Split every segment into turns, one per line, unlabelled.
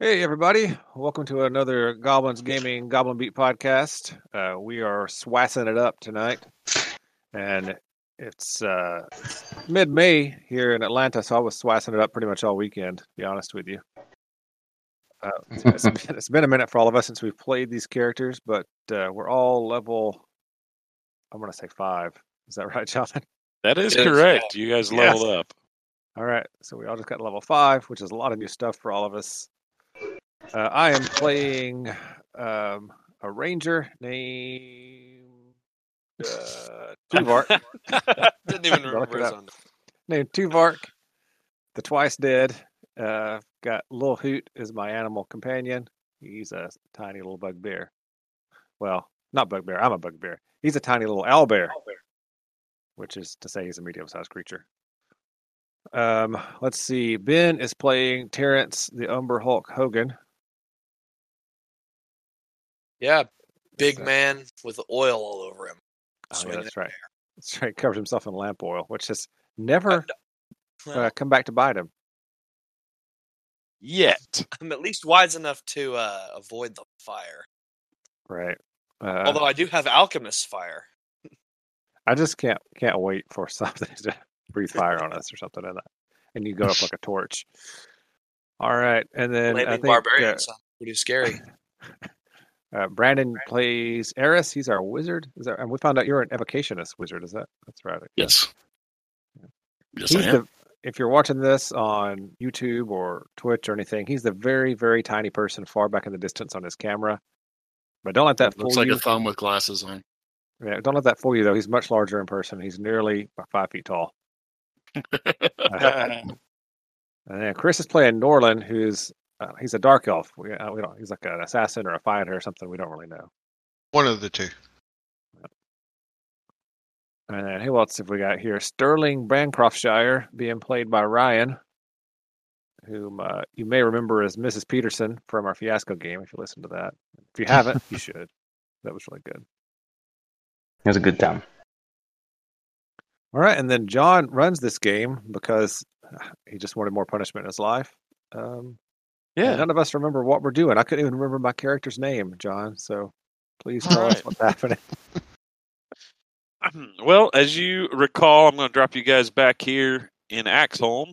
Hey, everybody. Welcome to another Goblins Gaming Goblin Beat podcast. Uh, we are swassing it up tonight. And it's uh, mid May here in Atlanta, so I was swassing it up pretty much all weekend, to be honest with you. Uh, it's, been, it's been a minute for all of us since we've played these characters, but uh, we're all level, I'm going to say five. Is that right, Jonathan?
That is
Yes.
correct. You guys
Yes.
leveled up.
All right, so we all just got level five, which is a lot of new stuff for all of us. Uh, I am playing um, a ranger named uh, Tuvark,
Didn't even
Look it
remember his
up.
own
named Tuvark, the twice dead. Uh, got Lil Hoot is my animal companion. He's a tiny little bugbear. Well, not bugbear. I'm a bugbear. He's a tiny little owlbear, which is to say he's a medium-sized creature. Um, let's see. Ben is playing Terrence the Umber Hulk Hogan. Oh,
Yeah, big
So-
man with oil all over him.
Oh, yeah,
Swinging
that's right. That's right. Covers himself in lamp oil, which has never
Well,
uh, come back to bite him.
Yet.
I'm at least wise enough to uh, avoid the fire.
Right. Uh,
Although I do have alchemist fire.
I just can't can't wait for something to breathe fire on us or something like that. And you go up like a torch. All right, and then I
Flaming
think
barbarian
uh,
sounds pretty scary.
uh, Brandon plays Eris. He's our wizard. Is that, and we found out you're an evocationist wizard. Is that that's right?
Yes. Yes,
he's the if you're watching this on YouTube or Twitch or anything, he's the very very tiny person far back in the distance on his camera. But don't let that fool
looks like
you.
a thumb with glasses on.
Yeah, don't let that fool you though. He's much larger in person. He's nearly five feet tall. And then Chris is playing Norlin, who's uh, he's a dark elf. We, uh, we don't. He's like an assassin or a fighter or something. We don't really know.
One of the two.
And then who else Uh, have we got here? Sterling Bancroftshire, being played by Ryan, whom uh, you may remember as Mrs. Peterson from our Fiasco game. If you listen to that, if you haven't, you should. That was really good.
It was a good time.
All right, and then John runs this game because uh, he just wanted more punishment in his life. Um, And
yeah.
None of us remember what we're doing. I couldn't even remember my character's name, John. So please tell us
Alright.
what's happening.
Well, as you recall, I'm going to drop you guys back here in Axholm.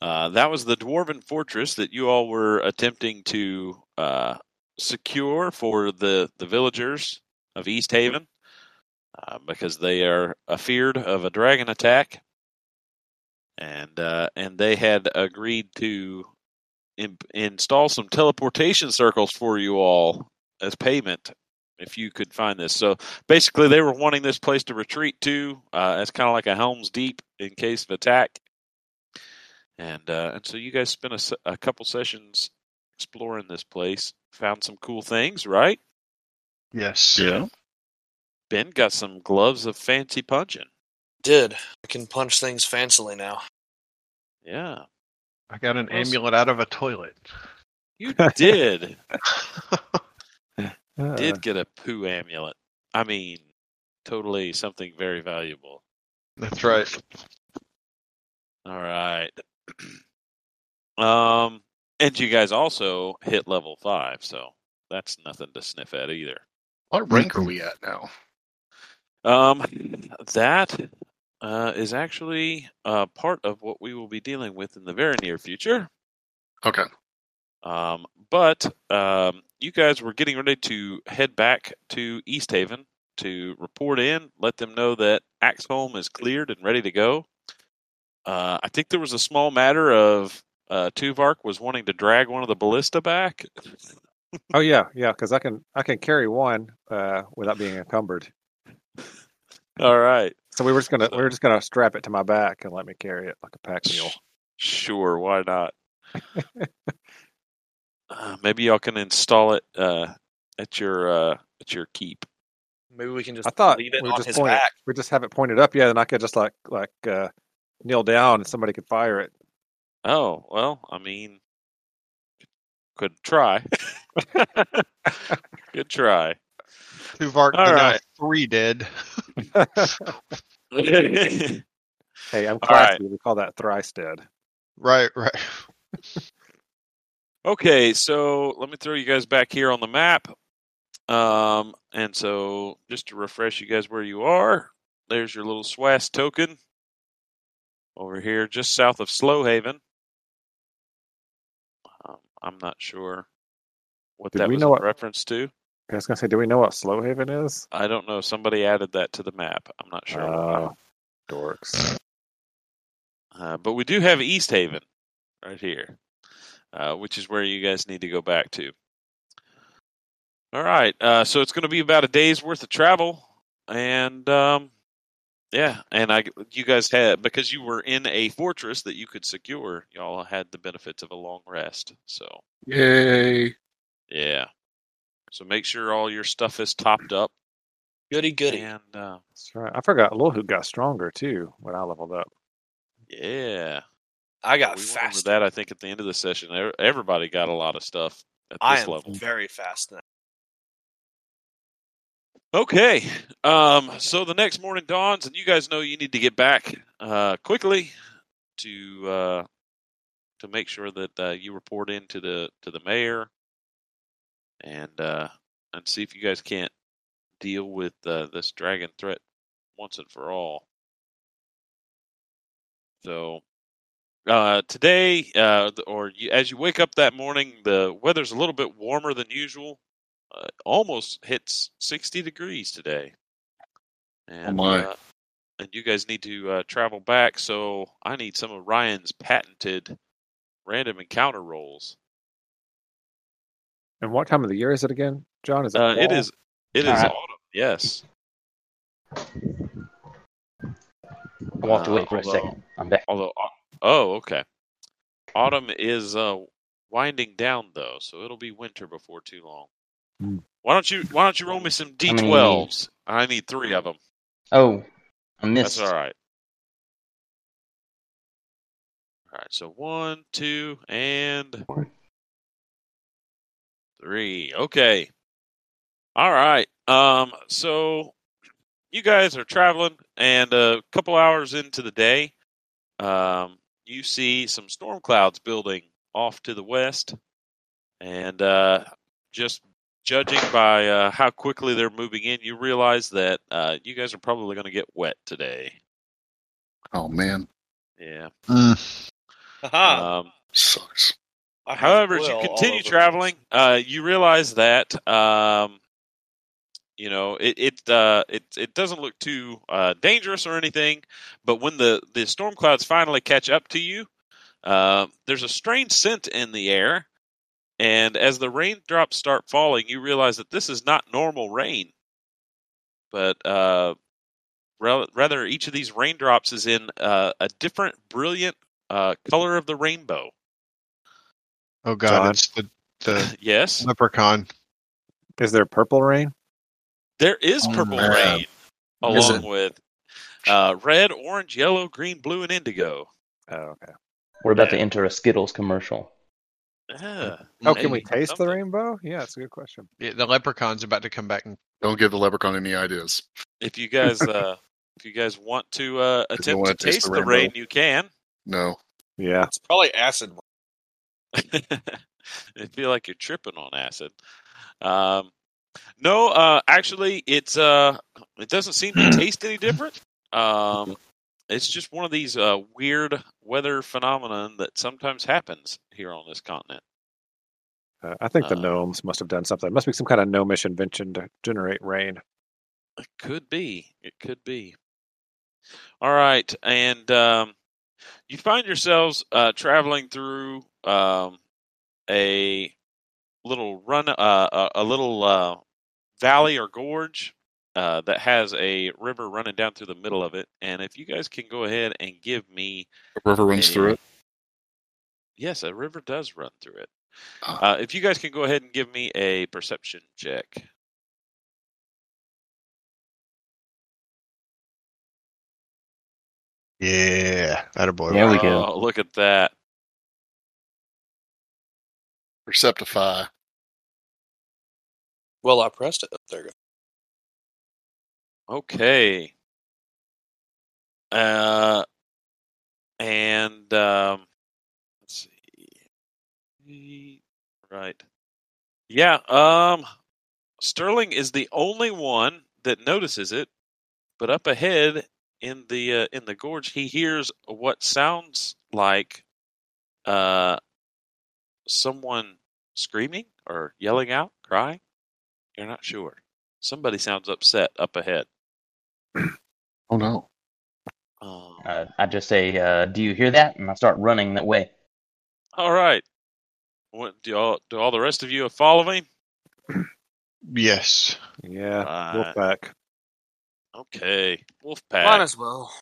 Uh, that was the dwarven fortress that you all were attempting to uh, secure for the, the villagers of East Haven uh, because they are afeared of a dragon attack. And uh, and they had agreed to in, install some teleportation circles for you all as payment if you could find this. So basically they were wanting this place to retreat to uh, as kind of like a helms deep in case of attack and uh, and so you guys spent a s- a, couple sessions exploring this place found some cool things right
Yes.
yeah.
ben got some gloves of fancy punching
Did. I can punch things fancily now.
yeah
I got an
Well, s-
amulet out of a toilet.
you did
Uh,
did get a poo amulet i mean totally something very valuable
That's right.
all right um and you guys also hit level five so that's nothing to sniff at either
What rank are we at now?
Um, that uh, is actually uh, part of what we will be dealing with in the very near future.
Okay.
Um, but um, you guys were getting ready to head back to East Haven to report in, let them know that Axholm is cleared and ready to go. Uh, I think there was a small matter of uh, Tuvark was wanting to drag one of the ballista back.
oh yeah, yeah. Because I can I can carry one uh, without being encumbered.
All right.
So we were just gonna we were just gonna strap it to my back and let me carry it like a pack mule.
Sure, why not? uh, maybe y'all can install it uh, at your uh, at your keep.
Maybe we can just
I thought
leave it
we
on
just
his
point it-
back.
we just have it pointed up. Yeah, and I could just like like uh, kneel down and somebody could fire it.
Oh well, I mean, could try. Good try.
Two Vark
All
to now
right.
three dead.
All
Hey, I'm
All right.
classy. We call that thrice dead.
right, right.
Okay, so let me throw you guys back here on the map. Um, and so just to refresh you guys where you are, there's your little SWAS token over here, just south of Slowhaven. Um, I'm not sure what
Did
that
we
was
know
in
what-
reference to.
I was gonna say, do we know what Slowhaven is?
I don't know. Somebody added that to the map. I'm not sure.
Oh, dorks.
Uh, but we do have East Haven right here, uh, which is where you guys need to go back to. All right. Uh, so it's going to be about a day's worth of travel. And um, yeah, and I, you guys had, because you were in a fortress that you could secure, y'all had the benefits of a long rest. So
Yay.
yeah. So make sure all your stuff is topped up.
Goody goody.
And uh,
That's right. I forgot Lohu got stronger too when I leveled up.
yeah.
I
we
got
went over
fast.
that, I think, at the end of the session. Ev- Everybody got a lot of stuff at
I
this
am
level.
very fast now.
Okay. Um, so the next morning dawns, and you guys know you need to get back uh, quickly to uh, to make sure that uh, you report in to the to the mayor and uh, and see if you guys can't deal with uh, this dragon threat once and for all. So uh, today, uh, th- or you, as you wake up that morning, the weather's a little bit warmer than usual. Uh, almost hits 60 degrees today. And,
my.
uh, and you guys need to uh, travel back, so I need some of Ryan's patented random encounter rolls.
And what time of the year is it again, John? Is it?
Uh, it
fall?
is it is
All right.
autumn. Yes.
I walked
Uh,
away for a
although-
second. I'm back.
Although, oh, okay. Autumn is uh, winding down though, so it'll be winter before too long.
Hmm.
Why don't you Why don't you roll me some D
How many-
twelves? I need three of them.
Oh, I missed.
That's all right. All right, so one, two, and
Four.
three. Okay. All right. Um, so you guys are traveling, and a couple hours into the day, um, you see some storm clouds building off to the west, and uh, just judging by uh, how quickly they're moving in, you realize that uh, you guys are probably going to get wet today.
Oh, man.
Yeah.
Mm.
Haha.
Um,
Sucks.
I have
however, as
oil all
you continue
over me.
traveling, uh, you realize that um, you know it it, uh, it it doesn't look too uh, dangerous or anything. But when the the storm clouds finally catch up to you, uh, there's a strange scent in the air, and as the raindrops start falling, you realize that this is not normal rain, but uh, rel- rather each of these raindrops is in uh, a different brilliant uh, color of the rainbow.
Oh god,
John.
it's the the
Yes.
leprechaun.
Is there purple rain?
There is
Oh,
purple
man.
rain
Is
along with uh, red, orange, yellow, green, blue, and indigo.
Oh, okay.
We're about to enter a Skittles commercial.
Yeah.
Oh, can we
Maybe
taste
something.
the rainbow? Yeah, it's a good question.
Yeah, the leprechaun's about to come back and
Don't give the leprechaun any ideas.
If you guys, uh, if you guys want to uh,
If you
attempt to
wanna taste
taste
the
the
rainbow.
rain, you can.
No.
Yeah.
It's probably acid.
I feel like you're tripping on acid. Um, no, uh, actually, it's uh, it doesn't seem to taste any different. Um, it's just one of these uh, weird weather phenomenon that sometimes happens here on this continent.
Uh, I think the
Uh,
gnomes must have done something. must be some kind of gnomish invention to generate rain.
It Uh, could be. It could be. All right, and um, you find yourselves uh, traveling through um, a little run, uh, a, a little uh, valley or gorge uh, that has a river running down through the middle of it. And if you guys can go ahead and give me,
The river runs
Yeah.
through it.
yes, a river does run through it.
Ah.
Uh, if you guys can go ahead and give me a perception check.
Yeah. That boy.
There we go.
Oh, look at that.
Perceptify.
Well, I pressed it. There you go.
Okay. Uh, and um, let's see. Right. Yeah. Um, Sterling is the only one that notices it, but up ahead in the uh, in the gorge, he hears what sounds like uh someone screaming or yelling out, crying. You're not sure. Somebody sounds upset up ahead.
Oh no.
Um,
Uh, I just say, uh, "Do you hear that?" And I start running that way.
all right. What do all do all the rest of you follow me?
Yes.
Yeah.
Right.
Wolfpack.
Okay. Wolf
Might
pack.
as well.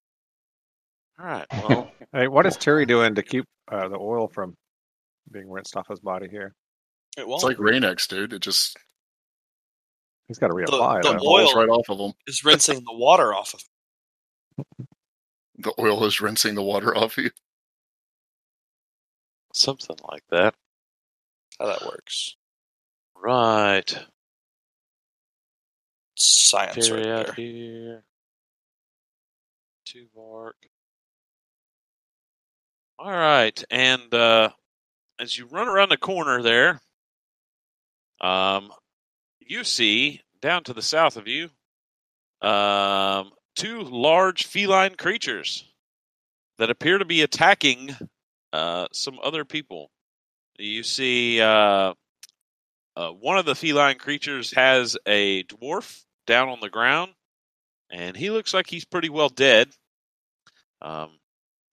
All right. Well,
Hey, what is Terry doing to keep uh, the oil from being rinsed off his body here?
It
It's
won't.
like rain X, dude. It just
He's got to reapply.
the
though.
oil-
falls right off of them.
it's rinsing the water off of
The oil is rinsing the water off you.
Something like that.
how that works.
Right.
Science
Terry
right
out
there.
here. Two mark. All right, and uh, as you run around the corner there, um, you see down to the south of you, um, two large feline creatures that appear to be attacking uh, some other people. You see uh, uh, one of the feline creatures has a dwarf down on the ground, and he looks like he's pretty well dead. Um,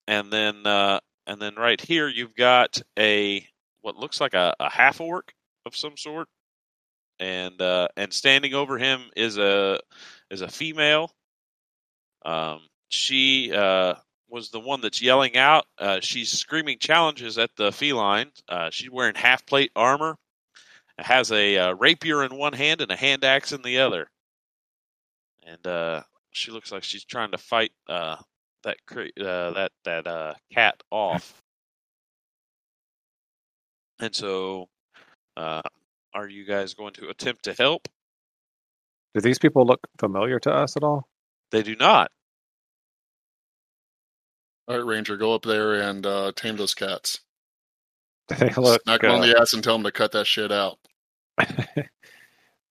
and then uh, and then right here you've got a what looks like a, a half orc of some sort, and uh, and standing over him is a is a female. Um, she uh, was the one that's yelling out. Uh, she's screaming challenges at the feline. Uh, she's wearing half plate armor has a uh, rapier in one hand and a hand axe in the other. And uh, she looks like she's trying to fight uh, that cre- uh, that that uh, cat off. And so, uh, are you guys going to attempt to help?
Do these people look familiar to us at all?
They do not.
All right, Ranger, go up there and uh, tame those cats.
Do they look?
Knock them
uh,
on the ass and tell them to cut that shit out.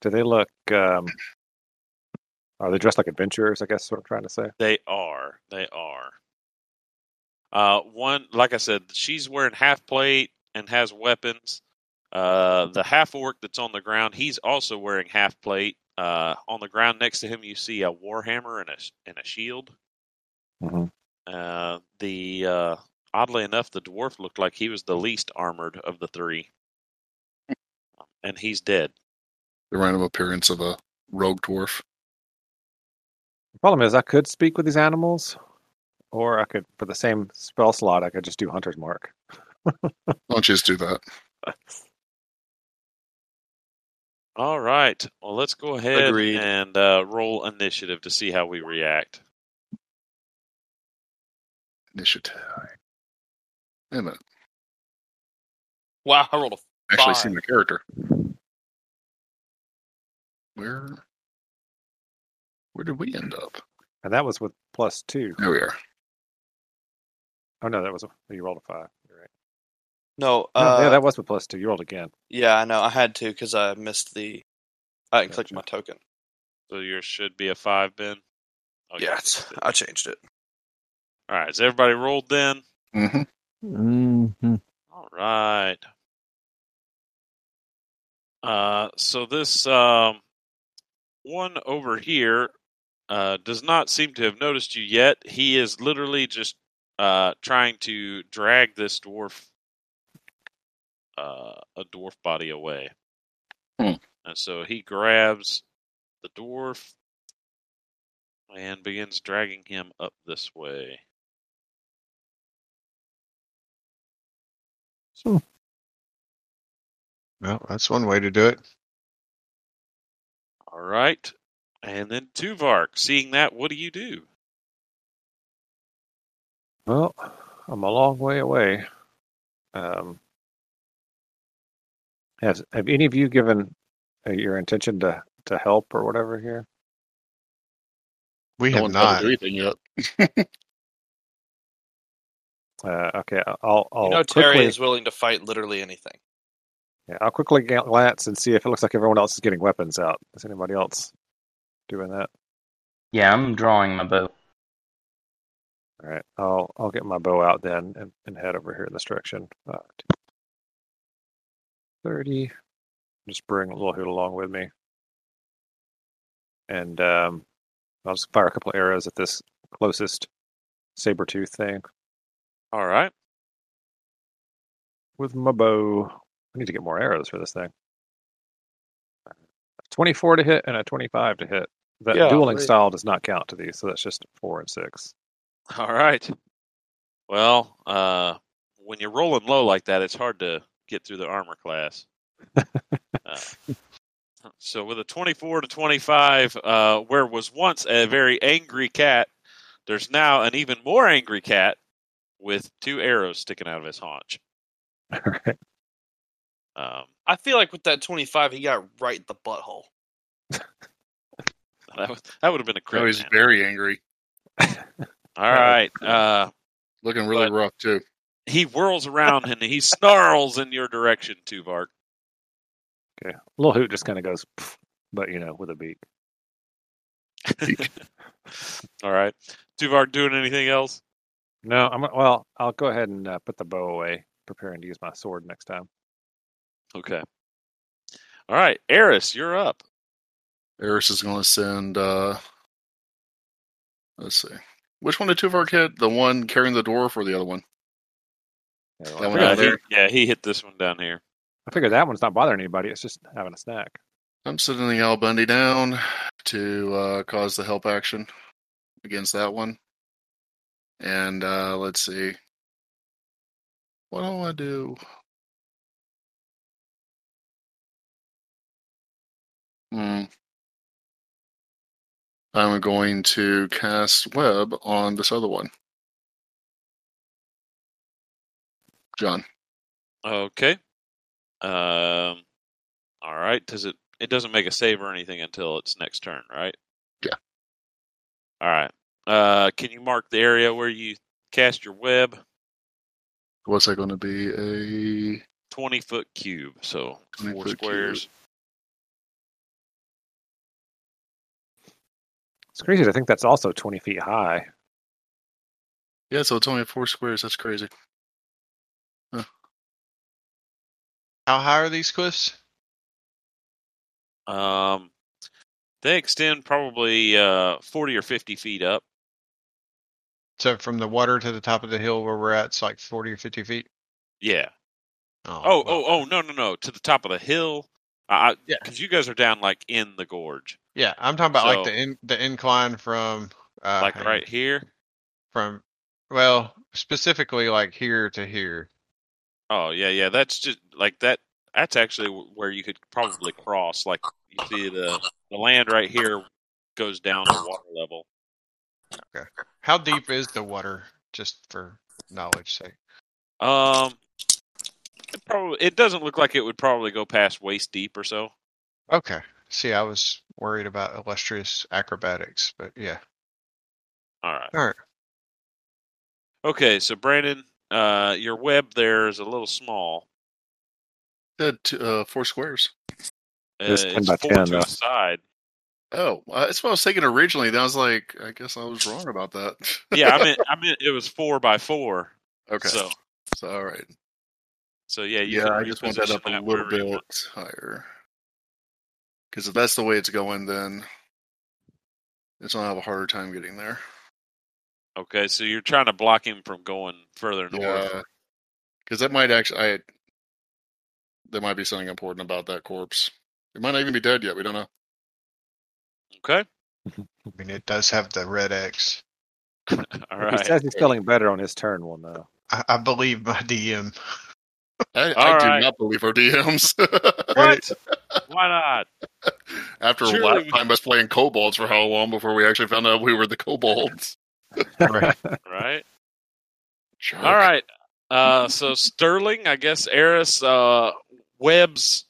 do they look? Um, are they dressed like adventurers? I guess is what I'm trying to say.
They are. They are. Uh, one, like I said, she's wearing half plate and has weapons. Uh, the half orc that's on the ground, he's also wearing half plate. Uh, on the ground next to him, you see a warhammer and a and a shield.
Mhm.
Uh, the uh, oddly enough, the dwarf looked like he was the least armored of the three, and he's dead.
The random appearance of a rogue dwarf.
The problem is, I could speak with these animals, or I could, for the same spell slot, I could just do Hunter's Mark.
Why don't you just do that?
All right. Well, let's go ahead
Agreed.
and uh, roll initiative to see how we react.
Initiative. Wait a minute.
Wow, I rolled a
Actually, see
Five.
my character. Where? Where did we end up?
And that was with plus two.
There we are.
Oh no, that was you rolled a five. You're right.
no.
No,
Uh,
yeah, that was with plus two. You rolled again.
yeah, I know. I had to because I missed the. I didn't click my token.
So yours should be a five, Ben. Oh, you
Yes,
fixed it.
I changed it.
All right. Is everybody rolled then?
Mm-hmm.
Mm-hmm.
All right. Uh, so this um, one over here uh, does not seem to have noticed you yet. He is literally just uh, trying to drag this dwarf, uh, a dwarf body away.
Hmm.
And so he grabs the dwarf and begins dragging him up this way.
Well, that's one way to do it.
All right. And then Tuvark, seeing that, what do you do?
Well, I'm a long way away. Um, has have any of you given uh, your intention to to help or whatever here?
We
No
have
one's able to
not.
do anything yet.
Uh, okay, I'll I'll
you know, Terry
Oh, quickly,
is willing to fight literally anything.
Yeah, I'll quickly ga- glance and see if it looks like everyone else is getting weapons out. Is anybody else doing that?
Yeah, I'm drawing my bow.
All right, I'll I'll get my bow out then and, and head over here in this direction. Uh, Thirty. Just bring Lil Hoot along with me, and um, I'll just fire a couple arrows at this closest saber tooth thing
All right.
with my bow. I need to get more arrows for this thing. Twenty-four to hit and a twenty-five to hit. That
Yeah,
dueling
right.
style does not count to these, so that's just four and six.
All right. Well, uh, when you're rolling low like that, it's hard to get through the armor class. uh, so, with a 24 to 25, uh, where was once a very angry cat, there's now an even more angry cat with two arrows sticking out of his haunch.
All right.
Um,
I feel like with that 25, he got right in the butthole.
that, was, that would have been a crit.
No, he's
man.
very angry.
All right. Uh,
Looking really
But-
rough too.
he whirls around and he snarls in your direction, Tuvark.
Lil Hoot just kind of goes, "Pff," but you know, with a beak.
All right. Tuvark doing anything else?
No, I'm well. I'll go ahead and uh, put the bow away, preparing to use my sword next time.
Okay. All right, Eris, you're up.
Eris is going to send. uh Let's see. Which one did Tuvark hit? The one carrying the dwarf or the other one?
Yeah,
That
well, I, figure,
Uh,
one down
he,
there.
yeah, he hit this one down here.
I figure that one's not bothering anybody. It's just having a snack.
I'm sending the Al Bundy down to uh, cause the help action against that one. And uh, let's see. What do I do? Hmm. I'm going to cast web on this other one. John.
Okay. Um. All right. Does it? It doesn't make a save or anything until its next turn, right?
Yeah.
All right. Uh, can you mark the area where you cast your web?
What's that going to be? A
Twenty foot cube, so
20
four
foot cube.
squares.
It's crazy to think that's also 20 feet high.
Yeah, so it's only four squares. That's crazy.
How high are these cliffs?
Um, they extend probably uh forty or fifty feet up.
So from the water to the top of the hill where we're at, it's like 40 or 50 feet.
Yeah. Oh,
well,
oh, oh, no, no, no! To the top of the hill, because
Yeah.
you guys are down like in the gorge,
Yeah, I'm talking about
So-
like the in, the incline from uh,
like
hang on,
right here.
from well specifically like here to here.
Oh, yeah, yeah. That's just like that. That's actually wh- where you could probably cross. Like you see the the land right here goes down to water level.
How deep is the water? Just for knowledge sake.
Um, it probably it doesn't look like it would probably go past waist deep or so.
Okay. See, I was worried about illustrious acrobatics, but yeah.
All right.
All right.
Okay, so Brandon, uh, your web there is a little small.
Said t- uh, four squares.
Uh,
It's 10
it's
by
four
10,
to
though.
a side.
Oh, uh, that's what I was thinking originally. Then I was like, I guess I was wrong about that.
Yeah, I meant I meant it was four by four.
okay. So,
So
all right.
So yeah, you
Yeah,
can
I just want that
reposition
up a little
wherever you
bit
want.
higher. Because if that's the way it's going, then it's gonna have a harder time getting there.
Okay, so you're trying to block him from going further north.
Yeah. Because that might actually, I there might be something important about that corpse. It might not even be dead yet. We don't know.
Okay,
I mean, it does have the red X.
all
If He
right.
says he's feeling better on his turn. We'll know.
I, I believe my DM.
I,
All
I do
right.
not believe our DMs.
What? Why not?
After
Surely
last
we-
time us playing kobolds for how long before we actually found out we were the kobolds?
Right.
Right.
Jerk.
All right. Uh, so Sterling, I guess Eris uh, webs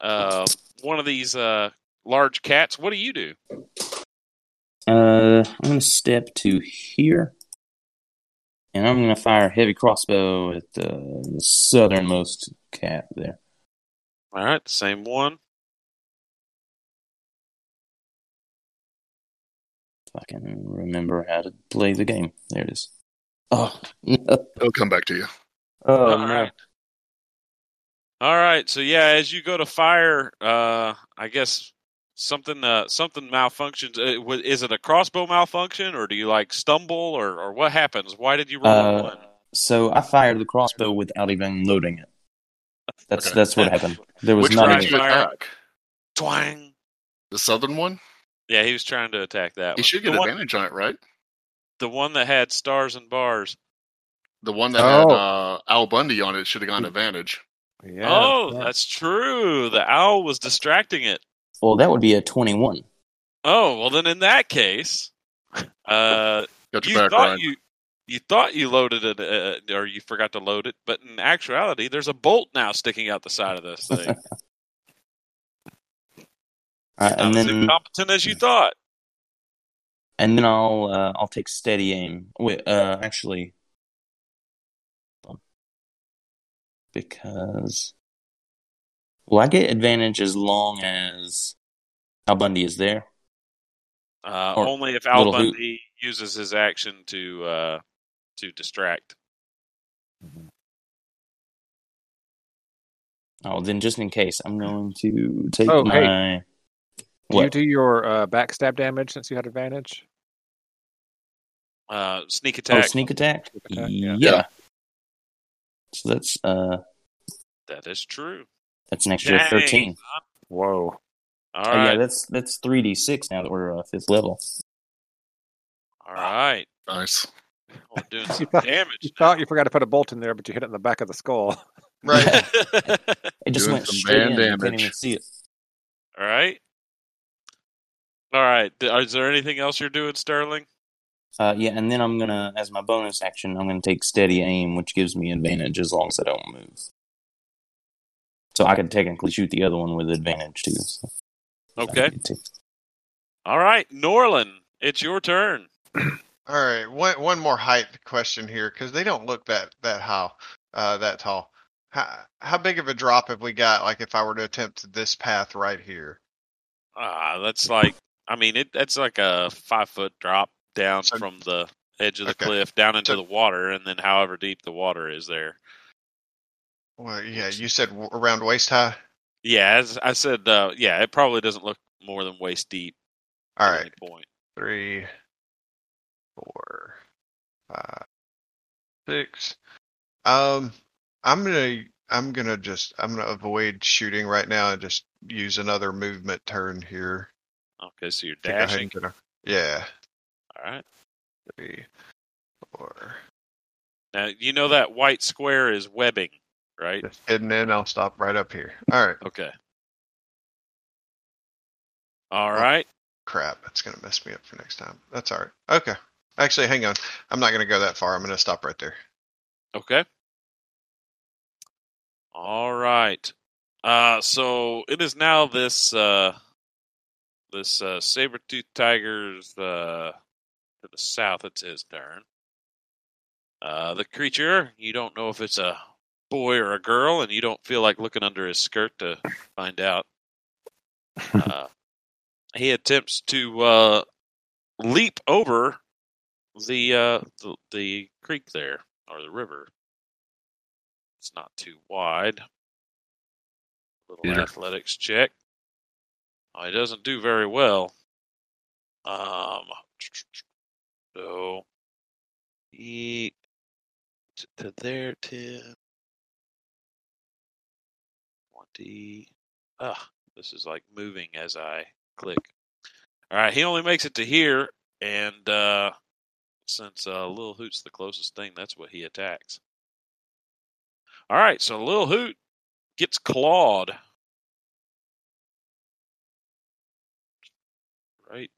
uh, one of these uh, large cats. What do you do?
Uh, I'm gonna step to here, and I'm gonna fire a heavy crossbow at the, the southernmost cat there.
All right, same one.
If I can remember how to play the game. There it is. Oh, no.
It'll come back to you.
Oh,
All
no.
right. All right. So yeah, as you go to fire, uh, I guess something uh, something malfunctions. Uh, wa- Is it a crossbow malfunction, or do you like stumble, or or what happens? Why did you roll a
Uh,
one?
So I fired the crossbow without even loading it. That's
Okay.
that's what happened. There was
Which
not
one
right.
did
any.
you attack?
Twang.
The southern one?
Yeah, he was trying to attack that. one.
You should
the
get
one,
advantage on it, right?
the one that had stars and bars.
The one that
Oh.
had uh, Al Bundy on it should have gone
Hmm.
advantage.
Yeah.
oh,
yeah.
that's true. The owl was distracting it.
Well, that would be a twenty-one.
Oh well, then in that case, uh,
Got
you
your back,
thought
Ryan.
you you thought you loaded it uh, or you forgot to load it, but in actuality, there's a bolt now sticking out the side of this thing.
Uh,
Not
and
as
then
incompetent as you thought.
and then I'll uh, I'll take steady aim. Wait, uh, actually, hold on. because well, I get advantage as long as Al Bundy is there.
Uh,
Or
only if Al
little hoot.
Bundy uses his action to uh, to distract.
Oh, then just in case, I'm going to take
Oh, hey.
my
Do you
what?
do your uh, backstab damage since you had advantage?
Uh, sneak
Oh,
attack.
sneak attack.
attack,
yeah.
yeah.
So that's uh
That is true.
that's an extra
Dang.
thirteen.
Whoa.
All
oh,
right.
yeah, that's that's three d six now that we're uh, fifth level.
All right.
Nice.
We're Oh, doing some
You
damage.
thought you forgot to put a bolt in there, but you hit it in the back of the skull.
Right.
It just
Doing
went
some
straight
bad
in. I can't
damage.
even see it.
All right. All right. D- Is there anything else you're doing, Sterling?
Uh, yeah, and then I'm gonna, as my bonus action, I'm gonna take steady aim, which gives me advantage as long as I don't move. So I could technically shoot the other one with advantage too. so if I
Okay.
need to.
All right, Norlin, it's your turn.
All right, one one more height question here because they don't look that that high, uh, that tall. How how big of a drop have we got? Like if I were to attempt this path right here,
Ah, that's like I mean it. That's like a five foot drop down
So-
from the edge of the
Okay.
cliff down into
So-
the water, and then however deep the water is there.
well, yeah, you said w- around waist high.
Yeah, as I said, uh, yeah, it probably doesn't look more than waist deep.
All
at
right,
any point.
three, four, five, six. Um, I'm gonna I'm gonna just I'm gonna avoid shooting right now and just use another movement turn here.
Okay, so you're
Think I had
dashing.
gonna- yeah,
All right.
three, four.
Now you know that white square is webbing, right?
Just heading in. I'll stop right up here. All right.
Okay. All right.
Crap. That's going to mess me up for next time. That's all right. Okay. Actually, hang on. I'm not going to go that far. I'm going to stop right there.
Okay. All right. Uh, so it is now this uh, this uh, saber tooth tiger's uh, to the south. It's his turn. Uh, the creature you don't know if it's a boy or a girl, and you don't feel like looking under his skirt to find out. Uh, he attempts to uh, leap over the, uh, the the creek there or the river. It's not too wide. Little
Peter.
athletics check. Oh, he doesn't do very well. Um, so he t- to there 10, 20. Ah, this is like moving as I click. All right, he only makes it to here, and uh, since uh, Lil Hoot's the closest thing, that's what he attacks. All right, so Lil Hoot gets clawed. Right?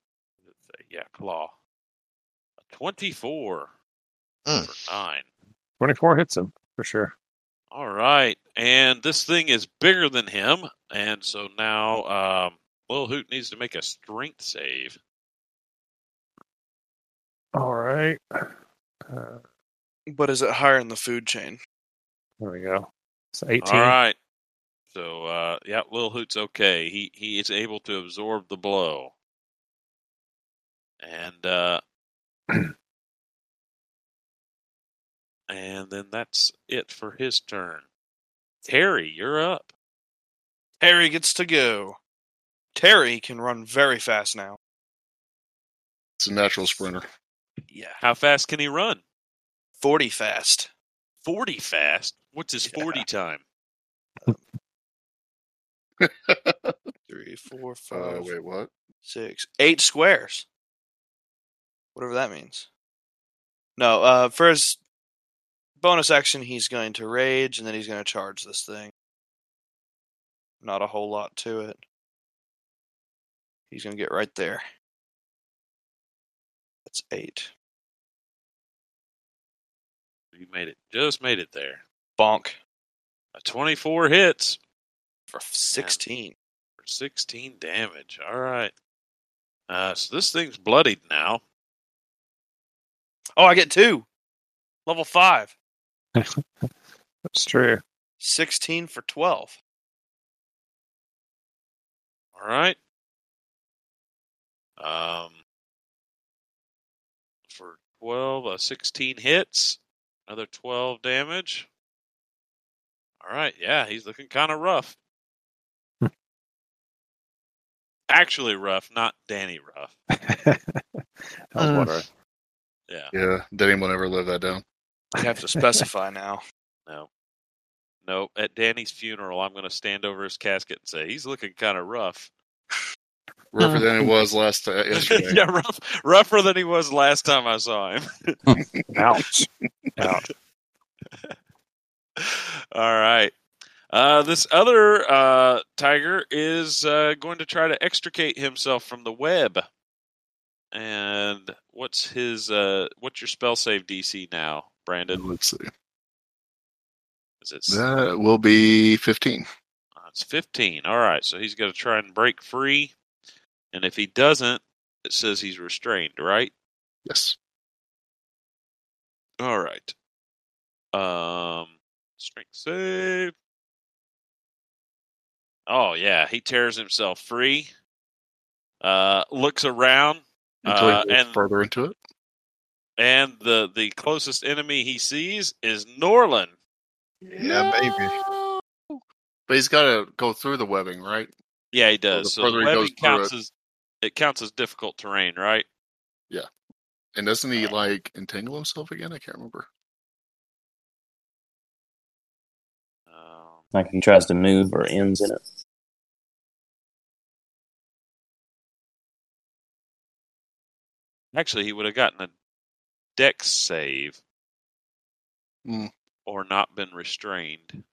Let's say, Yeah, claw. A 24
Mm.
for 9.
24 hits him for sure.
All right, and this thing is bigger than him, and so now um, Lil Hoot needs to make a strength save.
All right. Uh,
But is it higher in the food chain?
there we go. It's 18.
All right, So uh, yeah, Lil Hoot's okay. He he is able to absorb the blow. And uh, and then that's it for his turn. Terry, you're up.
Terry gets to go. Terry can run very fast now.
It's a natural sprinter.
Yeah.
How fast can he run?
40 fast.
Forty fast. What's his forty time?
Oh,
Three, four,
Uh,
Oh,
five,
wait, what?
six, eight squares. Whatever that means. No, uh, for his bonus action, he's going to rage and then he's going to charge this thing. Not a whole lot to it. He's going to get right there. That's eight.
You made it. Just made it there.
Bonk
A twenty-four hits.
for 16.
for 16 damage. All right. Uh, so this thing's bloodied now.
Oh, I get two. Level five.
That's true.
16 for 12.
All right. Um, for 12, uh, 16 hits, another 12 damage. All right. Yeah, he's looking kind of rough. Actually, rough, not Danny rough.
I was
Uh.
wondering.
Yeah.
Yeah, did anyone ever live that down?
You have to specify now.
No. No. At Danny's funeral, I'm going to stand over his casket and say, he's looking kind of rough.
Rougher than it was last uh, yesterday.
yeah, rough, rougher than he was last time I saw him.
Ouch. Ouch.
All right. Uh, this other uh, tiger is uh, going to try to extricate himself from the web. And what's his? Uh, what's your spell save DC now, Brandon?
Let's see.
Is it?
That will be 15.
Uh, It's 15. All right. So he's going to try and break free. And if he doesn't, it says he's restrained, right?
Yes.
All right. Um, strength save. Oh yeah, he tears himself free. Uh, looks around,
Until
Uh,
you go
and-
further into it.
and the the closest enemy he sees is Norlin.
Yeah, baby.
But he's got to go through the webbing, right?
Yeah, he
the
does. So the
further he
webbing
goes through
counts
it-
as it counts as difficult terrain, right?
And doesn't he like entangle himself again? I can't remember.
Um,
Like he tries to move or ends in it.
actually, he would have gotten a dex save
Hmm.
or not been restrained.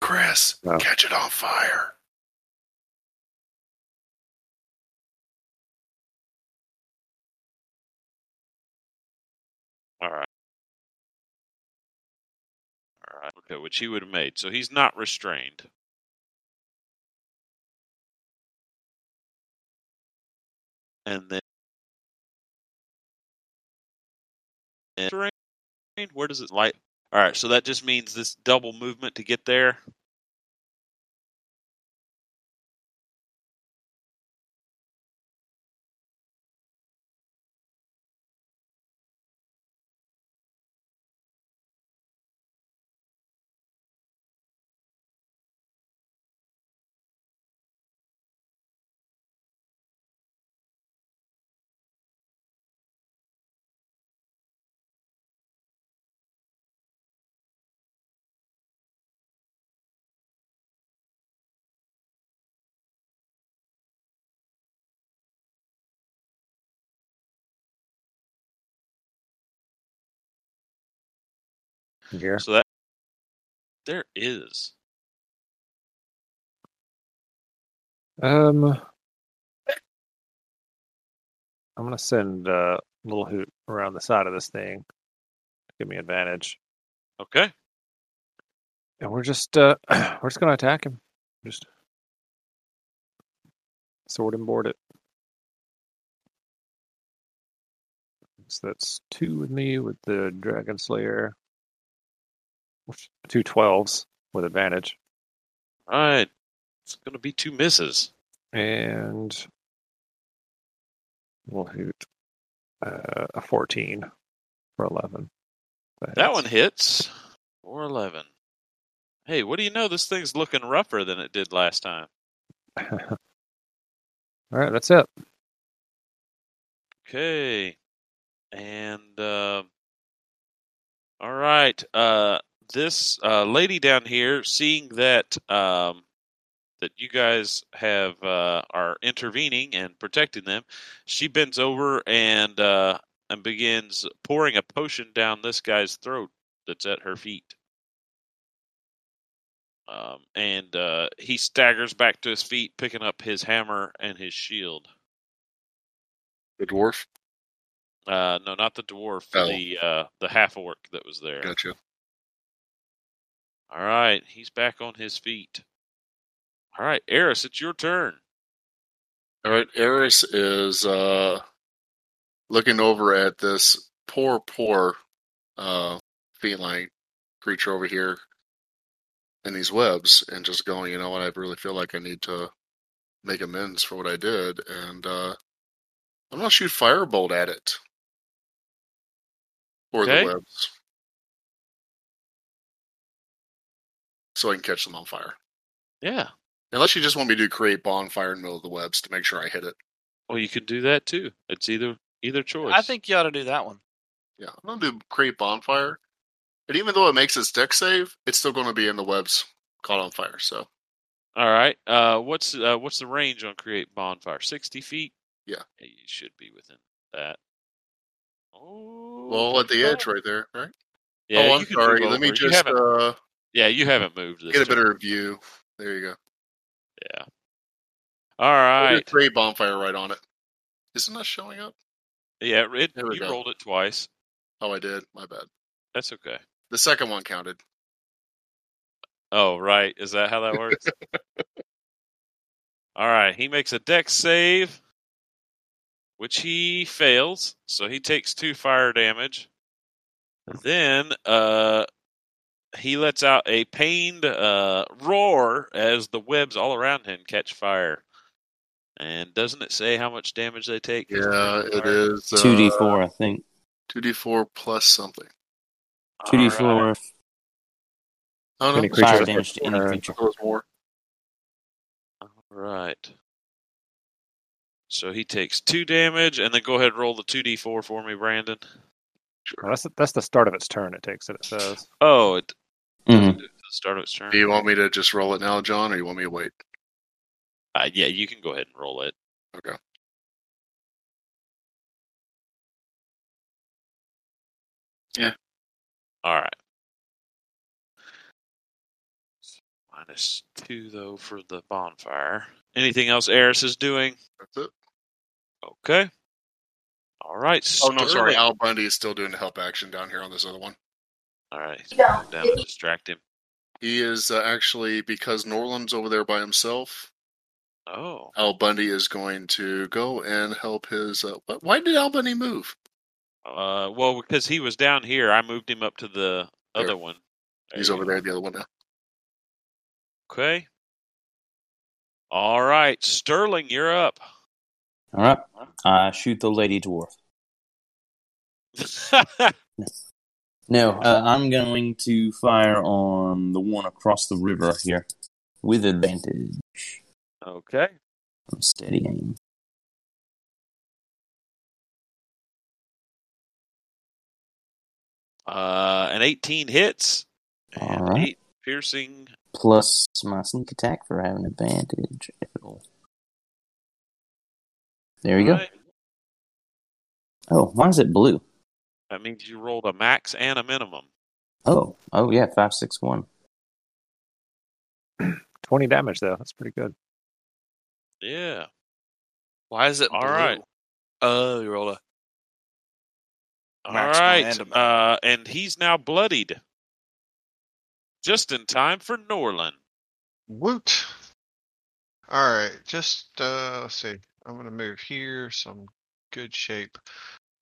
Chris,
No.
catch it on fire.
All right. All right. Okay, which he would have made. So he's not restrained. And then. and terrain, Where does it light? All right, so that just means this double movement to get there.
Yeah.
So that there is.
Um, I'm gonna send uh, little hoot around the side of this thing. Give me advantage,
Okay.
and we're just uh, we're just gonna attack him. Just sword and board it. So that's two with me with the dragon slayer. Which- Two twelves with advantage.
All right. It's going to be two misses.
and we'll hoot uh, a 14 for 11.
That one hits. Or 11. Hey, what do you know? This thing's looking rougher than it did last time.
All right, that's it.
Okay. And uh, all right. Uh, this uh, lady down here, seeing that um, that you guys have uh, are intervening and protecting them, she bends over and uh, and begins pouring a potion down this guy's throat that's at her feet. Um, and uh, he staggers back to his feet, picking up his hammer and his shield.
The dwarf.
Uh, no, not the dwarf.
Oh.
The uh, the half orc that was there.
Gotcha.
All right, he's back on his feet. All right, Eris, it's your turn.
All right, Eris is uh, looking over at this poor, poor uh, feline creature over here in these webs, and just going, you know what? I really feel like I need to make amends for what I did, and uh, I'm gonna shoot firebolt at it for
Okay.
the webs, so I can catch them on fire.
Yeah.
Unless you just want me to create bonfire in the middle of the webs to make sure I hit it.
Well, you could do that too. It's either either choice.
I think you ought to do that one.
Yeah, I'm gonna do create bonfire. And even though it makes its deck save, it's still gonna be in the webs caught on fire. So
All right. Uh, what's uh, what's the range on create bonfire? Sixty feet.
Yeah.
You should be within that. Oh.
well at the
well,
edge right there, right?
Yeah.
oh
you
I'm
can move
sorry, let
over.
me
You
just
haven't-
uh,
yeah, you haven't moved. This
get a
turn.
better view. There you go.
Yeah. All
I'll do
right.
create bonfire right on it. Isn't that showing up?
Yeah. It,
There we
you
go.
rolled it twice.
Oh I did, my bad.
That's okay.
The second one counted.
Oh, right. Is that how that works? All right. He makes a dex save, which he fails. So he takes two fire damage. Then uh, he lets out a pained uh, roar as the webs all around him catch fire. And doesn't it say how much damage they take? as they
Yeah,
catch
it
fire?
is
Two D
uh,
four, I think.
two D four plus something.
Two D
All right.
four
Oh no,
Any
sorry,
creature
fire
I
damage to any
thought-
creature.
I thought it was more.
All right. So he takes two damage, and then go ahead and roll the 2d4 for me, Brandon.
Well, that's, that's the start of its turn, it takes it, it says.
Oh, it doesn't
Mm-hmm.
Mhm.
do it to the start of its turn.
Do you want me to just roll it now, John, or you want me to wait?
Uh, yeah, you can go ahead and roll it.
Okay.
All right. Minus two though for the bonfire. Anything else Eris is doing?
That's it.
Okay. All right.
Oh no, sorry.
Sterling.
Al Bundy is still doing the help action down here on this other one.
All right. he's going Down to distract him.
He is uh, actually because Norland's over there by himself.
Oh,
Al Bundy is going to go and help his. Uh, wh- why did Al Bundy move?
uh, well, because he was down here, I moved him up to the
There.
other one. There
He's
you
over
go.
there, at the other one now.
Okay. All right, Sterling, you're up.
All right. I shoot the lady dwarf. No, uh, I'm going to fire on the one across the river here with advantage.
okay.
I'm steady aim.
Uh, an 18 hits and
All right.
eight piercing.
Plus my sneak attack for having advantage. It'll- There you go.
Alright.
Oh, why is it blue?
That means you rolled a max and a minimum.
Oh, oh yeah, five six one.
20 damage, though. That's pretty good.
Yeah.
Why is it
All
blue?
right.
Oh, you rolled a.
All right.
Maximum and a minimum.
uh, and he's now bloodied. Just in time for Norlin.
Woot. All right, just uh, let's see. I'm gonna move here, so I'm good shape.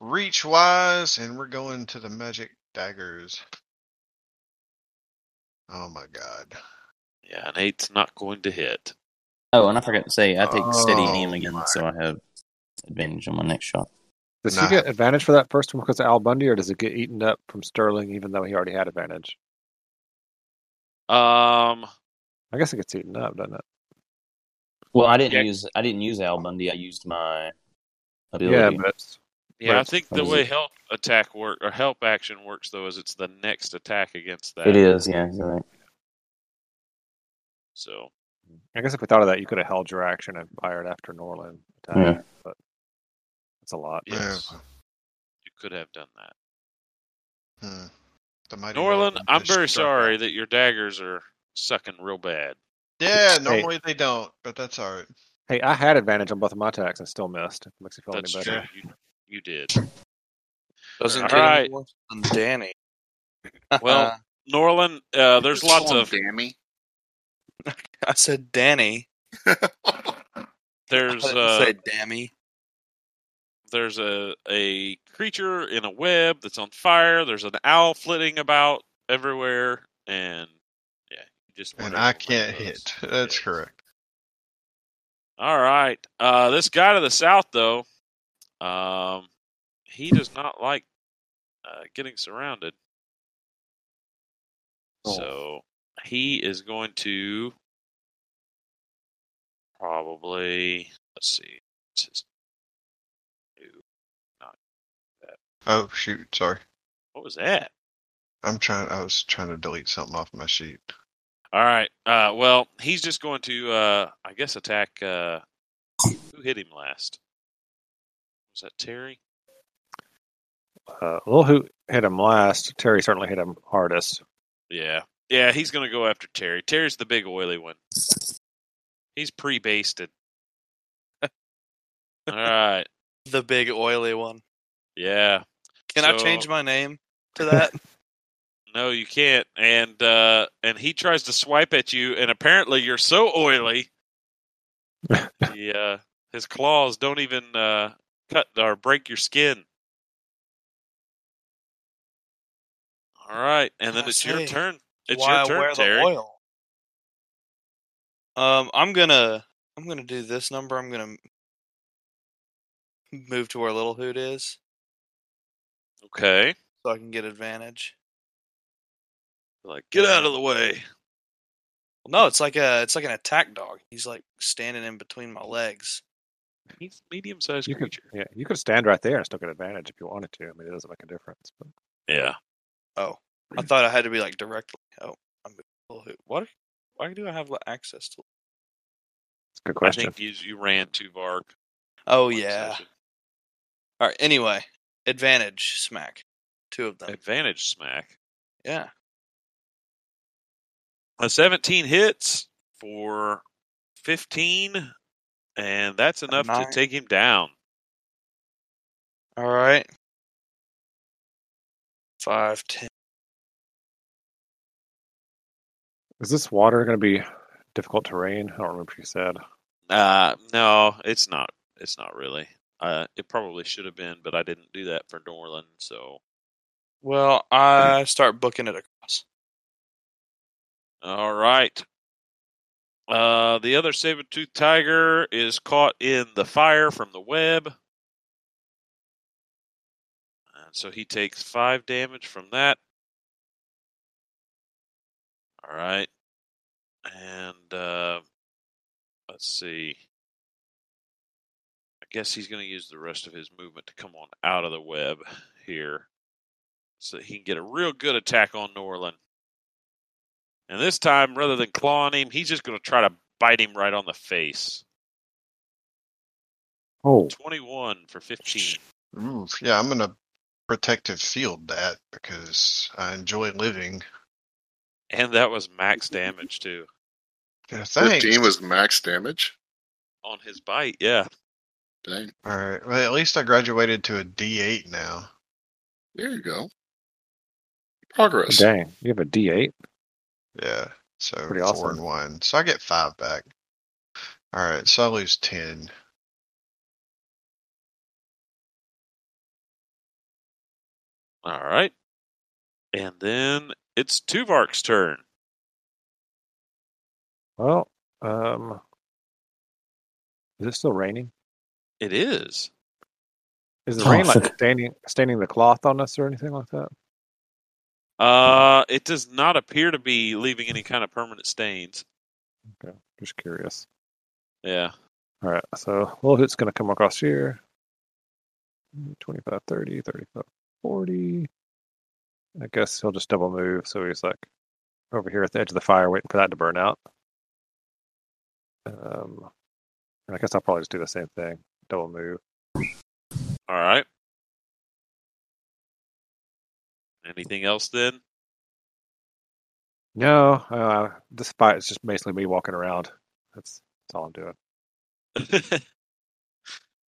Reach wise, and we're going to the magic daggers. Oh my god.
Yeah, an eight's not going to hit.
Oh, and I forgot to say, I take steady
Oh,
aim again,
my.
so I have advantage on my next shot.
Does
Nah.
he get advantage for that first one because of Al Bundy, or does it get eaten up from Sterling, even though he already had advantage?
Um,
I guess it gets eaten up, doesn't it?
Well, I didn't
Yeah.
use I didn't use Al Bundy. I used my
Yeah,
ability.
but
yeah, I
Right.
think
What
the
is
way
it?
help attack work or help action works though is it's the next attack against that.
it is, yeah, you're right.
So
I guess if we thought of that, you could have held your action and fired after Norlin. attacked,
Yeah.
But that's a lot.
Yeah.
yes, you could have done that.
Hmm. The mighty
Norlin,
Vulcan
I'm
just
very
struck
sorry
out.
that your daggers are sucking real bad.
Yeah, normally they don't, but that's all right.
Hey, I had advantage on both of my attacks and still missed. If it makes you feel
That's
any
true.
better.
You, you did.
Doesn't
All
get any
right.
worse than Danny.
Well, Norlin, uh, there's
Just
lots
call him
of
Dammy.
I said Danny.
there's
I didn't
uh,
say Dammy.
there's a a creature in a web that's on fire. There's an owl flitting about everywhere, and yeah, you just
And
weren't
I
able to make
can't
those.
hit. That's
Yes.
correct.
All right, uh, this guy to the south though, um, he does not like uh, getting surrounded, so he is going to probably let's see. What's his-
Oh shoot, sorry.
What was that?
I'm trying. I was trying to delete something off my sheet.
All right. Uh, well, he's just going to, uh, I guess, attack. Uh, who hit him last? Was that Terry?
Uh, Lil Hoot hit him last. Terry certainly hit him hardest.
Yeah. Yeah, he's going to go after Terry. Terry's the big oily one. He's pre basted. All right.
The big oily one.
Yeah.
Can I
So-
change my name to that?
No, you can't. And uh, and he tries to swipe at you, and apparently you're so oily. he, uh, his claws don't even uh, cut or break your skin. All right, and then
I
it's your
say,
turn. It's
Why
your
I
turn,
wear
Terry.
the oil? Um, I'm gonna I'm gonna do this number. I'm gonna move to where Little Hoot is
Okay.
so I can get advantage. Um,
Like, get out of the way.
Well, no, it's like a it's like an attack dog. He's like standing in between my legs.
He's a medium-sized
You could,
creature.
yeah, you could stand right there and still get advantage if you wanted to. I mean, it doesn't make a difference. But
Yeah.
Oh, I thought I had to be like directly. Oh, I'm Little Hoot. What? Why do I have li- access to?
it's a good
I
question.
think you you ran too far.
Oh
one
yeah.
session.
All right. Anyway, advantage smack, two of them.
Advantage smack.
Yeah.
A 17 Uh, hits for 15, and that's enough to
Nine.
take him down.
All right. Five, ten.
Is this water going to be difficult terrain? I don't remember if you said.
Uh, no, it's not. It's not really. Uh, it probably should have been, but I didn't do that for Norlin. So,
Well, I start booking it across.
all right. Uh, the other saber-toothed tiger is caught in the fire from the web, and so he takes five damage from that. All right, and uh, let's see. I guess he's going to use the rest of his movement to come on out of the web here, so that he can get a real good attack on Norlin. And this time, rather than clawing him, he's just going to try to bite him right on the face.
Oh,
21 for 15.
Ooh, Mm, yeah, I'm gonna protective field that because I enjoy living.
And that was max damage, too,
Yeah, thanks.
Fifteen was max damage.
on his bite. Yeah.
Dang.
all right. Well, at least I graduated to a D8 now.
There you go. Progress.
dang! You have a D eight.
Yeah. So
Pretty
four
awesome.
and one. So I get five back. All right. So I lose ten.
All right. And then it's Tuvark's turn.
Well, um, is it still raining?
It is.
Is the
Oh,
rain like
fuck.
staining staining the cloth on us or anything like that?
Uh, it does not appear to be leaving any kind of permanent stains.
Okay, just curious.
Yeah.
All right, so little hit's going to come across here. 25, 30, 35, 40. I guess he'll just double move. So he's like over here at the edge of the fire, waiting for that to burn out. Um, and I guess I'll probably just do the same thing. Double move.
All right. Anything else then?
No, uh, this fight is just basically me walking around. That's that's all I'm doing.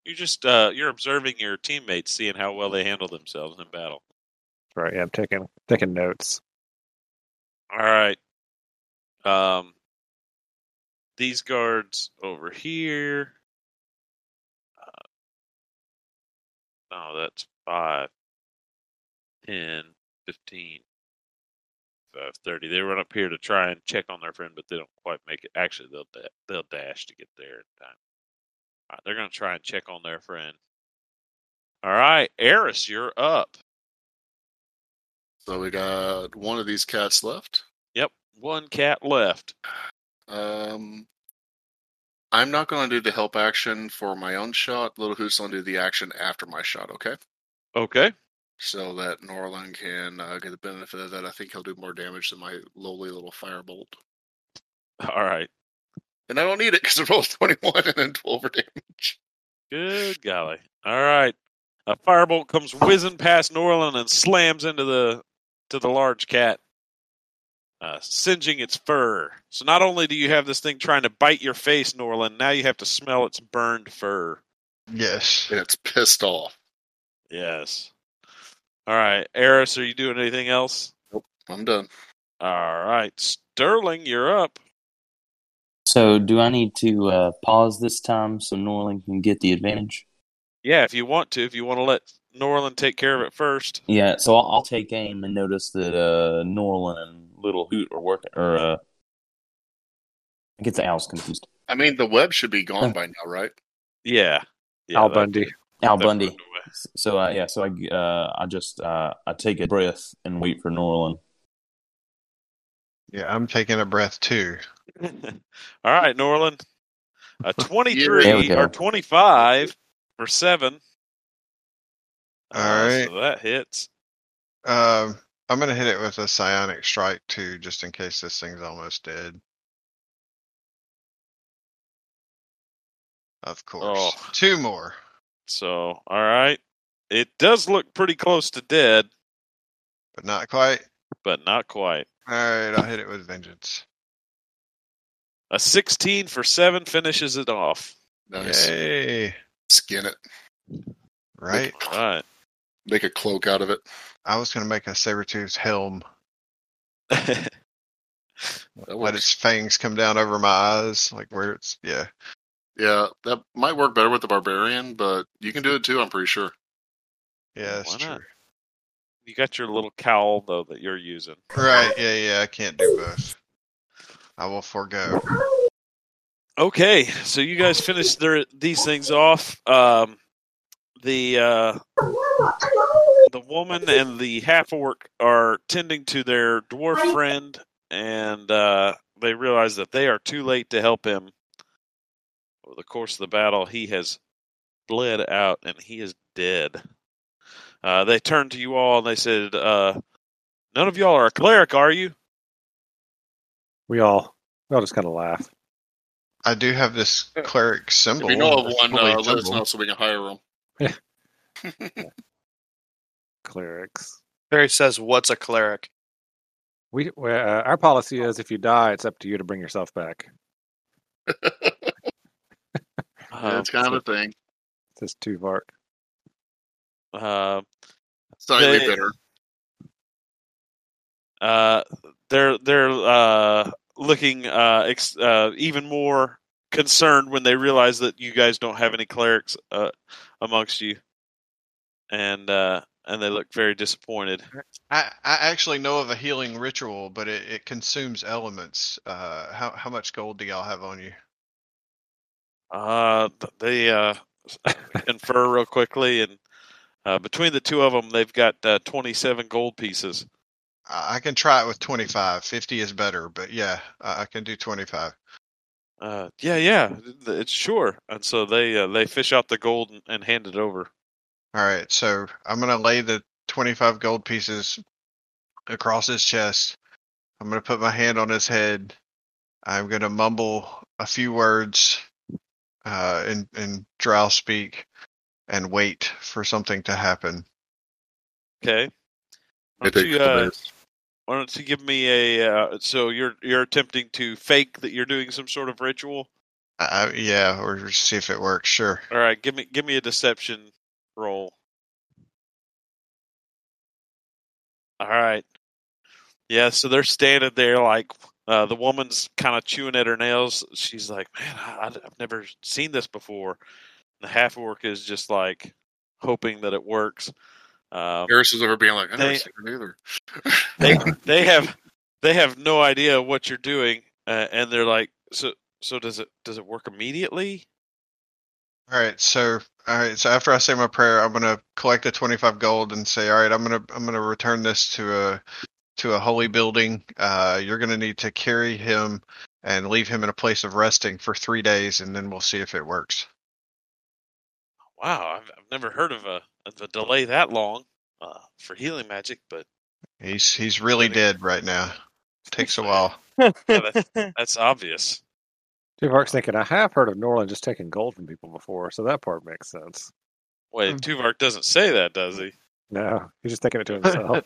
you're just uh, you're observing your teammates, seeing how well they handle themselves in battle.
Right? Yeah, I'm taking taking notes.
All right. Um, these guards over here. Uh, no, that's 5, 10, 15, 5, 30. They run up here to try and check on their friend, but they don't quite make it. Actually, they'll da- they'll dash to get there in time. All right, they're going to try and check on their friend. All right, Eris, you're up.
So we got one of these cats left.
Yep, one cat left.
Um, I'm not going to do the help action for my own shot. Little Hoot's going to do the action after my shot, okay?
Okay.
So that Norlin can uh, get the benefit of that. I think he'll do more damage than my lowly little firebolt.
All right.
And I don't need it because I rolled 21 and then 12 for damage.
Good golly. All right. A firebolt comes whizzing past Norlin and slams into the to the large cat, uh, singeing its fur. So not only do you have this thing trying to bite your face, Norlin, now you have to smell its burned fur.
Yes.
And it's pissed off.
Yes. All right, Eris, are you doing anything else?
I'm done.
All right, Sterling, you're up.
So, do I need to uh, pause this time so Norling can get the advantage?
Yeah, if you want to, if you want to let Norlin take care of it first.
Yeah, so I'll, I'll take aim and notice that uh, Norlin and Little Hoot are working, or uh, I get the owls confused.
I mean, the web should be gone by now, right?
Yeah. yeah
Al
that-
Bundy.
Al
that
Bundy.
burned away.
So uh, yeah, so I uh, I just uh, I take a breath and wait for Norlin.
Yeah, I'm taking a breath too.
All right, Norland. A
There
23
we go.
or 25 for 7.
All
Uh,
right.
So that hits.
Um, I'm gonna hit it with a psionic strike too, just in case this thing's almost dead. Of course.
Oh.
Two more.
So, all right. It does look pretty close to dead,
But not quite.
but not quite.
Alright, I'll hit it with vengeance.
A 16 for 7 finishes it off.
Nice.
Yay.
Skin it.
Right?
All right.
Make a cloak out of it.
I was gonna make a saber toothed helm.
That
Let
works.
its fangs come down over my eyes, like where it's yeah.
Yeah, that might work better with the barbarian, but you can do it too, I'm pretty sure.
Yeah, that's
Why not?
true.
you got your little cowl, though, that you're using.
Right, yeah, yeah, I can't do both. I will forego.
Okay, so you guys finished their, these things off. Um, the uh, the woman and the half orc are tending to their dwarf friend, and uh, they realize that they are too late to help him. Over the course of the battle, he has bled out and he is dead. Uh, they turned to you all and they said, uh, "None of y'all are a cleric, are you?"
We all we all just kind of laugh.
I do have this cleric
If
symbol.
you know of
It's
one,
probably
uh, let us
double.
know so we can hire them.
Clerics.
Barry says, "What's a cleric?"
We well, uh, our policy is if you die, it's up to you to bring yourself back.
Um,
it's kind of a thing.
Says Tuvark.
uh,
Slightly
they-
bitter.
Uh, they're they're uh, looking uh, ex- uh, even more concerned when they realize that you guys don't have any clerics uh, amongst you, and uh, and they look very disappointed.
I, I actually know of a healing ritual, but it, it consumes elements. Uh, how how much gold do y'all have on you?
Uh, th- they uh, infer real quickly, and uh, between the two of them, they've got uh, 27 gold pieces.
I I can try it with 25. 50 is better, but yeah, I I can do 25.
Uh, yeah, yeah, th- it's sure. And so they uh, they fish out the gold and, and hand it over.
All right, so I'm gonna lay the 25 gold pieces across his chest. I'm gonna put my hand on his head. I'm gonna mumble a few words uh, in in drow speak and wait for something to happen.
Okay. Why
It
don't
takes
you,
the
uh,
best.
why don't you give me a? Uh, so you're you're attempting to fake that you're doing some sort of ritual.
I, I- yeah, or see if it works. Sure.
All right, give me give me a deception roll. All right. Yeah, so they're standing there like uh, the woman's kind of chewing at her nails. She's like, "Man, I, I've never seen this before." And the half orc is just like hoping that it works. Um,
Harris is over being like, I never
They-
seen it either.
they they have they have no idea what you're doing, uh, and they're like, "So so does it does it work immediately?"
All right, so all right, so after I say my prayer, I'm gonna collect the 25 gold and say, all right, I'm gonna I'm gonna return this to a to a holy building. Uh, you're gonna need to carry him and leave him in a place of resting for three days, and then we'll see if it works.
Wow, I've, I've never heard of a of a delay that long uh, for healing magic, but
He's he's really dead right now. Takes a while.
yeah, that, that's obvious.
Two Park's thinking, I have heard of Norland just taking gold from people before, so that part makes sense.
Wait, Tuvark doesn't say that, does he?
No, he's just thinking it to himself.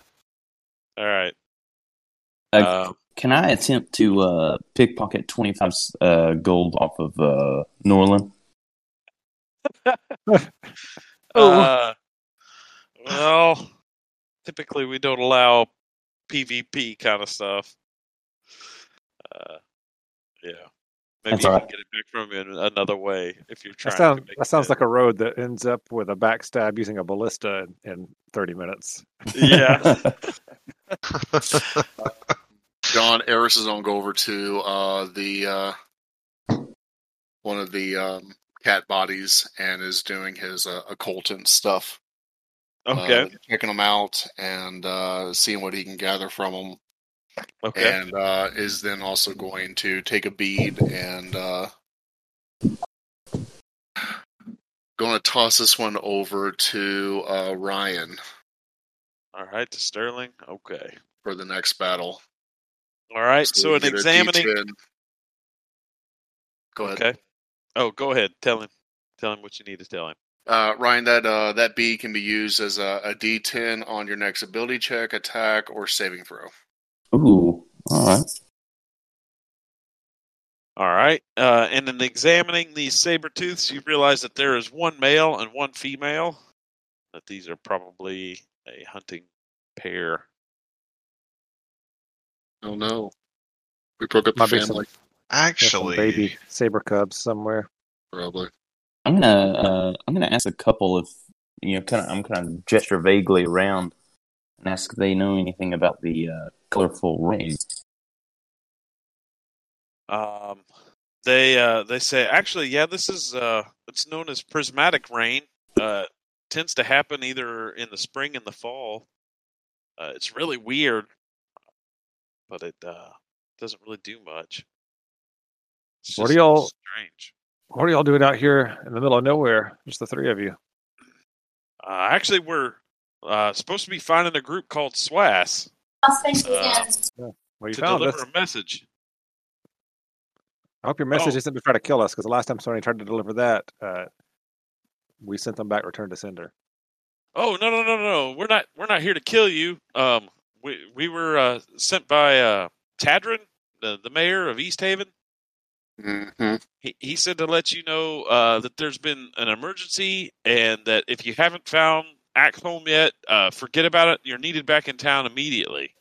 All right.
Uh,
Uh,
Can I attempt to uh, pickpocket 25 uh, gold off of uh, Norland?
Oh.
uh, well, typically we don't allow PvP kind of stuff. Uh, yeah, maybe
That's
you
all
can
right.
get it back from him in another way if you're
that,
trying.
sound,
to make
that sounds like a road that ends up with a backstab using a ballista in, in 30 minutes.
yeah.
John Eris is gonna go over to uh, the uh, one of the um, cat bodies and is doing his uh, occultant stuff.
Okay.
uh, checking them out and uh, seeing what he can gather from them,
okay.
and uh, is then also going to take a bead and uh, going to toss this one over to uh, Ryan
All right. To Sterling. Okay.
for the next battle.
All right. So
we
an
get a
examining.
D10. Go ahead.
Okay. Oh, go ahead. Tell him. Tell him what you need to tell him.
Uh, Ryan, that uh, that B can be used as a, a D10 on your next ability check, attack, or saving throw.
Ooh, all right.
All right. Uh, and in examining these saber tooths, you realize that there is one male and one female. That these are probably a hunting pair.
Oh no, we broke up the
Might be some,
family.
there's some
Actually,
baby saber cubs somewhere.
Probably.
I'm gonna uh, I'm gonna ask a couple if you know. Kind of, I'm kind of gesture vaguely around and ask if they know anything about the uh, colorful ring.
Um, they uh, they say actually, yeah, this is uh, it's known as prismatic rain. Uh, tends to happen either in the spring and the fall. Uh, it's really weird, but it uh, doesn't really do much. It's
What
just
do y'all-
Strange.
What are y'all doing out here in the middle of nowhere? Just the three of you.
Uh, actually, we're uh, supposed to be finding a group called SWAS uh,
Well, you
to
found
deliver
us.
a message.
I hope your message
Oh.
isn't to try to kill us, because the last time somebody tried to deliver that, uh, we sent them back return to sender.
Oh no no no no! We're not we're not here to kill you. Um, we we were uh, sent by uh, Tadrin, the, the mayor of East Haven.
hmm
He, he said to let you know uh, that there's been an emergency and that if you haven't found Axholm yet, uh, forget about it. You're needed back in town immediately.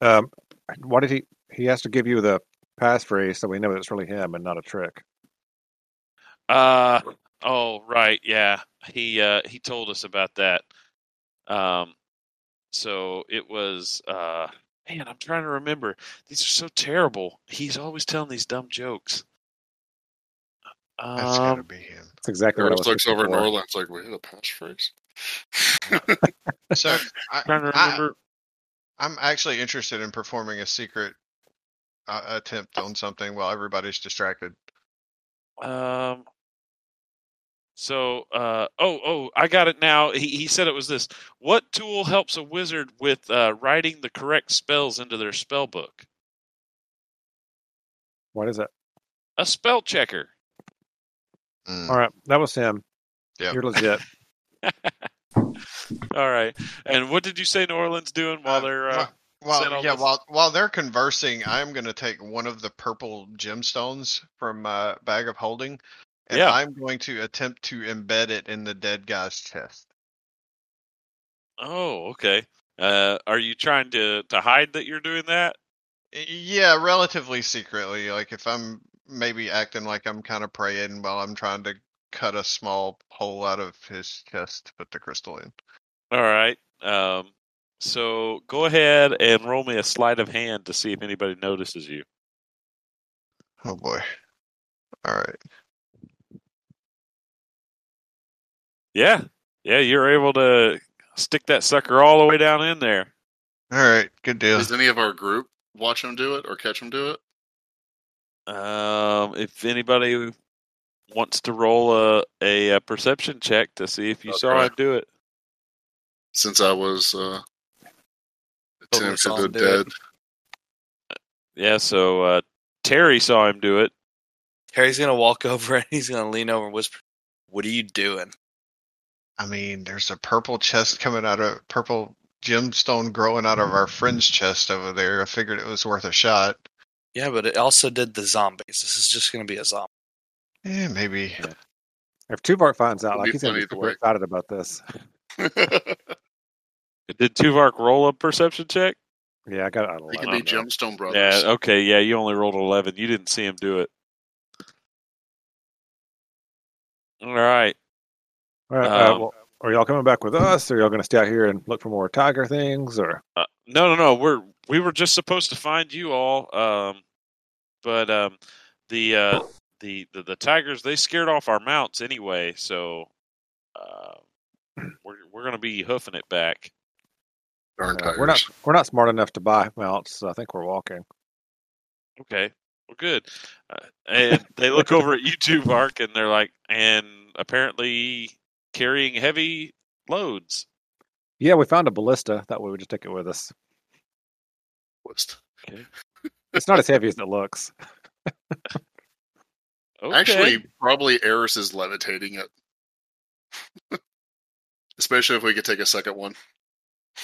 Um, why did he? He has to give you the passphrase so we know it's really him and not a trick.
Uh, oh right, yeah. He uh, he told us about that. Um, so it was. Uh, man, I'm trying to remember. These are so terrible. He's always telling these dumb jokes.
That's gotta
Um,
be him.
That's exactly what I
Eric
was
looks
looking
over at
for.
Norland. It's like, we have a passphrase.
So I,
trying to
I-
remember.
I'm actually interested in performing a secret uh, attempt on something while everybody's distracted.
Um. So, uh, oh, oh, I got it now. He, he said it was this. What tool helps a wizard with uh, writing the correct spells into their spell book?
What is it?
A spell checker.
Mm.
All right, that was him.
Yeah.
You're legit.
All right. And what did you say New Orleans doing while
Uh,
they're? Uh,
wha- while-
said all
yeah,
this-
while while they're conversing, I'm going to take one of the purple gemstones from my bag of holding, and
Yeah.
I'm going to attempt to embed it in the dead guy's chest.
oh, okay. Uh, are you trying to to hide that you're doing that?
Y- Yeah, relatively secretly. Like if I'm maybe acting like I'm kind of praying while I'm trying to cut a small hole out of his chest to put the crystal in.
All right. Um, so go ahead and roll me a sleight of hand to see if anybody notices you.
Oh boy. All right.
Yeah. Yeah. You're able to stick that sucker all the way down in there.
All right. Good deal.
Does any of our group watch him do it or catch him do it?
Um, if anybody wants to roll a, a, uh perception check to see if you saw
Okay.
him do it.
Since I was uh,
Totally
attempted
saw
to
him do
dead.
it.
Yeah. So uh, Terry saw him do it.
Harry's gonna walk over and he's gonna lean over and whisper, "What are you doing?"
I mean, there's a purple chest coming out of purple gemstone growing out of our friend's chest over there. I figured it was worth a shot.
Yeah, but it also did the zombies. This is just gonna be a zombie.
Yeah, Eh, maybe.
If Tuvart finds out,
It'll
like
be
he's gonna be
funny either
super
way.
excited about this.
Did Tuvark roll a perception check?
Yeah, I got it.
he could be Gemstone
Yeah. oh,
Brothers.
Okay. Yeah. You only rolled eleven. You didn't see him do it. All right.
All right, uh,
Um,
well, are y'all coming back with us? Or are y'all going to stay out here and look for more tiger things? Or
Uh, no, no, no. We're we were just supposed to find you all, um, but um, the, uh, the the the tigers they scared off our mounts anyway, so uh, we're we're gonna be hoofing it back.
Darn
uh,
tigers.
we're not we're not smart enough to buy mounts, so I think we're walking.
Okay, we're good. Uh, and they look over at you too, Mark, and they're like, and apparently carrying heavy loads.
Yeah, we found a ballista. That way, we just take it with us. It's not as heavy as it looks.
Okay.
Actually, probably Eris is levitating it. Especially if we could take a second one.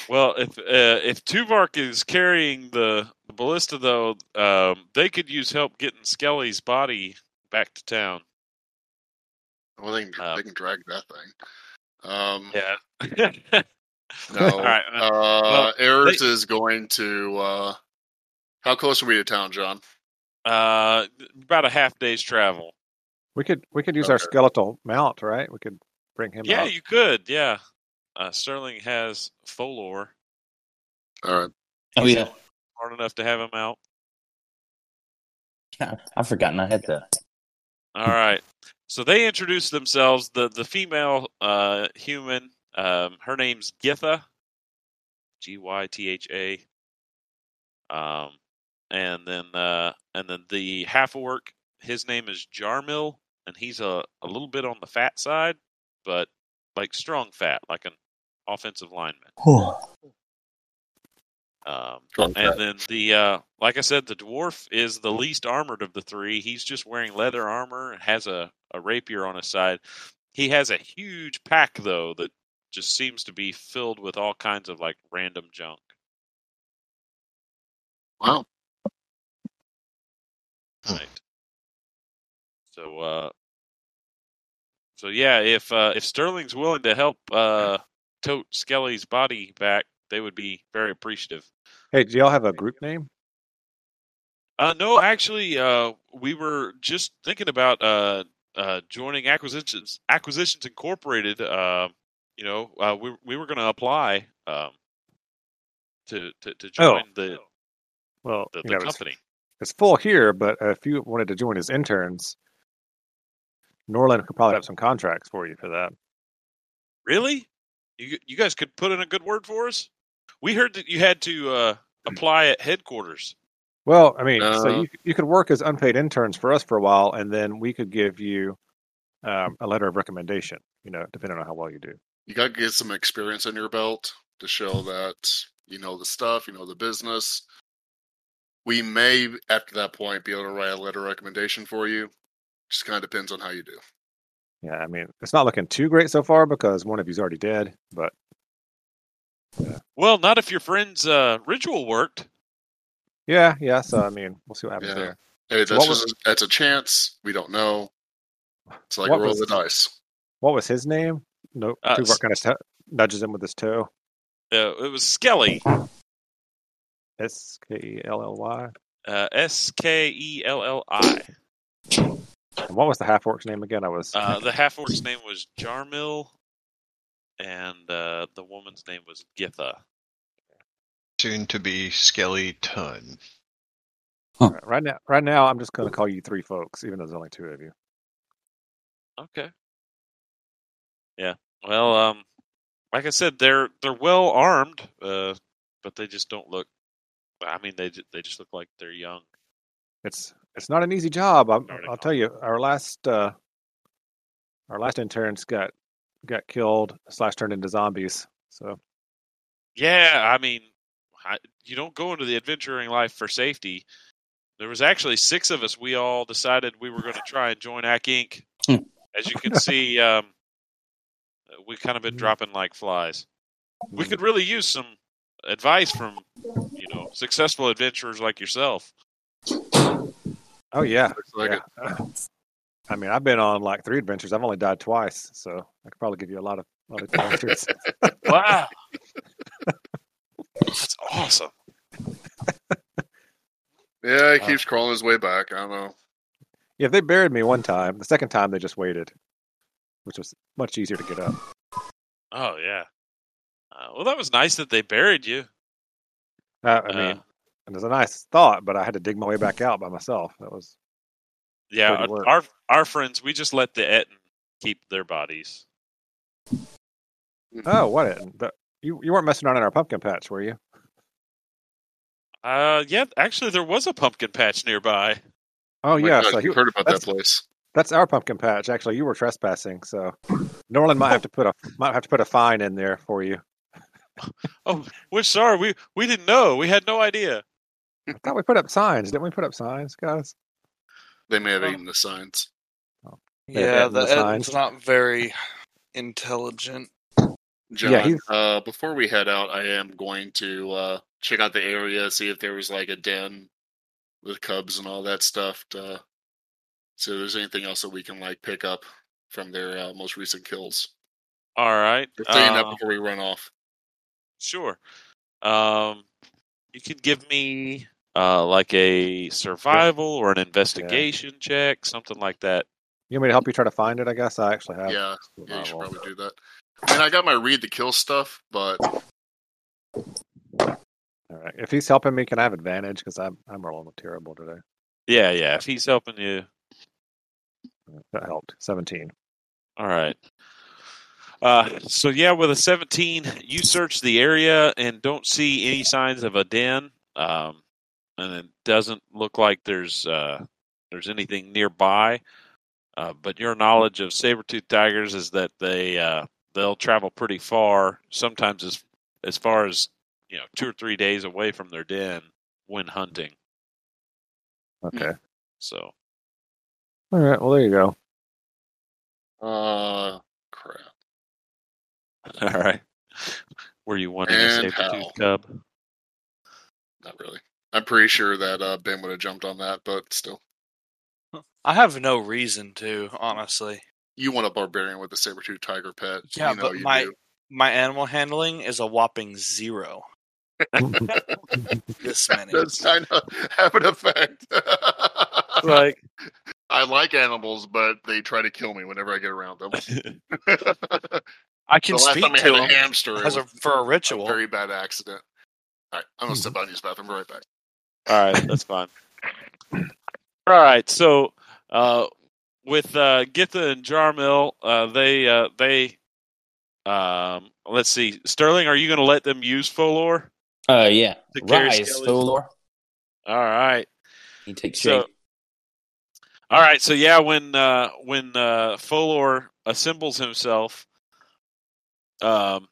Well, if uh, if Tuvark is carrying the, the ballista, though, um, they could use help getting Skelly's body back to town.
Well, they can,
Um,
they can drag that thing. Um,
Yeah.
No.
All right. uh,
uh,
well,
Eris
they-
is going to. Uh, how close are we to town, John?
uh, about a half day's travel.
We could we could use our
Okay.
skeletal mount, right? We could bring him
Yeah,
out.
you could. Yeah. Uh, Sterling has Folor.
All right.
Oh
He's
yeah,
Smart enough to have him out.
I've forgotten I had that.
All right. So they introduce themselves. The the female uh, human, um, her name's Githa, G Y T H A. Um, and then uh, and then the half orc, his name is Jarmil, and he's a, a little bit on the fat side, but like strong fat, like an offensive lineman. Um,
Strong
and
fat.
then the uh, like I said, the dwarf is the least armored of the three. He's just wearing leather armor and has a, a rapier on his side. He has a huge pack though that just seems to be filled with all kinds of like random junk.
Wow.
Hmm.
Right. So uh so yeah, if uh if Sterling's willing to help uh tote Skelly's body back, they would be very appreciative.
Hey, do y'all have a group name?
Uh, no, actually, uh, we were just thinking about uh, uh, joining acquisitions, acquisitions incorporated. Uh, you know, uh, we we were going to apply um, to, to to join the
Well,
the,
you
the
know, it's,
company.
it's full here, but uh, if you wanted to join as interns, Norland could probably have some contracts for you for that.
Really? You you guys could put in a good word for us. We heard that you had to uh, apply at headquarters.
Well, I mean, so
Uh,
you you could work as unpaid interns for us for a while, and then we could give you um, a letter of recommendation. You know, depending on how well you do.
You got to get some experience under your belt to show that you know the stuff, you know the business. We may, after that point, be able to write a letter of recommendation for you. Just kind of depends on how you do.
Yeah, I mean, it's not looking too great so far because one of you's already dead. But
Well, not if your friend's uh, ritual worked.
yeah, yeah. So I mean, we'll see what happens
Yeah.
there.
Hey, that's
What was-
just that's a chance. We don't know. It's like
What
a roll
was-
of the dice.
What was his name? No,
Uh,
Tuvok kind of t- nudges him with his toe.
Uh, it was Skelly,
S K E L L Y.
uh, S K E L L I.
And what was the half orc's name again? I was.
Uh, the half orc's name was Jarmil, and uh, the woman's name was Githa.
Soon to be Skelly Tun.
Right- Right now, right now, I'm just going to call you three folks, even though there's only two of you.
Okay. Yeah. Well, um, like I said, they're they're well armed, uh, but they just don't look. I mean, they ju- they just look like they're young.
It's it's not an easy job. I'm,
Starting
I'll
off.
tell you. Our last uh, our last interns got got killed slash turned into zombies. So
Yeah, I mean, I, you don't go into the adventuring life for safety. There was actually six of us. We all decided we were going to try and join Ack Inc.
Hmm.
As you can see, um, uh, we kind of been dropping like flies. We could really use some advice from you know successful adventurers like yourself.
oh yeah,
Looks like
yeah.
it.
I mean, I've been on like three adventures. I've only died twice, so I could probably give you a lot of lot of adventures.
Wow, that's awesome.
Yeah, he
Wow.
keeps crawling his way back. I don't know.
yeah, they buried me one time. The second time, they just waited, which was much easier to get up.
Oh yeah. Uh, well, that was nice that they buried you.
Uh, I
Uh.
mean, it was a nice thought, but I had to dig my way back out by myself. That was
Yeah,
Pretty
our,
work.
our our friends, we just let the Etten keep their bodies.
oh, what? It, the, you you weren't messing around in our pumpkin patch, were you?
Uh, yeah, actually, there was a pumpkin patch nearby.
Oh
my
yeah,
God,
so
you've
he,
heard about that
that's-
place.
that's our pumpkin patch. Actually, you were trespassing, so Norland might have to put a might have to put a fine in there for you.
Which sorry, we we didn't know. We had no idea.
I thought we put up signs. Didn't we put up signs, guys?
They may have
Oh.
eaten the signs.
They have
Yeah,
that in the
the
signs.
Ed's not very intelligent.
John,
he's-
uh, before we head out, I am going to uh, check out the area, see if there was like a den with cubs and all that stuff. To, uh, see if there's anything else that we can like pick up from their uh, most recent kills.
All right,
Just saying that
uh,
before we run off.
sure. Um, you can give me uh like a survival or an investigation check, something like that.
You want me to help you try to find it? I guess I actually have.
Yeah, yeah, you should
survival.
probably do that. I mean, I got my read the kill stuff, but
All right. If he's helping me, can I have advantage? Because I'm I'm rolling terrible today.
Yeah, yeah. If he's helping you,
That helped. Seventeen.
All right. Uh, so yeah, with a 17, you search the area and don't see any signs of a den. Um, and it doesn't look like there's uh, there's anything nearby. Uh, but your knowledge of saber-toothed tigers is that they uh, they'll travel pretty far, sometimes as as far as you know two or three days away from their den when hunting.
Hmm.
Okay.
So
All right. Well, there you go.
uh, crap.
all right, were you wanting a
And how?
saber-toothed cub?
Not really. I'm pretty sure that uh, Ben would have jumped on that, but still.
I have no reason to, honestly.
You want a barbarian with a saber tooth tiger pet.
Yeah,
you know
but
you
my-
do.
My animal handling is a whopping zero. This many.
Does kind of have an effect.
Like
I like animals, but they try to kill me whenever I get around them.
I can
the last
speak
time I
to him
had a hamster, it
as a,
was
for a ritual. Hmm.
very bad accident. All right, I'm gonna step out and use the bathroom. Be right back.
All right, that's fine. All right, so uh, with uh, Githa and Jarmil, uh, they uh, they um, let's see, Sterling, are you going to let them use Folor?
Uh, yeah.
The Carrie
Rise,
Skelly.
Folor.
All right,
He takes
So-
shape.
all right. So yeah, when uh, when uh, Folor assembles himself, um,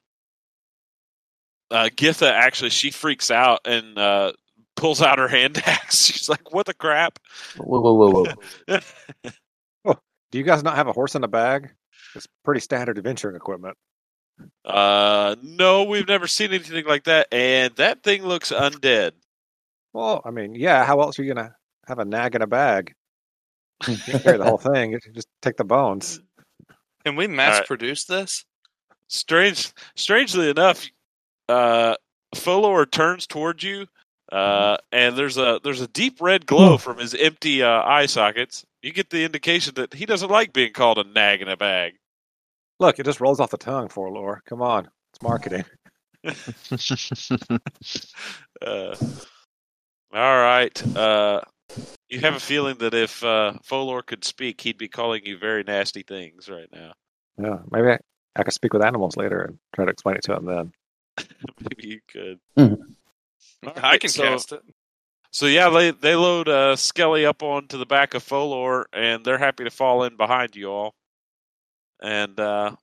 uh, Githa actually she freaks out and uh, pulls out her hand axe. She's like, "What the crap?"
Whoa, whoa, whoa, whoa.
Do you guys not have a horse in a bag? It's pretty standard adventuring equipment.
Uh, no, we've never seen anything like that, and that thing looks undead.
Well, I mean, yeah. How else are you gonna have a nag in a bag? You can't carry the whole thing. You Just take the bones.
Can we mass
Alright.
produce this?
Strange, strangely enough, uh, Folor turns towards you, uh, and there's a there's a deep red glow from his empty uh, eye sockets. You get the indication that he doesn't like being called a nag in a bag.
Look, it just rolls off the tongue for lore. Come on, it's marketing.
Uh, all right. Uh, you have a feeling that if uh, Folor could speak, he'd be calling you very nasty things right now.
Yeah, maybe I, I could speak with animals later and try to explain it to them then.
Maybe you could.
Mhm.
All
I
right,
can
so-
cast it.
So yeah, they they load uh, Skelly up onto the back of Folor, and they're happy to fall in behind you all. And uh,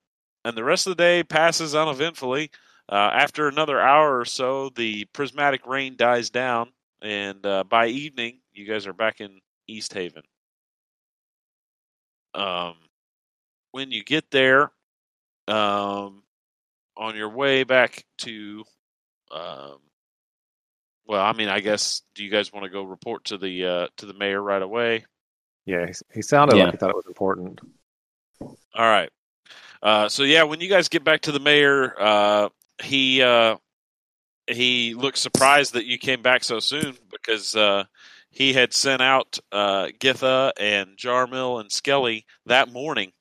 and the rest of the day passes uneventfully. Uh, after another hour or so, the prismatic rain dies down, and uh, by evening, you guys are back in East Haven. Um, when you get there, um, on your way back to, um, well, I mean, I guess, do you guys want to go report to the uh, to the mayor right away?
Yeah, he, he sounded
Yeah.
like he thought it was important.
All right. Uh, so yeah, when you guys get back to the mayor, uh, he uh, he looked surprised that you came back so soon because uh, he had sent out uh, Githa and Jarmil and Skelly that morning,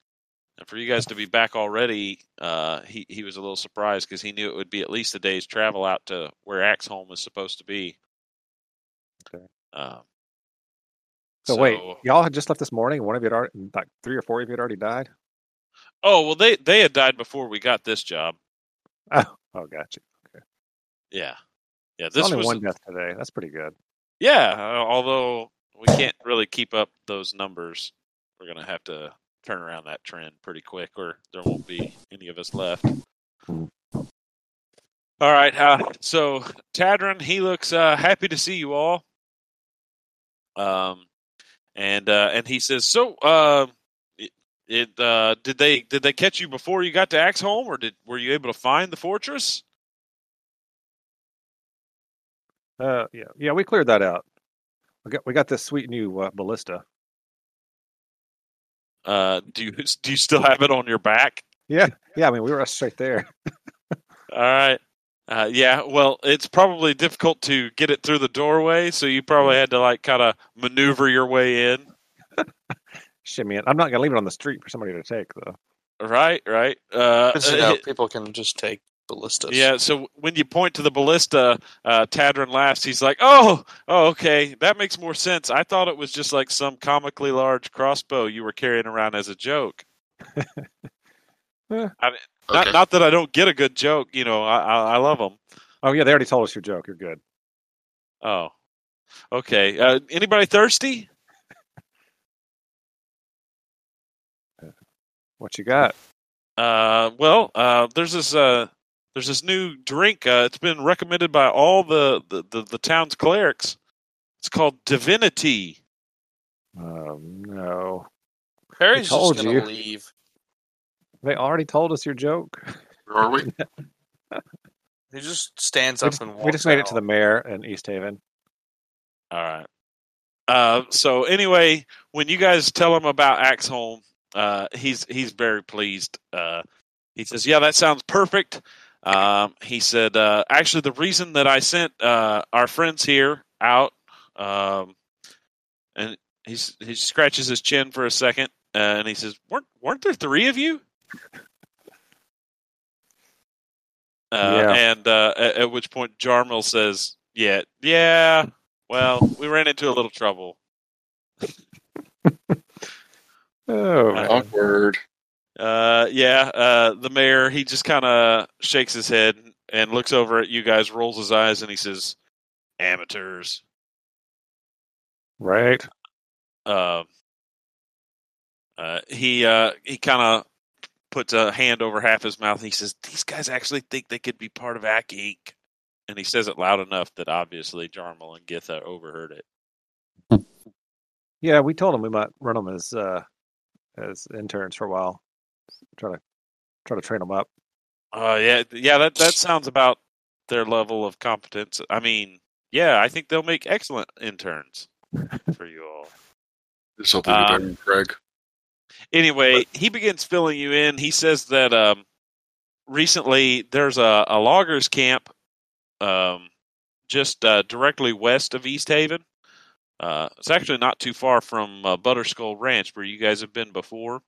and for you guys to be back already, uh, he he was a little surprised because he knew it would be at least a day's travel out to where Axholm is supposed to be.
Okay.
Um,
So, wait, y'all had just left this morning. One of you had already, like three or four of you had already died.
Oh well, they they had died before we got this job.
Oh, oh, gotcha.
Yeah, yeah. This
This only
was
one death today. That's pretty good.
Yeah, uh, although we can't really keep up those numbers, we're gonna have to turn around that trend pretty quick, or there won't be any of us left. All right, uh, so Tadron, he looks uh, happy to see you all, um, and uh, and he says, "So, uh, it, it uh, did they did they catch you before you got to Axholm, or did were you able to find the fortress?"
Uh, yeah, yeah, we cleared that out. We got we got this sweet new uh, ballista.
Uh, do you do you still have it on your back?
Yeah, I mean we were straight there.
All right. Uh, yeah, well, it's probably difficult to get it through the doorway, so you probably had to like kind of maneuver your way in.
Shimmy, it. I'm not gonna leave it on the street for somebody to take though.
Right, right. Uh,
Because, you know, people can just take ballistas.
yeah. So when you point to the ballista, uh, Tadron laughs. He's like, "Oh, oh, okay, that makes more sense. I thought it was just like some comically large crossbow you were carrying around as a joke.
Yeah.
I mean,
Okay.
not, not that I don't get a good joke. You know, I, I, I love them.
Oh yeah, they already told us your joke. You're good.
Oh, okay. Uh, anybody thirsty?
What you got?
Uh, well, uh, there's this uh, there's this new drink. Uh, it's been recommended by all the, the, the, the town's clerics. It's called Divinity.
Um, no,
Perry's
told
just going
you.
to leave.
they already told us your joke.
Where are we?
He just stands
We
up
just,
Oh,
and walks
we just made it to
out.
the mayor in East Haven.
All right. Uh, so anyway, when you guys tell him about Axholm, uh, he's he's very pleased. Uh, he says, "Yeah, that sounds perfect." Um, he said, uh, "Actually, the reason that I sent uh, our friends here out, um, and he's, he scratches his chin for a second, uh, and he says, "weren't weren't there three of you?" Uh,
Yeah.
And uh, at, at which point Jarmel says, "Yeah, yeah. Well, we ran into a little trouble.
Oh,
Uh-huh.
man.
Awkward.
Uh, yeah. Uh, the mayor he just kind of shakes his head and looks over at you guys, rolls his eyes, and he says, "Amateurs."
right.
Um. uh, he uh, he kind of puts a hand over half his mouth and he says, "These guys actually think they could be part of Ack Inc." And he says it loud enough that obviously Jarmel and Githa overheard it.
Yeah, we told him we might run them as uh, as interns for a while. Try to try to train them up.
Oh yeah, yeah. That that sounds about their level of competence. I mean, yeah, I think they'll make excellent interns for you all.
Just hoping you're
Uh,
better than Craig.
Anyway, he begins filling you in. He says that um, recently there's a, a loggers camp um, just uh, directly west of East Haven. Uh, it's actually not too far from uh, Butterskull Ranch, where you guys have been before.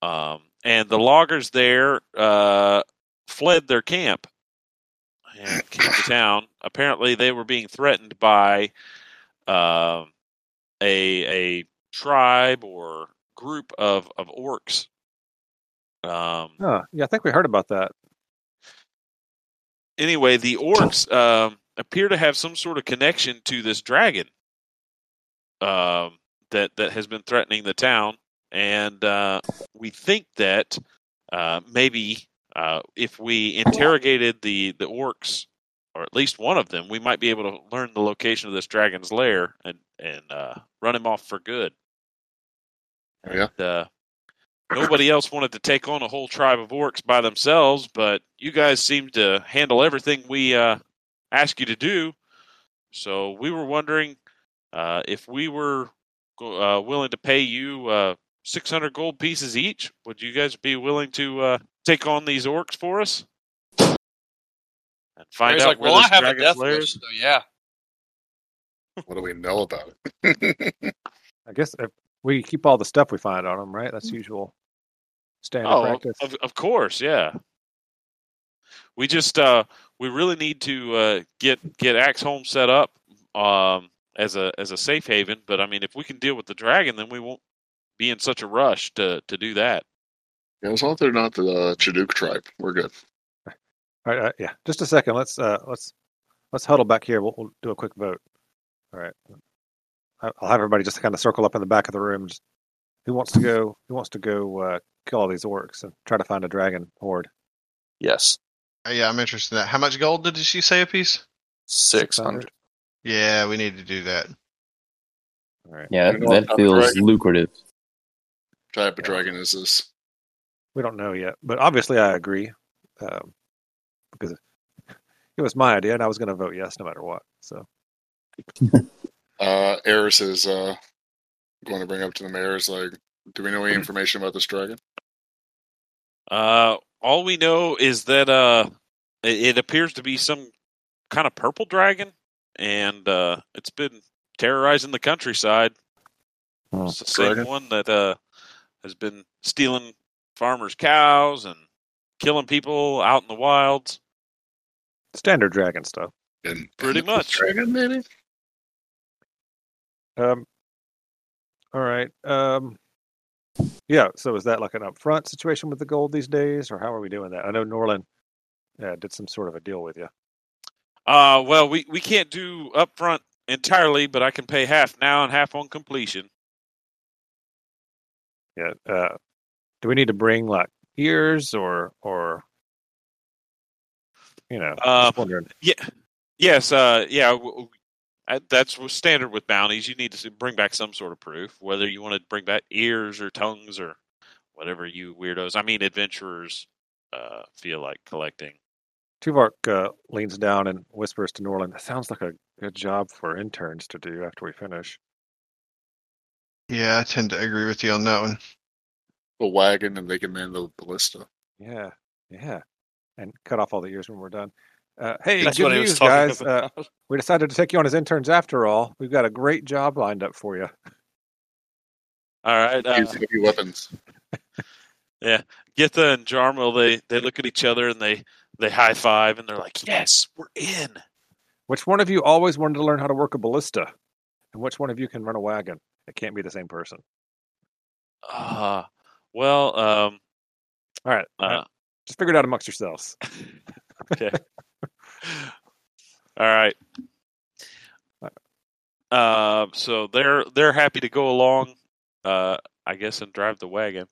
Um, and the loggers there uh, fled their camp and came to town. Apparently, they were being threatened by um a a tribe or group of of orcs. Um,
Huh. Yeah, I think we heard about that.
anyway, the orcs um, appear to have some sort of connection to this dragon um, that that has been threatening the town, and uh, we think that uh, maybe uh, if we interrogated the the orcs or at least one of them, we might be able to learn the location of this dragon's lair and and uh, run him off for good.
Yeah.
And, uh, nobody else wanted to take on a whole tribe of orcs by themselves, but you guys seem to handle everything we uh, ask you to do. So we were wondering uh, if we were go- uh, willing to pay you uh, 600 gold pieces each, would you guys be willing to uh, take on these orcs for us? And find
He's
out
like,
where
well, I
this
have a
dragon's
death
lair
wish,
is?"
so yeah.
What do we know about it?
I guess if we keep all the stuff we find on them, right? That's usual standard
Mm-hmm. Oh, of-
practice.
of, of course, yeah. We just uh, we really need to uh, get get Axe Home set up um, as a as a safe haven. But I mean, if we can deal with the dragon, then we won't be in such a rush to to do that.
Yeah, as long as they're not the uh, Chinook tribe, we're good.
All right, uh, yeah. Just a second. Let's uh, let's let's huddle back here. We'll, we'll do a quick vote. All right. I- I'll have everybody just kind of circle up in the back of the room. Just, who wants to go? Who wants to go uh, kill all these orcs and try to find a dragon horde?
Yes.
Uh, Yeah, I'm interested in that. How much gold did she say a piece?
600.
600.
Yeah, we need to do that.
All right.
Yeah,
You know what
that, that
kind of
feels
dragon?
lucrative.
Type of
Yeah.
dragon is this?
We don't know yet, but obviously I agree um, because it was my idea and I was going to vote yes no matter what. So
Uh, Eris is uh, going to bring up to the mayor is like, do we know any information about this dragon?
Uh, all we know is that uh, it, it appears to be some kind of purple dragon, and uh, it's been terrorizing the countryside.
Hmm.
It's the same
Dragon?
one that uh, has been stealing farmers' cows and killing people out in the wilds.
standard dragon stuff.
And
Pretty much.
dragon maybe.
Um, all right. Um, yeah. So is that like an upfront situation with the gold these days, or how are we doing that? I know Norlin uh, did some sort of a deal with you.
Uh, well, we, we can't do upfront entirely, but I can pay half now and half on completion.
Yeah. Uh, do we need to bring like ears or or you know?
Uh,
just wondering.
Yes, uh, yeah, w- w- I- that's what's standard with bounties. You need to bring back some sort of proof, whether you want to bring back ears or tongues or whatever you weirdos, I mean adventurers, uh, feel like collecting.
Tuvark uh, leans down and whispers to Norlin, "That sounds like a good job for interns to do after we finish."
Yeah, I tend to agree with you on that one.
The wagon, and they can man the ballista.
Yeah, yeah, and cut off all the ears when we're done. Uh, hey,
That's
good
what he
news,
was talking
guys! Uh,
about.
we decided to take you on as interns after all. We've got a great job lined up for you.
All right, uh,
Use heavy weapons.
Githa and Jarmil, they, they look at each other and they They high five and they're like, "Yes, we're in."
Which one of you always wanted to learn how to work a ballista? And which one of you can run a wagon? It can't be the same person.
Uh, well, um,
All right.
uh,
Just figure it out amongst yourselves.
okay. All right. Um, so they're they're happy to go along, uh, I guess, and drive the wagon.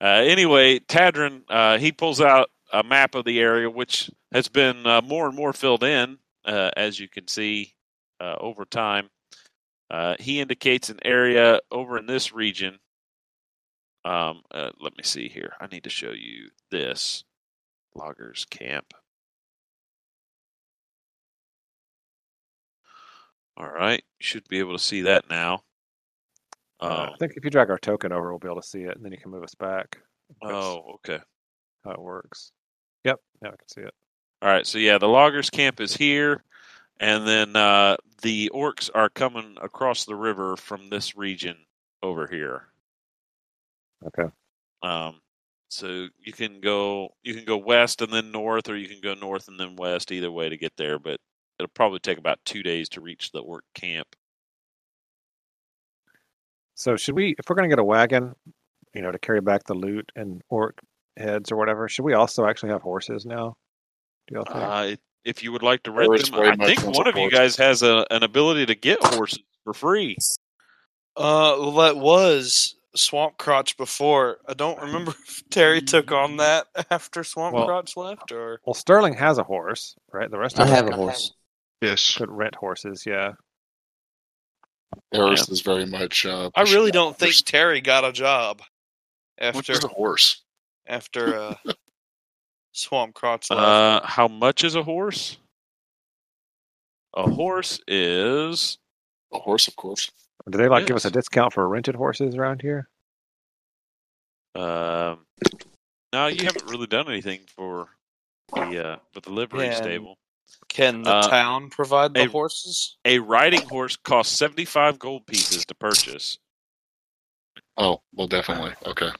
Uh, anyway, Tadrin uh, he pulls out a map of the area, which has been uh, more and more filled in, uh, as you can see uh, over time. Uh, he indicates an area over in this region. Um, uh, let me see here. I need to show you this loggers camp. All right, you should be able to see that now.
Uh,
Um,
I think if you drag our token over, we'll be able to see it, and then you can move us back. That's
oh, okay.
how it works. Yep, now I can see it.
All right, so yeah, the loggers camp is here, and then uh, the orcs are coming across the river from this region over here.
Okay.
Um, so you can go you can go west and then north, or you can go north and then west. Either way to get there, but it'll probably take about two days to reach the orc camp.
So should we, if we're going to get a wagon, you know, to carry back the loot and orc heads or whatever, should we also actually have horses now? Do y'all think?
Uh, if- if you would like to rent
Horse
them,
way
I
much
think
wants
one
a
of you
horse.
guys has a, an ability to get horses for free.
Uh, well, that was Swamp Crotch before. I don't remember if Terry took on that after Swamp
Well-
Crotch left, or
well, Sterling has a horse, right? The rest
I
of
have
us
a horse.
Yes.
could rent horses. Yeah.
Eris is very much. Uh,
I really
pushing
don't think
others.
Terry got a job
Which
after
is a horse.
after uh, Swamp Crotch left.
Uh, how much is a horse? A horse is
A horse, of course.
Do they like give us a
Yes.
discount for rented horses around here?
um. No, you haven't really done anything for the uh, for the livery
Yeah.
stable.
Can the
uh,
town provide the
a-
horses?
A riding horse costs seventy five gold pieces to purchase.
Oh, well, definitely. Okay.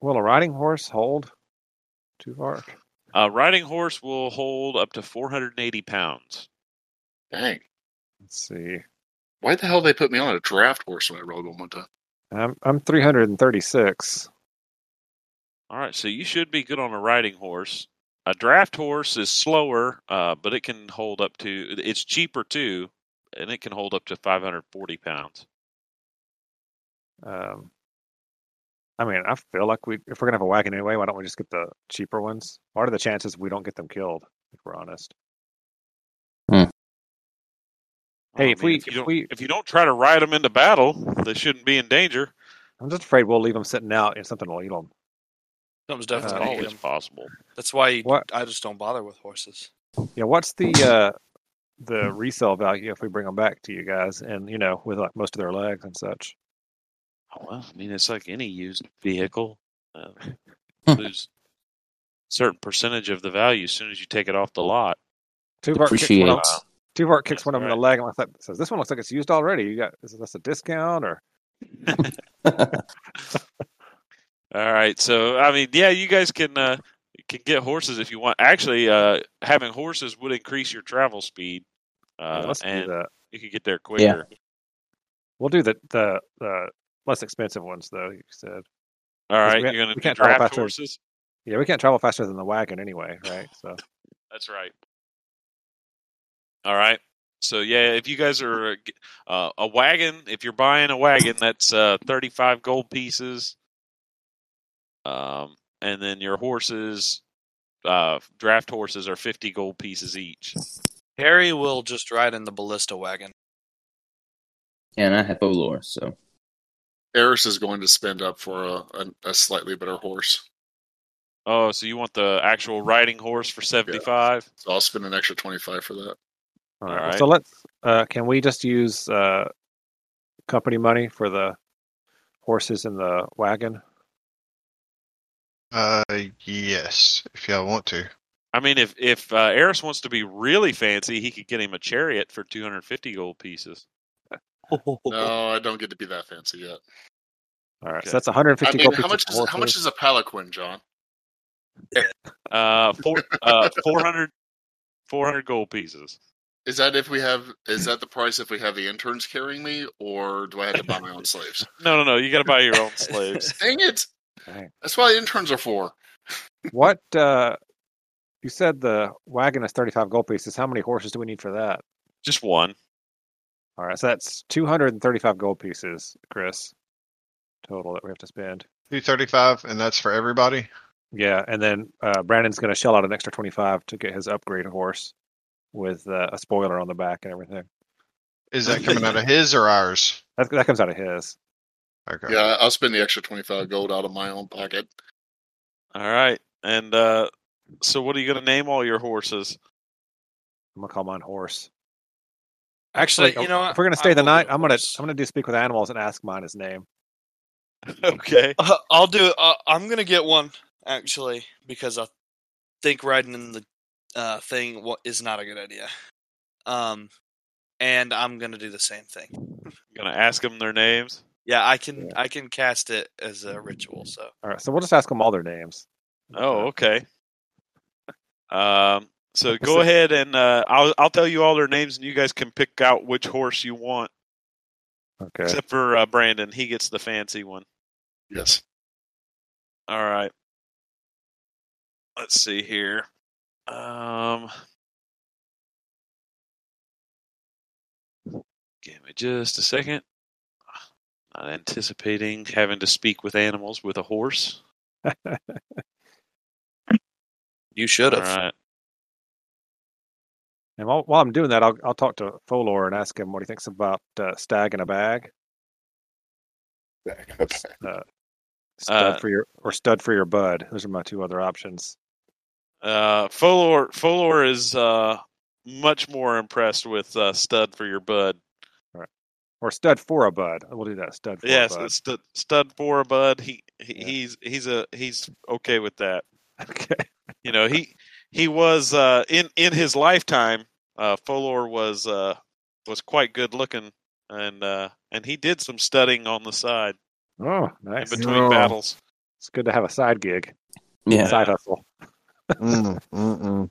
Will a riding horse hold too far?
A riding horse will hold up to four hundred and eighty pounds.
Dang.
Let's see.
Why the hell they put me on a draft horse when I rode one one time?
I'm I'm 336.
All right, so you should be good on a riding horse. A draft horse is slower, uh, but it can hold up to. It's cheaper too, and it can hold up to 540 pounds.
Um, I mean, I feel like we if we're gonna have a wagon anyway, why don't we just get the cheaper ones? What are the chances we don't get them killed? If we're honest, Hey,
I
if
mean,
we-
if you
if
don't
we-
if you don't try to ride them into battle, they shouldn't be in danger.
I'm just afraid we'll leave them sitting out and something will eat them.
Something's
That's
Uh,
definitely
always possible.
That's why you,
What?
I just don't bother with horses.
Yeah, what's the uh the resale value if we bring them back to you guys? And you know, with like most of their legs and such.
Oh, Well, I mean, it's like any used vehicle. Uh, lose certain percentage of the value as soon as you take it off the lot.
Tuvark kicks one, of,
Depreciates.
Tuvark kicks
That's
one of them in the leg and looks like, says, "This one looks like it's used already. You got is this a discount or?"
All right, so I mean, yeah, you guys can uh, can get horses if you want. Actually, uh, having horses would increase your travel speed,
Yeah,
uh,
let's do
and
that.
you could get there quicker.
We'll do the the the less expensive ones though. You said.
All right,
we ha-
you're going
we
to
can't travel
draft
faster.
horses.
Yeah, we can't travel faster than the wagon anyway, right? So
That's right. All right. So yeah, if you guys are uh, a wagon, if you're buying a wagon, that's uh, 35 gold pieces. Um, and then your horses, uh, draft horses are 50 gold pieces each.
Terry will just ride in the ballista wagon.
and I have Olor, so
Eris is going to spend up for a, a, a slightly better horse.
Oh, so you want the actual riding horse for 75?
So I'll spend an extra 25 for that.
all
All
right.
right.
So let's. Uh, can we just use uh, company money for the horses and the wagon?
Uh, yes, if y'all want to.
I mean, if if uh, Eris wants to be really fancy, he could get him a chariot for 250 gold pieces.
No, I don't get to be that fancy yet.
All right.
Okay.
So that's 150
I mean,
gold
how
pieces
much
for
is how much
horses.
is a palanquin, John?
Uh, four, uh, 400, 400 gold pieces.
Is that if we have? Is that the price if we have the interns carrying me, or do I have to buy my own slaves?
No, no, no. You got to buy your own slaves.
Dang it!
Dang.
That's why interns are for.
What uh you said the wagon is 35 gold pieces. How many horses do we need for that?
Just one.
All right, so that's 235 gold pieces, Chris. Total that we have to spend.
Two thirty-five, and that's for everybody.
Yeah, and then uh Brandon's going to shell out an extra 25 to get his upgrade horse with uh, a spoiler on the back and everything.
Is that coming out of his or ours?
That that comes out of his.
Okay.
Yeah, I'll spend the extra twenty-five gold out of my own pocket.
All right. And uh, so, what are you going to name all your horses?
I'm going to call mine horse.
Actually,
Like,
you know what?
If we're going to stay
I
the
will do
night,
a
I'm going to
horse.
I'm going to do speak with animals and ask mine his name.
Okay.
Uh, I'll do. Uh, I'm gonna get one actually because I think riding in the uh, thing wa- is not a good idea. Um, and I'm gonna do the same thing.
going to ask them their names.
Yeah, I can. I can cast it as a ritual. So
All right, so we'll just ask them all their names.
Oh, okay. Um, so
So-
go ahead and uh, I'll I'll tell you all their names, and you guys can pick out which horse you want.
Okay.
Except for uh, Brandon, he gets the fancy one.
Yes.
All right. Let's see here. Um, give me just a second. Not anticipating having to speak with animals with a horse.
you should
All right.
And while, while I'm doing that, I'll I'll talk to Folor and ask him what he thinks about uh, stag in a bag, stud
Uh,
for your or stud for your bud. Those are my two other options.
Uh, Folor Folor is uh much more impressed with uh, stud for your bud.
Or stud for a bud. We'll do that. Stud for
yes,
a bud.
it's stud, stud for a bud. He, he
Yeah.
he's he's a he's okay with that.
Okay.
You know he he was uh in in his lifetime. Uh, Folor was uh was quite good looking, and uh and he did some studying on the side
Oh,
in
nice.
between
Oh.
battles.
It's good to have a side gig,
Yeah.
side hustle.
Mm, mm, mm.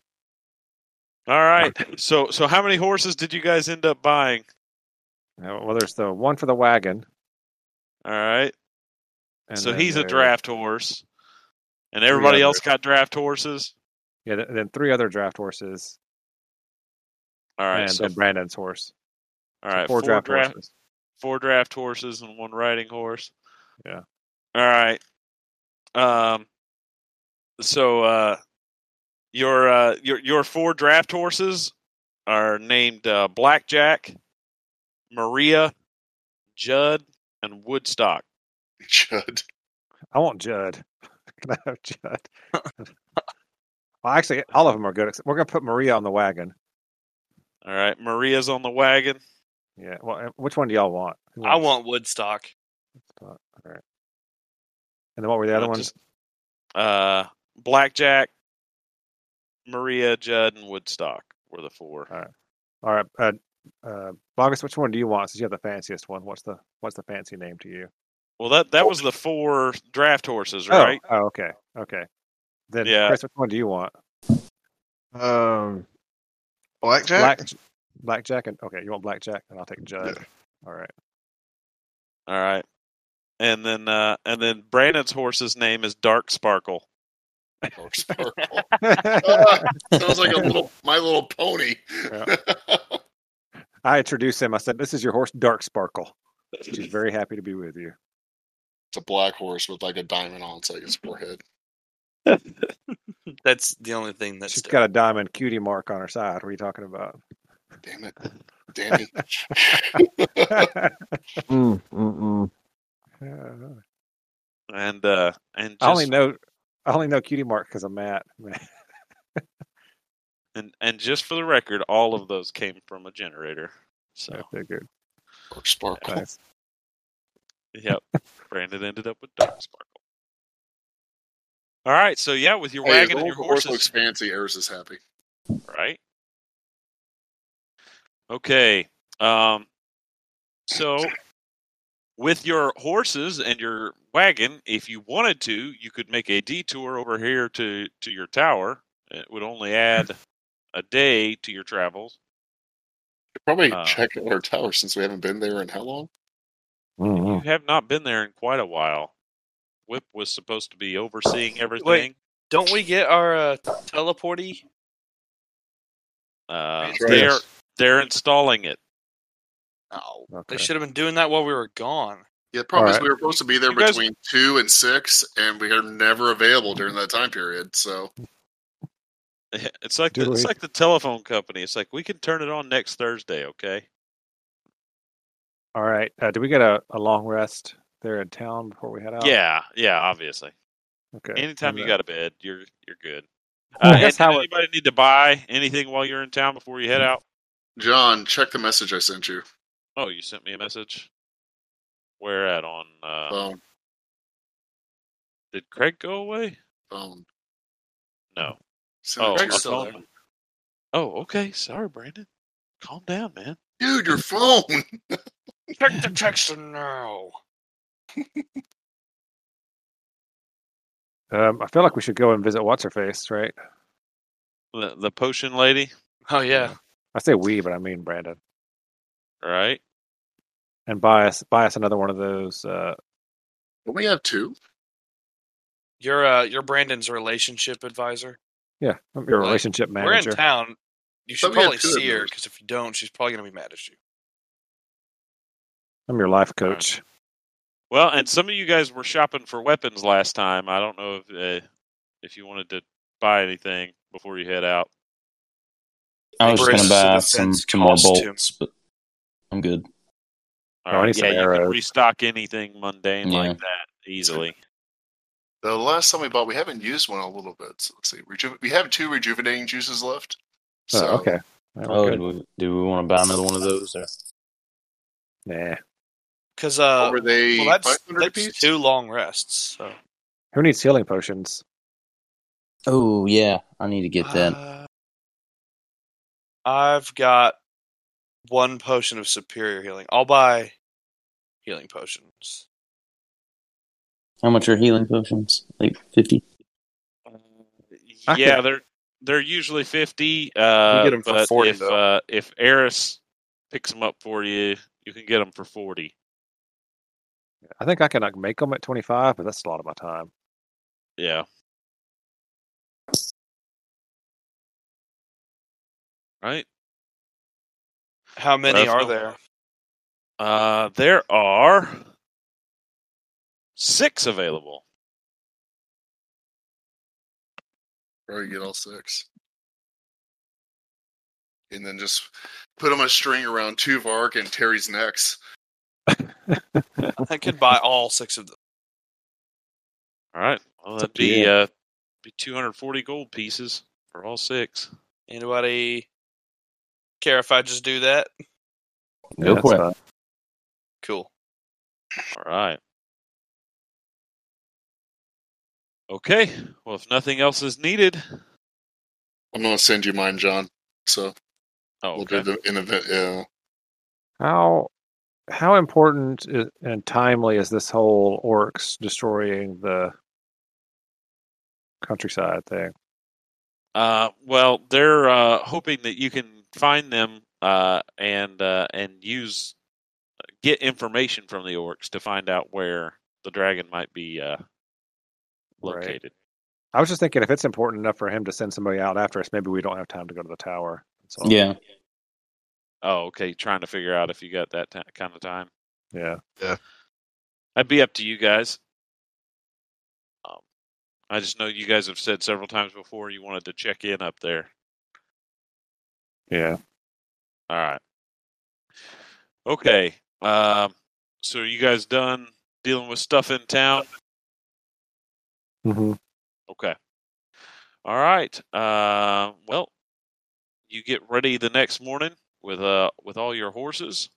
All right, so so how many horses did you guys end up buying?
Uh, Well, there's the one for the wagon.
All right.
And
so
then
he's a
there-
draft horse, and everybody else
others.
got draft horses.
Yeah. th- Then three other draft horses,
All right,
and
so
then Brandon's horse.
all right,
Four, draft, horses.
four draft horses and one riding horse.
Yeah.
All right. Um. So uh, your uh your your four draft horses are named uh, Blackjack, Maria, Judd, and Woodstock.
Should.
I want Judd. Can I have Judd? well, actually, all of them are good. Except we're gonna put Maria on the wagon.
All right, Maria's on the wagon.
Yeah. Well, uh, which one do y'all want? Who
I
wants-
want Woodstock.
And then what were the other
Uh,
ones?
just- Uh, Blackjack, Maria, Judd, and Woodstock were the four.
All right, uh, uh, Bogus, which one do you want? Since you have the fanciest one, what's the what's the fancy name to you?
Well, that that was the four draft horses, right?
Oh, oh, okay, okay. Then,
Yeah.
Chris, which one do you want?
Um, blackjack.
Black, blackjack, and okay, you want blackjack, and I'll take Judd. All right,
All right. And then uh and then Brandon's horse's name is Dark Sparkle.
Dark Sparkle. Ah, sounds like a little My Little Pony.
Yeah. I introduced him. I said, "This is your horse, Dark Sparkle. She's very happy to be with you."
it's a black horse with like a diamond on its, like, its forehead.
That's the only thing that's.
She's got a diamond cutie mark on her side. What are you talking about?
Damn it, Danny.
Mm, mm, mm.
I
And uh and just,
only know I only know cutie mark because of Matt.
and and just for the record, all of those came from a generator. So
I figured.
Dark Sparkle.
Nice.
yep. Brandon ended up with Dark Sparkle. All right, so yeah, with your
Hey, as
wagon and
long
your
as the
horses,
horse looks fancy. Eris is happy.
right? Okay. Um so with your horses and your wagon, if you wanted to, you could make a detour over here to to your tower. It would only add a day to your travels.
Probably
Uh,
check out our tower since we haven't been there in how long?
You have not been there in quite a while. Whip was supposed to be overseeing everything.
Don't we get our uh, teleporty?
Uh,
That's right.
they're they're installing it.
No,
Okay.
they should have been doing that while we were gone.
Yeah, the problem
All
is
right.
we were supposed to be there
You guys-
between two and six, and we are never available during that time period. So
It's like
Do
the, it's
we-
like the telephone company. It's like we can turn it on next Thursday, okay?
All right. Uh, do we get a, a long rest there in town before we head out?
Yeah, yeah, obviously.
Okay.
Anytime
Oh. And,
you
uh,
got a bed, you're you're good.
I
Uh,
guess
and
how
how
it-
anybody need to buy anything while you're in town before you head out?
John, check the message I sent you.
Oh, you sent me a message. Where at on?
Oh.
Uh,
Phone,
did Craig go away?
phone.
No.
Send
Oh,
it to your
our
Craig's still
phone. oh, okay. Sorry, Brandon. Calm down, man.
dude, your phone.
Check the text now.
Um, I feel like we should go and visit What's Her Face, right?
The, the potion lady,
Oh yeah,
I say we, but I mean Brandon.
right?
And buy us, buy us another one of those. Uh,
Don't we have two?
you're uh, you're Brandon's relationship advisor.
yeah, I'm your
Like,
relationship
We're in
manager.
town. You should
Thought we had
probably
two of
see her
those.
because if you don't, she's probably gonna be mad at you.
I'm your life coach.
Well, and some of you guys were shopping for weapons last time. I don't know if uh, if you wanted to buy anything before you head out.
I was just
Braces
gonna buy
of
some,
defense
some more
costume.
bolts, but I'm good.
All
No, I
right.
need some
Yeah, you can
arrows.
restock anything mundane
Yeah.
like that easily.
The last time we bought, we haven't used one in a little bit. So let's see. Reju- we have two rejuvenating juices left. So
oh, okay. All right, we're
Oh,
good.
do we, do we want to buy another one of those? Or?
Nah.
Because uh,
what were they
well, that's
500
that's
apiece?
two long rests. So
Who needs healing potions?
Oh yeah, I need to get that.
Uh, I've got one potion of superior healing. I'll buy healing potions.
How much are healing potions? Like fifty.
I
yeah,
can-
they're they're usually fifty. Uh,
You get 'em for
but
40
if
though.
uh, if Eris picks them up for you, you can get them for forty.
I think I can like make them at 25, but that's a lot of my time.
Yeah. Right.
How many
Well,
are
no-
there?
Uh, there are six available.
Or you get all six. And then just put on a string around two Vark and Terry's necks.
I could buy all six of them.
All right. Well, that'd
up to
be
you.
uh, be two hundred forty gold pieces for all six.
Anybody care if I just do that?
Go
that's
for it.
fine.
Cool.
All right. Okay. Well, if nothing else is needed.
I'm going to send you mine, John. So
Oh,
we'll
okay.
do the in event. Uh,
How how important i and timely is this whole orcs destroying the countryside thing?
Uh, well, they're uh, hoping that you can find them uh, and uh, and use get information from the orcs to find out where the dragon might be uh,
Right.
located.
I was just thinking if it's important enough for him to send somebody out after us, maybe we don't have time to go to the tower. That's all.
Yeah.
Oh, okay. Trying to figure out if you got that ti kind of time.
Yeah.
I'd be up to you guys. Um, I just know you guys have said several times before you wanted to check in up there.
Yeah.
All right. Okay. Um, so are you guys done dealing with stuff in town?
hmm
Okay. All right. Uh, well, you get ready the next morning with uh with all your horses.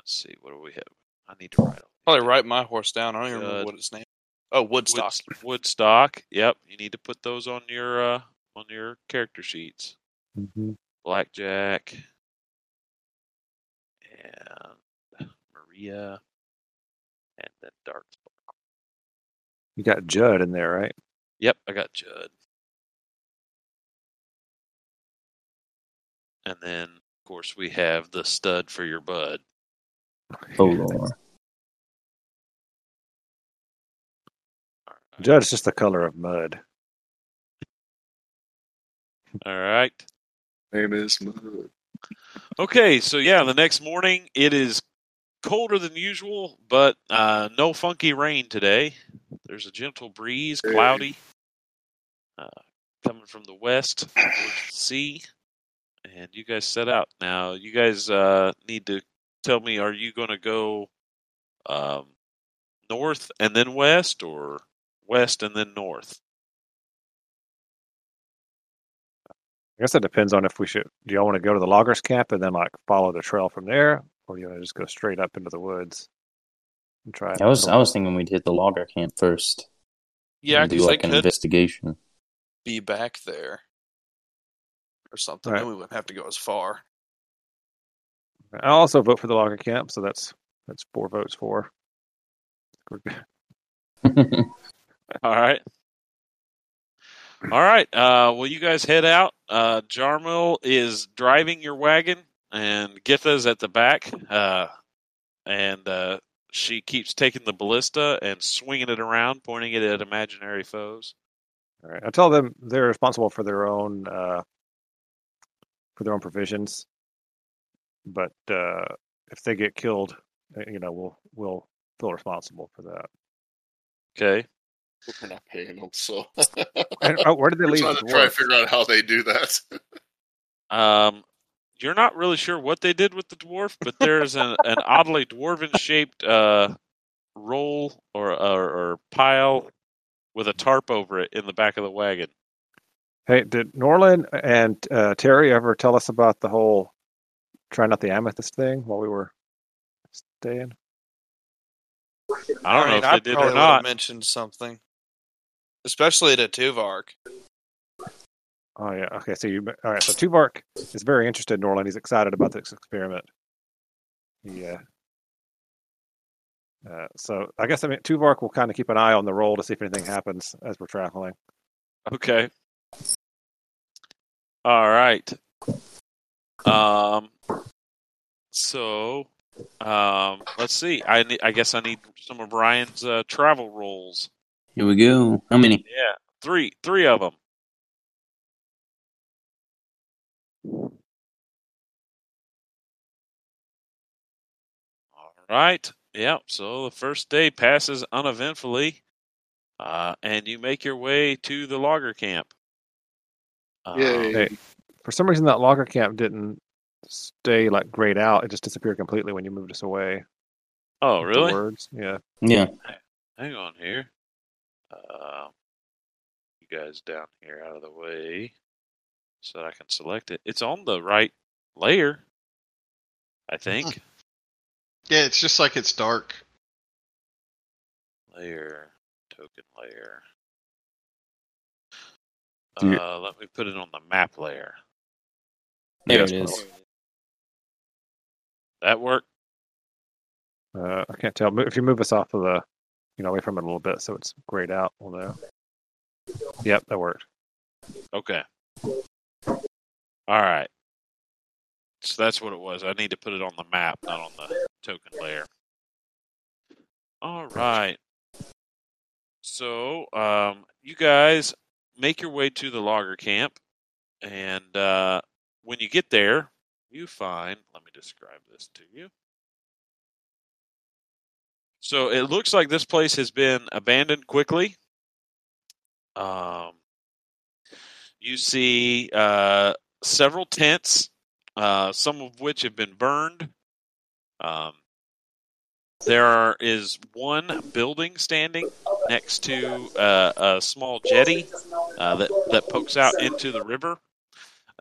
Let's see. What do we have? I need to write. all these
Probably write my horse down. I don't even remember
Good.
what its name. Oh,
down.
Woodstock.
Woods- Woodstock. Yep. You need to put those on your uh on your character sheets.
hmm
Blackjack and Maria, and then Dark.
You got Judd in there, right?
Yep, I got Judd. And then, of course, we have the stud for your bud.
Folar.
Judd's just the color of mud.
All right.
Name is Mud.
Okay, so yeah, the next morning it is colder than usual, but uh, no funky rain today. There's a gentle breeze,
Hey.
cloudy, uh, coming from the west towards the sea, and you guys set out. Now you guys uh, need to tell me: Are you going to go um, north and then west, or west and then north?
I guess that depends on if we should. Do y'all want to go to the loggers' camp and then like follow the trail from there, or do you want to just go straight up into the woods and try? it?
I was I was thinking we'd hit the logger camp first.
Yeah,
and do
because they
like an
could
investigation.
be back there or something.
Right.
Then we wouldn't have to go as far.
I also vote for the logger camp, so that's that's four votes for. We're good.
All right. All right. Uh, well, you guys head out. Uh, Jarmil is driving your wagon, and Githa's at the back. Uh, and uh, she keeps taking the ballista and swinging it around, pointing it at imaginary foes.
All right. I tell them they're responsible for their own uh, for their own provisions, but uh, if they get killed, uh, you know, we'll we'll feel responsible for that.
Okay.
We're not paying them, so.
And, oh, where did they
We're
leave
trying
the
to try to
dwarves?
figure out how they do that.
Um, you're not really sure what they did with the dwarf, but there's an, an oddly dwarven shaped uh, roll or, or, or pile with a tarp over it in the back of the wagon.
Hey, did Norlin and uh, Terry ever tell us about the whole trying out the amethyst thing while we were staying?
I don't know if
mean, I
they did
probably
or
would have
not.
mentioned something, especially to Tuvark.
Oh yeah. Okay. So you all right? So Tuvark is very interested in Norlin. He's excited about this experiment. Yeah. Uh, so I guess I mean Tuvark will kind of keep an eye on the roll to see if anything happens as we're traveling.
Okay. All right. Um. So, um, let's see. I ne- I guess I need some of Ryan's uh, travel rolls.
Here we go. How many?
Yeah, three, three of them. All right. Yep. So the first day passes uneventfully, uh, and you make your way to the logger camp. Um,
Yay.
For some reason, that logger camp didn't stay like grayed out. It just disappeared completely when you moved us away.
Oh,
with the
really?
words. Yeah.
Yeah.
Hang on here. Uh, you guys down here out of the way so that I can select it. It's on the right layer, I
Mm-hmm.
think.
Yeah, it's just like it's dark.
layer, token layer.
Do you-
Uh, let me put it on the map layer.
There
Yes,
it is.
That work?
Uh, I can't tell Mo- if you move us off of the, you know, away from it a little bit, so it's grayed out. We'll know. Yep, that worked.
Okay. All right. So that's what it was. I need to put it on the map, not on the token layer. All right. So, um, you guys make your way to the logger camp, and uh, when you get there, you find. Let me describe this to you. So it looks like this place has been abandoned quickly. Um, you see uh, several tents, uh, some of which have been burned. Um, there are, is one building standing next to uh, a small jetty uh, that that pokes out into the river.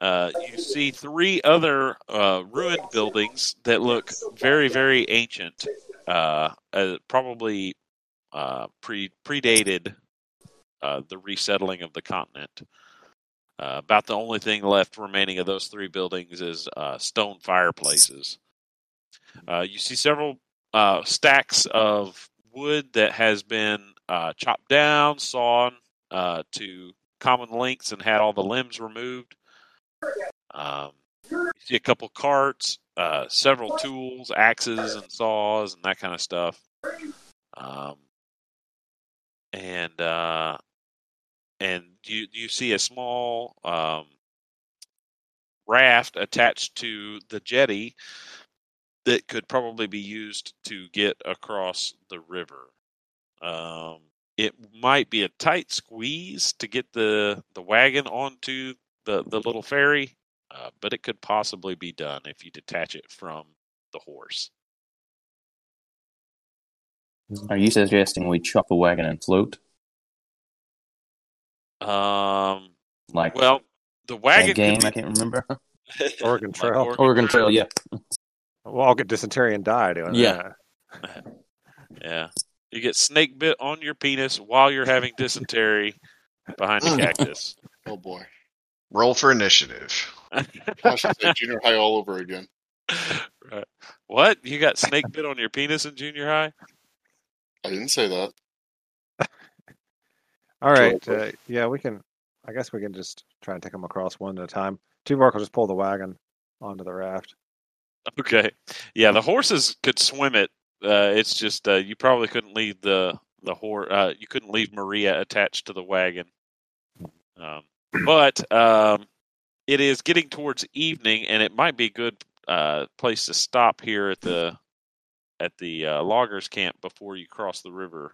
Uh, you see three other uh, ruined buildings that look very, very ancient, uh, uh, probably uh, pre predated uh, the resettling of the continent. Uh, about the only thing left remaining of those three buildings is uh, stone fireplaces. Uh, you see several uh, stacks of wood that has been uh, chopped down, sawn uh, to common lengths, and had all the limbs removed. Um, you see a couple carts, uh, several tools, axes and saws, and that kind of stuff. Um, and uh, and you you see a small um, raft attached to the jetty that could probably be used to get across the river. Um, it might be a tight squeeze to get the the wagon onto the the little ferry, uh, but it could possibly be done if you detach it from the horse.
Are you suggesting we chop a wagon and float?
Um,
Like
well, the
that
wagon
game? I
could
can't remember.
be
Oregon
Like
Trail.
Oregon Trail, yeah.
Well, I'll get dysentery and die doing
Yeah.
that.
Yeah. You get snake bit on your penis while you're having dysentery behind
Mm.
a cactus.
Oh boy.
Roll for initiative.
I should say junior high all over again.
Right. What? You got snake bit on your penis in junior high?
I didn't say that.
All
Sure,
right.
please.
Uh, yeah, we can. I guess we can just try and take them across one at a time. Two Mark will just pull the wagon onto the raft.
Okay. Yeah, the horses could swim it. Uh, it's just uh, you probably couldn't leave the the horse. Uh, you couldn't leave Maria attached to the wagon. Um, but um, it is getting towards evening, and it might be a good uh, place to stop here at the at the uh, loggers camp before you cross the river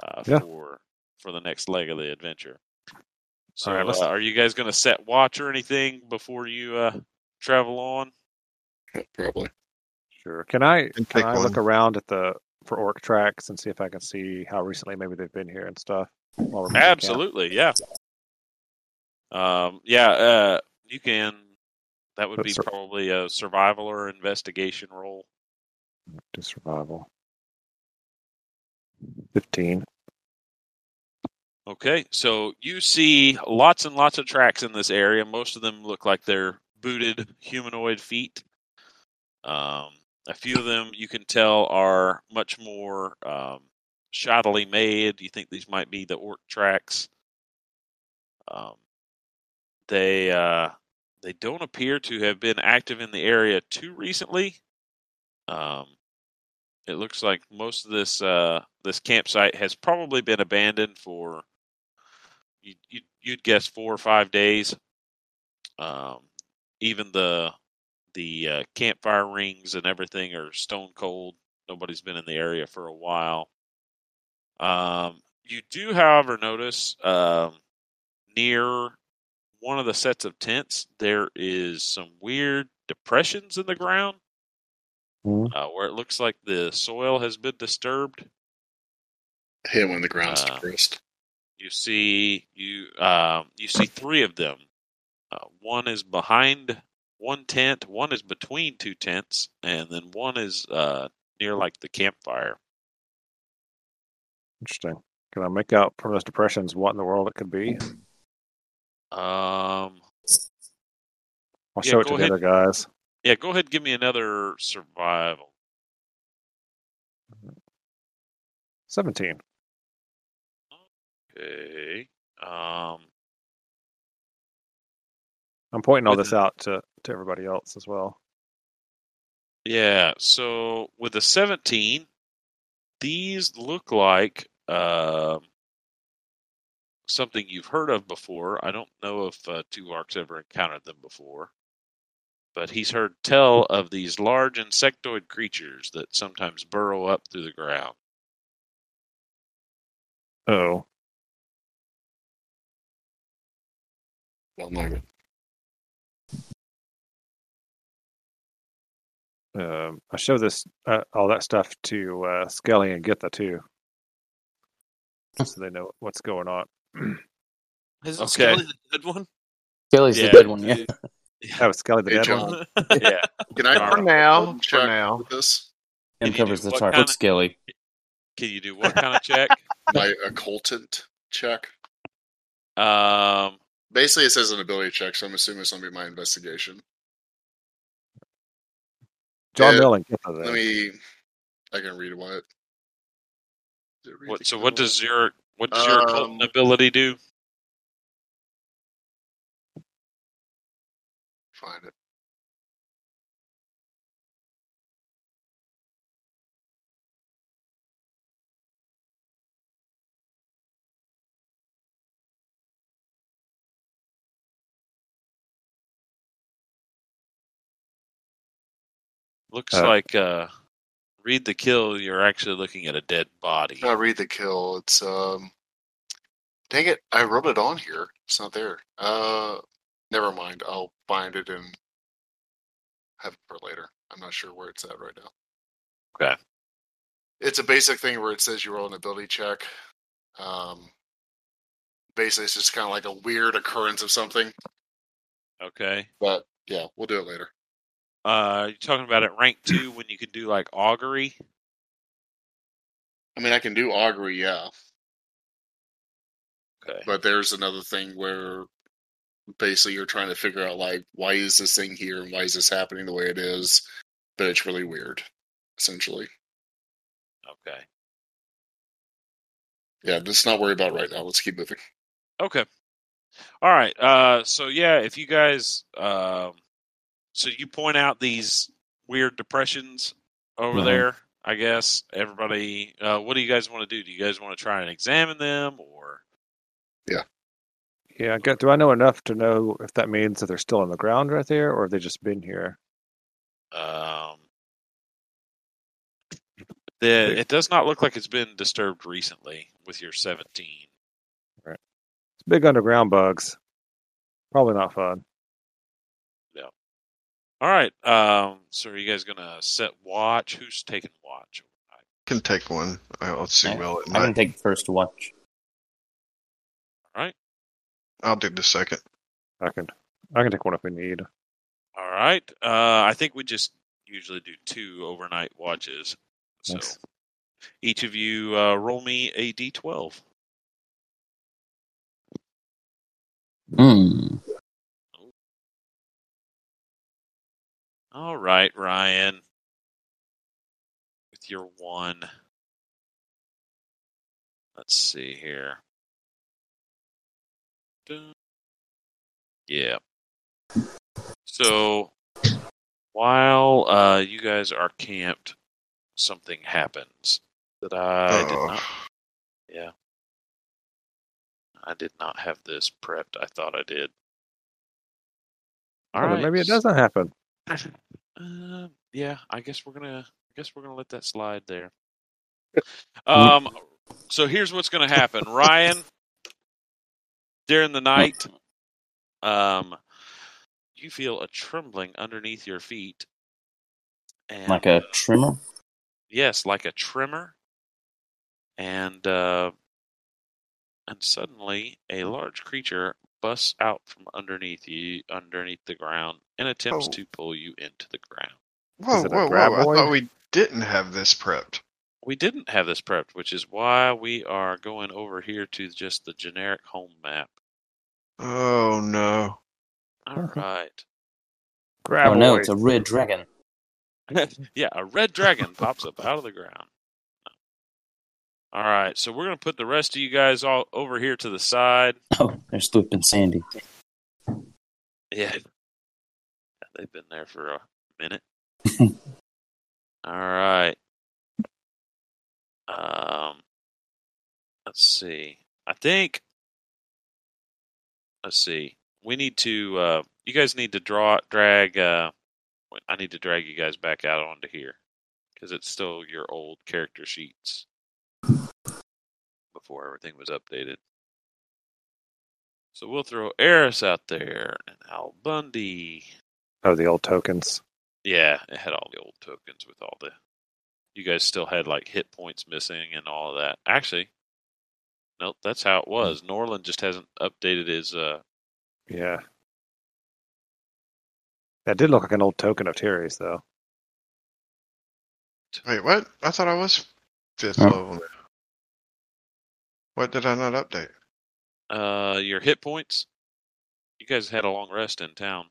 uh,
Yeah.
for for the next leg of the adventure. So,
All right, let's-
uh, are you guys going to set watch or anything before you uh, travel on?
Probably.
Sure. Can I?
And
Can
pick
I look
one.
around at the for orc tracks and see if I can see how recently maybe they've been here and stuff? while we're making camp?
Absolutely, yeah. Um, yeah, uh, you can. That would
But
be
sur-
probably a survival or investigation roll.
to survival. Fifteen.
Okay, so you see lots and lots of tracks in this area. Most of them look like they're booted humanoid feet. Um, a few of them you can tell are much more um, shoddily made. You think these might be the orc tracks. Um, they uh, they don't appear to have been active in the area too recently. Um, it looks like most of this uh, this campsite has probably been abandoned for you, you, you'd guess four or five days. Um, even the the uh, campfire rings and everything are stone cold. Nobody's been in the area for a while. Um, you do, however, notice um, near one of the sets of tents there is some weird depressions in the ground
Hmm.
uh, where it looks like the soil has been disturbed.
Him when the ground's
Uh,
depressed.
You see, you um, you see three of them. Uh, one is behind one tent, one is between two tents, and then one is uh, near like the campfire.
Interesting. Can I make out from those depressions what in the world it could be?
Um,
I'll
Yeah,
show it to
go
the
ahead.
other guys.
yeah, go ahead, and give me another survival.
Seventeen.
Okay. Um,
I'm pointing all
With
this out to to everybody else as well.
yeah. So with a seventeen, these look like um something you've heard of before. I don't know if uh, Two Arcs ever encountered them before, but he's heard tell of these large insectoid creatures that sometimes burrow up through the ground.
Oh.
Well, no, but
um, I show this uh, all that stuff to uh, Skelly and Githa too, so they know what's going on.
Isn't
Okay.
Skelly the good one?
Kelly's
Yeah.
the good one, yeah.
That was Oh, Skelly the
Hey,
dead
John.
one.
yeah.
Can I
For
Alright.
now,
Check
for now.
with this?
Can
And
you
covers
do
the
what
target.
kinda-
Skelly.
Can you do what kind of check?
My occultant check.
Um,
Basically, it says an ability check, so I'm assuming it's going to be my investigation.
John
Yeah.
Mill and Githa.
Let
Then.
me I can read what. Is it read
What,
the
so what
code?
does your what does your occult
Um,
ability do?
find it?
Looks
Uh,
like uh, read the kill. You're actually looking at a dead body.
No, read the kill. It's um. Dang it! I wrote it on here. It's not there. Uh, never mind. I'll find it and have it for later. I'm not sure where it's at right now.
Okay.
It's a basic thing where it says you roll an ability check. Um, basically, it's just kind of like a weird occurrence of something.
Okay.
But yeah, we'll do it later.
Uh, you're talking about at rank two when you can do like augury.
I mean, I can do augury, yeah,
Okay.
but there's another thing where basically you're trying to figure out like why is this thing here and why is this happening the way it is, but it's really weird, essentially.
Okay.
Yeah, let's not worry about it right now. Let's keep moving.
Okay. All right. Uh, so yeah, if you guys, um, so you point out these weird depressions over
Mhm.
there. I guess everybody. Uh, what do you guys want to do? Do you guys want to try and examine them, or
Yeah, I guess, do I know enough to know if that means that they're still on the ground right there, or have they just been here?
um, the, it does not look like it's been disturbed recently with your seventeen.
It's big underground bugs. Probably not fun.
All right. Um, so are you guys gonna set watch? Who's taking watch?
Can take one. I'll let's see.
Yeah,
Will it
I can
might.
take first watch.
I'll do the second.
I can, I can take one if we need.
All right. Uh, I think we just usually do two overnight watches. So
Nice.
each of you uh, roll me a d12.
Hmm.
All right, Ryan. With your one. Let's see here. Dun. Yeah. So while uh, you guys are camped, something happens that I did
Uh-oh.
not Yeah. I did not have this prepped. I thought I did. All
Oh,
right.
then Maybe it doesn't happen.
Um, yeah, I guess we're gonna. I guess we're gonna let that slide there.
Mm.
Um. So here's what's gonna happen, Ryan. During the night, um, you feel a trembling underneath your feet, and
Like a trimmer.
yes, like a tremor, and uh, and suddenly a large creature busts out from underneath you, underneath the ground, and attempts
Oh.
to pull you into the ground.
Whoa,
Is it a
whoa, whoa! I
graboid?
thought we didn't have this prepped.
we didn't have this prepped, which is why we are going over here to just the generic home map.
Oh no!
All right.
Grab
Oh no, it's a red dragon.
yeah, a red dragon pops up out of the ground. All right, so we're going to put the rest of you guys all over here to the side.
Oh, there's Thwip and Sandy.
Yeah. They've been there for a minute. All right. Um let's see. I think let's see. We need to uh you guys need to draw drag uh wait, I need to drag you guys back out onto here cuz it's still your old character sheets before everything was updated. So we'll throw Eris out there and Al Bundy.
Oh, the old tokens.
Yeah, it had all the old tokens with all the. You guys still had like hit points missing and all of that. Actually, nope, that's how
Hmm.
it was. Norland just hasn't updated his. uh
Yeah. That did look like an old token of Terry's, though.
Wait, what? I thought I was fifth
Huh?
level. What did I not update?
uh Your hit points. You guys had a long rest in town.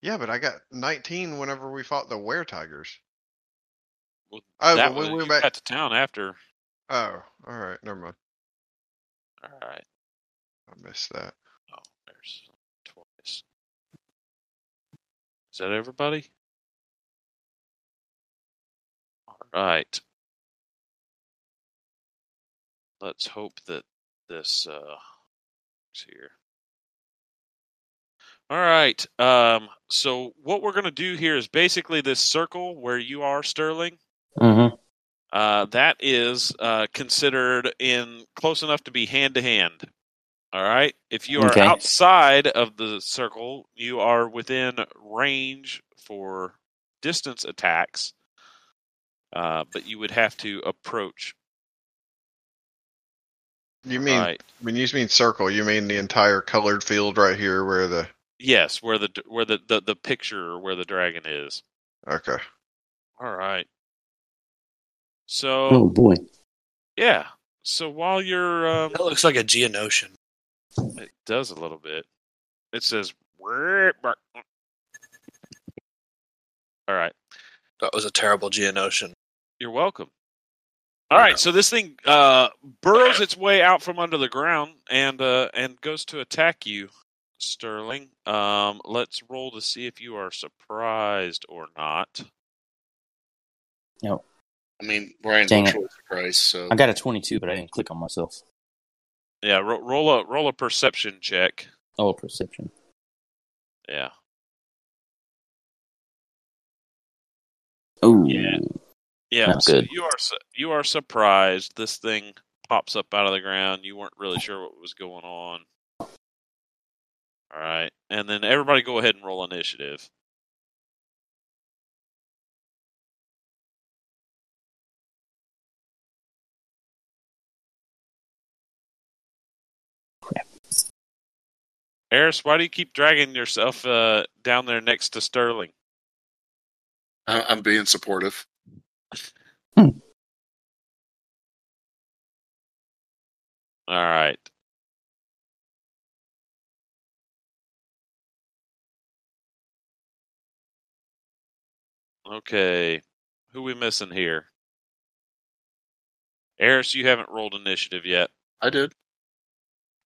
Yeah, but I got 19 whenever we fought the were tigers.
Well,
Oh,
that
when
was,
we went
you
back-
got to town after.
Oh, all right. Never mind.
All right.
I missed that.
Oh, there's twice. Is that everybody? All right. Let's hope that this uh is here. All right. Um so what we're going to do here is basically this circle where you are Sterling
Mm-hmm.
uh, that is uh, considered in close enough to be hand to hand. All right. If you are
Okay.
outside of the circle, you are within range for distance attacks, uh, but you would have to approach.
You mean
right.
when you mean circle, you mean the entire colored field right here where the
Yes, where the where the, the the picture where the dragon is.
okay.
All right. So
Oh boy.
yeah. So while you're um,
That looks like a Geonosian.
It does a little bit. It says. All right.
That was a terrible Geonosian.
You're welcome. All right. So this thing uh, burrows its way out from under the ground and uh, and goes to attack you, Sterling. Um, let's roll to see if you are surprised or not.
I mean, Brian's
Dang
no
it.
short price, so
I got a 22, but I didn't click on myself.
Yeah. Ro- roll a roll a perception check.
Oh, perception.
Yeah.
Oh,
Yeah. Yeah.
Not
so
good.
you are su- you are surprised. This thing pops up out of the ground. You weren't really sure what was going on. All right, and then everybody go ahead and roll initiative. Eris, why do you keep dragging yourself uh, down there next to Sterling?
I- I'm being supportive.
All right. Okay. Who we missing here? Eris, you haven't rolled initiative yet.
I did.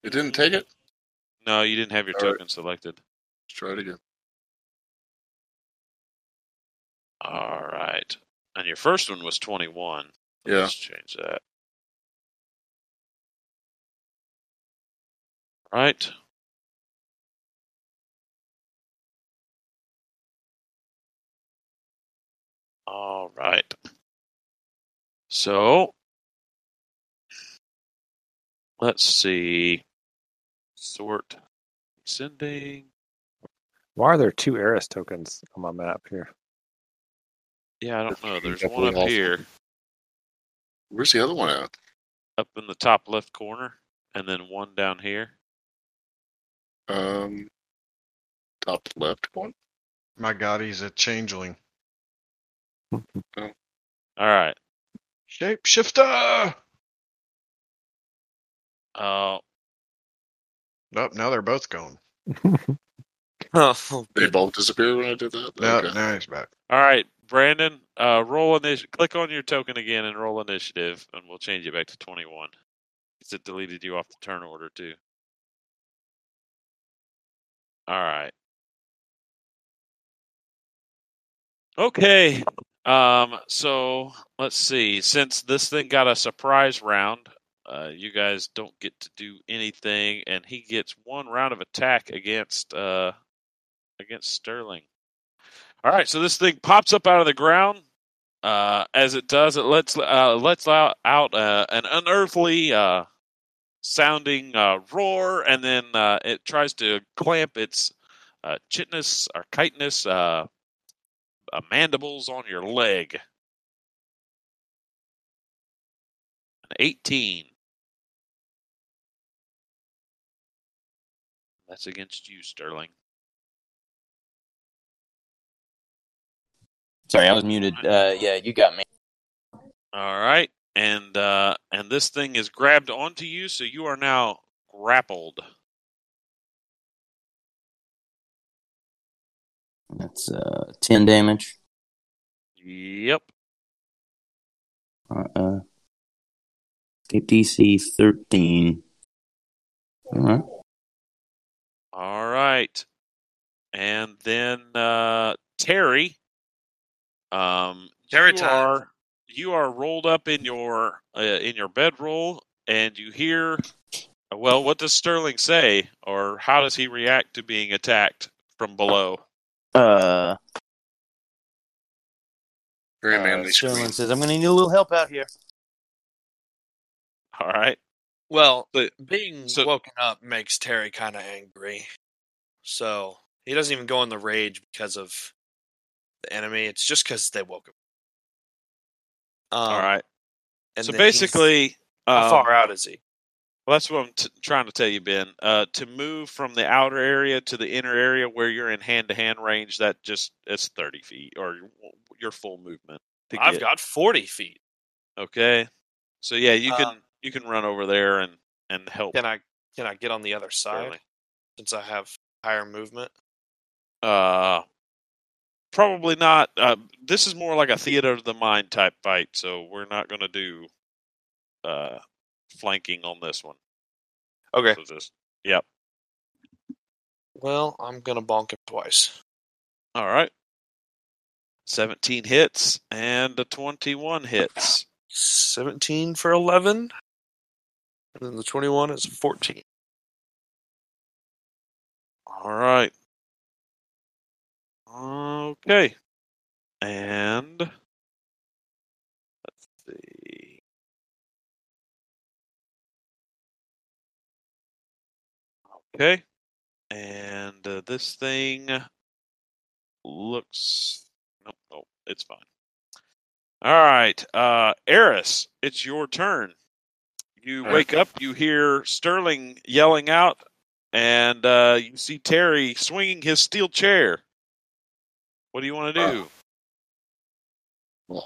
It didn't take it.
No, you didn't have your
All right.
token selected.
Let's try it again.
All right. And your first one was 21.
Yeah.
Let's change that. Right. All right. So, let's see. Sort sending.
Why are there two Eris tokens on my map here?
Yeah, I don't know. There's
Definitely
one up
awful.
here,
Where's the other one at?
up in the top left corner, and then one down here.
Um, top left one.
My god, he's a changeling.
All right.
Shapeshifter.
Uh,
Nope, now they're both gone.
Oh,
They both disappeared when I did that.
No,
Okay.
now he's back.
All right, Brandon, uh, roll initiative. Click on your token again and roll initiative, and we'll change it back to 21. 'Cause it deleted you off the turn order, too. All right. Okay. Um, so let's see. Since this thing got a surprise round, uh, you guys don't get to do anything, and he gets one round of attack against uh, against Sterling. All right, so this thing pops up out of the ground. Uh, as it does, it lets uh, lets out, out uh, an unearthly uh, sounding uh, roar, and then uh, it tries to clamp its uh, chitinous or chitinous uh, uh, mandibles on your leg. An Eighteen. That's against you, Sterling.
Sorry, I was muted. Uh, yeah, you got me.
All right, and uh, and this thing is grabbed onto you, so you are now grappled.
That's uh, 10 damage.
Yep.
Uh, uh, escape DC 13. All right.
All right. And then uh, Terry. Um,
Terry
you
time.
are you are rolled up in your uh, in your bedroll, and you hear. Well, what does Sterling say, or how does he react to being attacked from below?
Uh,
Very
uh,
manly.
Sterling
scream.
says, I'm going to need a little help out here.
All right.
Well,
But-
being
so-
woken up makes Terry kind of angry. So he doesn't even go in the rage because of the enemy. It's just because they woke him. Um,
All right.
And
So
then he's-
basically,
how
um,
far out is he?
Well, that's what I'm t- trying to tell you, Ben. Uh, to move from the outer area to the inner area where you're in hand-to-hand range, that just it's 30 feet or your full movement. To
I've
get.
got forty feet.
okay. So yeah, you can
Um,
you can run over there and and help.
Can I can I get on the other side
Sterling.
since I have higher movement?
Uh, probably not. Uh, this is more like a theater of the mind type fight, so we're not going to do uh, flanking on this one.
Okay.
So just
Well, I'm gonna bonk him twice.
all right. 17 hits and a 21 hits.
Seventeen for eleven, and then the twenty-one is fourteen.
All right. Okay. And let's see. Okay. And uh, this thing looks. Nope, nope, it's fine. All right, uh, Eris, it's your turn. You
All right.
wake up, you hear Sterling yelling out, and uh, you see Terry swinging his steel chair. What do you want to do?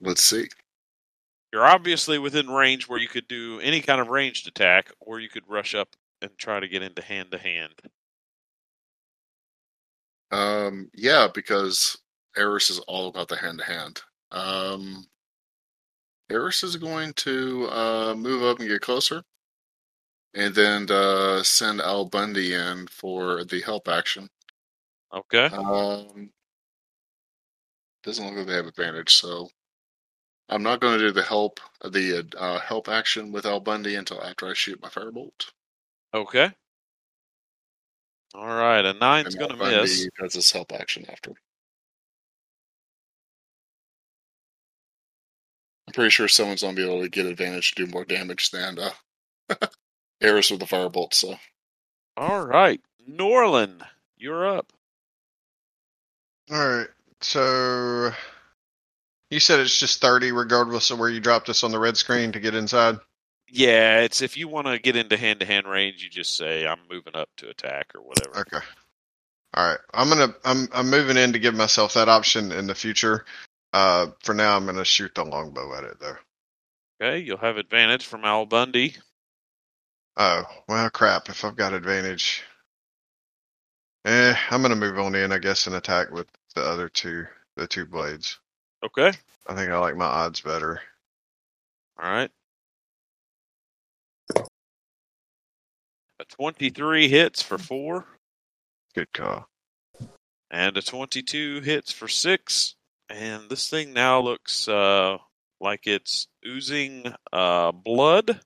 Let's see.
You're obviously within range where you could do any kind of ranged attack, or you could rush up and try to get into hand to hand.
Um, yeah, because Eris is all about the hand to hand. Um, Eris is going to uh, move up and get closer, and then uh, send Al Bundy in for the help action.
Okay.
Um, doesn't look like they have advantage, so I'm not going to do the help the uh, help action with Al Bundy until after I shoot my firebolt.
Okay. All right. A nine's
And
going to
Al Bundy
miss.
does his help action after. I'm pretty sure someone's gonna be able to get advantage to do more damage than uh, Eris with the firebolt. So
All right. Norlin, you're up.
All right. So you said it's just 30 regardless of where you dropped us on the red screen to get inside.
Yeah, it's if you want to get into hand to hand range, you just say I'm moving up to attack or whatever.
Okay. All right. I'm going to I'm I'm moving in to give myself that option in the future. Uh for now I'm going to shoot the longbow at it though.
Okay, you'll have advantage from Al Bundy.
Oh, well crap, if I've got advantage. Eh, I'm going to move on in I guess and attack with the other two the two blades.
Okay,
I think I like my odds better.
all right. A 23 hits for four,
Good call.
and a 22 hits for six. And this thing now looks uh, like it's oozing uh, blood,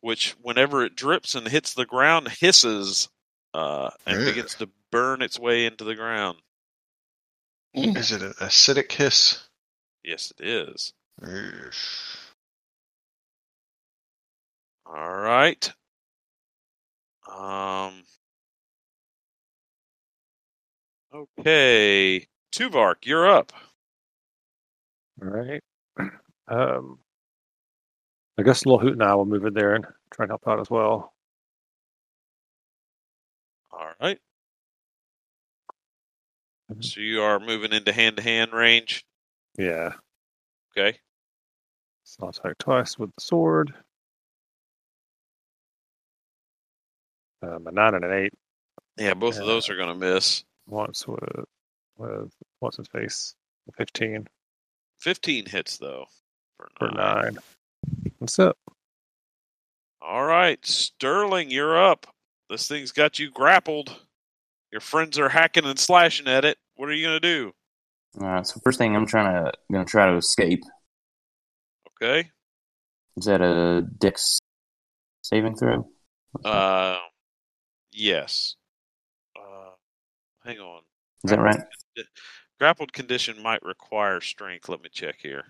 which, whenever it drips and hits the ground, hisses uh, and
Ugh.
begins to burn its way into the ground.
Is it an acidic hiss?
Yes, it is.
Ugh.
All right. Um. Okay, Tuvark, you're up.
All right. Um, I guess Lil Hoot and I will move in there and try and help out as well.
All right.
Mm-hmm.
So you are moving into hand-to-hand range.
Yeah.
Okay.
So I'll attack twice with the sword. Um, a nine and an eight.
Yeah, both of those are going to miss.
Once with with what's his face? Fifteen.
15 hits, though.
for nine. What's up?
All right, Sterling, you're up. This thing's got you grappled. Your friends are hacking and slashing at it. What are you gonna do?
All right. So first thing, I'm trying to gonna try to escape.
Okay.
Is that a Dex saving throw?
Uh, yes. Uh, hang on.
Is that right?
Grappled condition might require strength. Let me check here.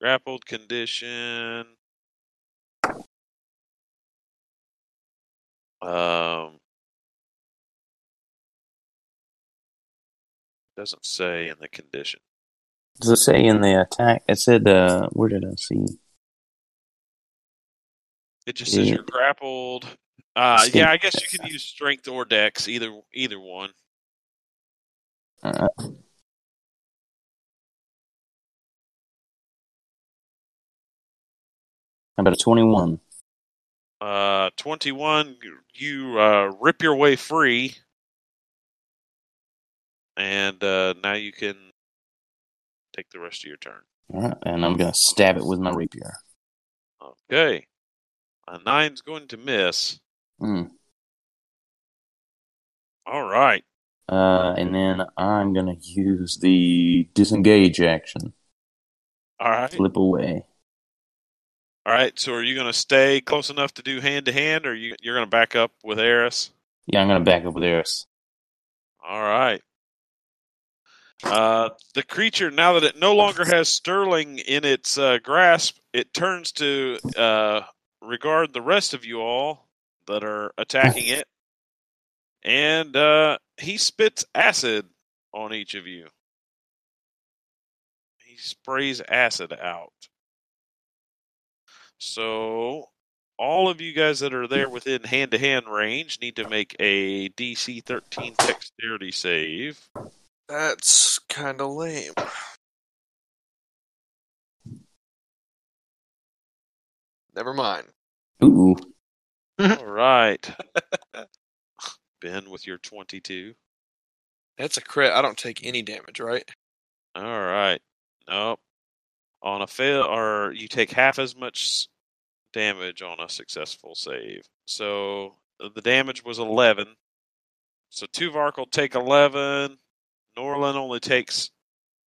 Grappled condition. Um, doesn't say in the condition.
Does it say in the attack? It said, uh, where did I see?
It just says
Yeah.
you're grappled. Uh,
Escape.
yeah, I guess you can use strength or dex, either either one.
Uh, how about a 21?
Uh, 21, you uh, rip your way free. And uh, now you can take the rest of your turn.
All right, and I'm going to stab it with my rapier.
Okay. A nine's going to miss.
Mm.
All right.
Uh, and then I'm going to use the disengage action.
All right.
Flip away.
All right. So are you going to stay close enough to do hand to hand, or you, you're going to back up with Eris?
Yeah, I'm going to back up with Eris.
All right. Uh, the creature, now that it no longer has Sterling in its uh, grasp, it turns to uh, regard the rest of you all that are attacking it. And uh, he spits acid on each of you. He sprays acid out. So, all of you guys that are there within hand to hand range need to make a DC 13 dexterity save.
That's kind of lame. Never mind.
Ooh.
All right. ben with your 22.
That's a crit. I don't take any damage, right?
All right. Nope. On a fail, or you take half as much damage on a successful save. So uh, the damage was 11. So Tuvark will take 11. Norlin only takes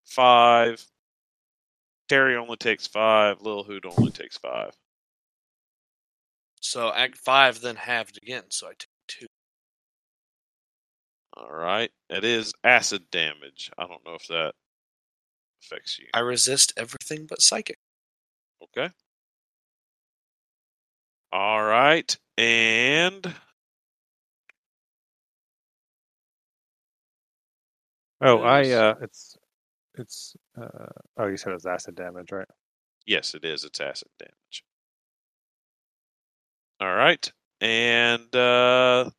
5. Terry only takes 5. Lil Hoot only takes 5.
So Act Five then halved again. So I take two.
All right. It is acid damage. I don't know if that affects you.
I resist everything but psychic.
Okay. All right. And
Oh, I
Yes.
uh, it's it's uh, oh, you said it was acid damage, right?
yes, it is. It's acid damage. All right. And uh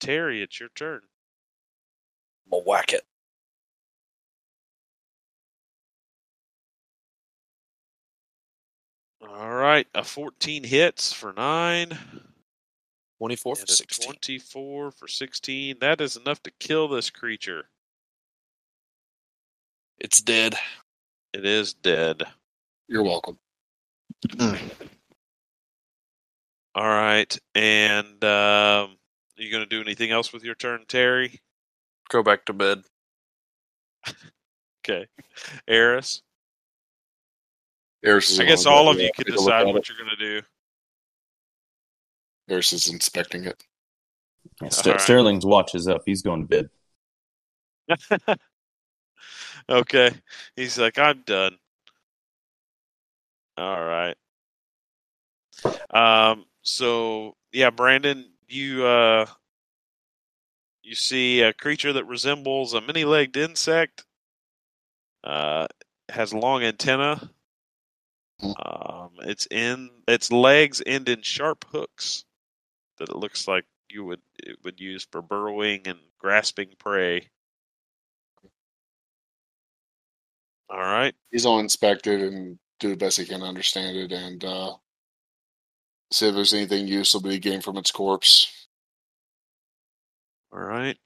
Terry, it's your turn.
I'll whack it.
All right. A 14 hits for 9.
Twenty-four
and
for
a
sixteen.
24 for 16. That is enough to kill this creature.
It's dead.
It is dead.
You're welcome.
All right. And um you going to do anything else with your turn, Terry?
Go back to bed.
Okay. Eris?
Eris is
I guess
the one
all
that-
of you can
Take a look at
decide
it.
what you're going to do.
Eris is inspecting it.
Yeah, Ster-
Alright.
Sterling's watch is up. He's going to bed.
Okay. He's like, I'm done. All right. Um, so yeah, Brandon, you uh you see a creature that resembles a many legged insect. Uh has long antenna. Um its in its legs end in sharp hooks that it looks like you would it would use for burrowing and grasping prey. All right.
He's all inspected and do the best he can to understand it and uh, see if there's anything useful to be gained from its corpse.
All right.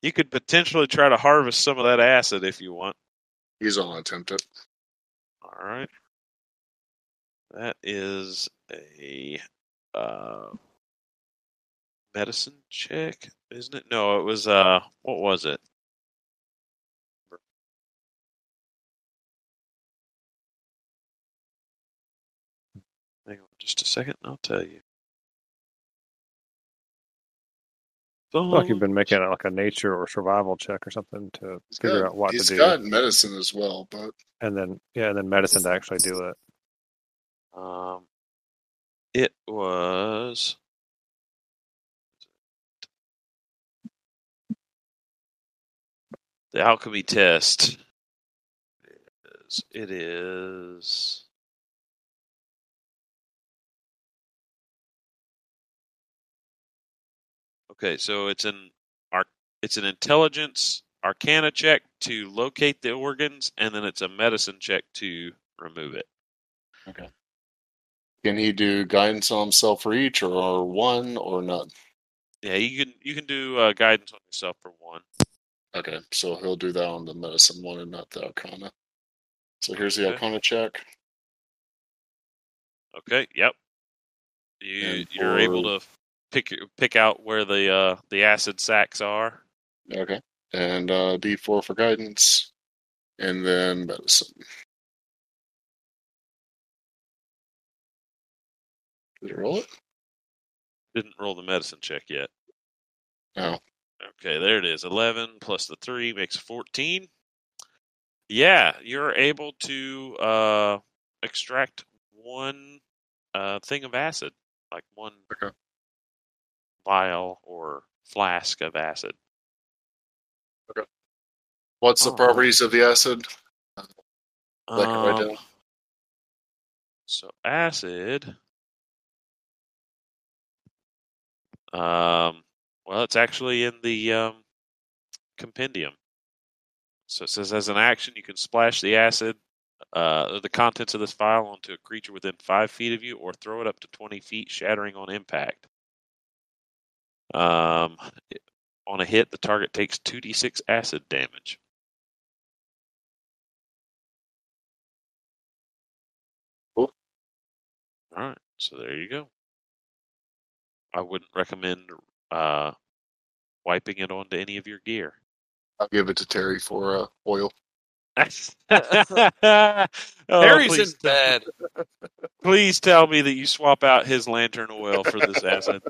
You could potentially try to harvest some of that acid if you want.
He's all attempt it.
All right. That is a uh, medicine check, isn't it? No, it was uh, what was it? Hang on just a second, and I'll tell you.
I
Mm-hmm.
feel like you've been making like a nature or survival check or something to
He's
figure
got-
out what to
he's
do,
got medicine as well, but
and then yeah, and then medicine to actually do it.
Um, it was. The alchemy test. is- It is. Okay, so it's an arc. It's an intelligence arcana check to locate the organs, and then it's a medicine check to remove it.
can he do guidance on himself for each, or one, or none?
Yeah, you can you can do uh, guidance on yourself for one.
Okay, so he'll do that on the medicine one and not the arcana. So here's the
Okay.
arcana check.
Okay. Yep. You
And
you're able
for-
to pick pick out where the uh, the acid sacs are.
Okay, and uh, D4 for guidance, and then medicine. Did it roll it?
Didn't roll the medicine check yet.
No.
Okay, there it is. Eleven plus the three makes fourteen. Yeah, you're able to uh, extract one uh, thing of acid, like one
Okay.
vial or flask of acid.
What's the
Oh.
properties of the acid? Like I
Um,
do.
So acid. Um, well, it's actually in the um, compendium. So it says as an action, you can splash the acid, uh, the contents of this vial onto a creature within five feet of you, or throw it up to twenty feet, shattering on impact. Um, it- on a hit, the target takes two d six acid damage.
Cool.
All right, so there you go. I wouldn't recommend uh, wiping it onto any of your gear.
I'll give it to Terry for uh, oil.
oh,
Harry's
please,
in bed.
please tell me that you swap out his lantern oil for this acid.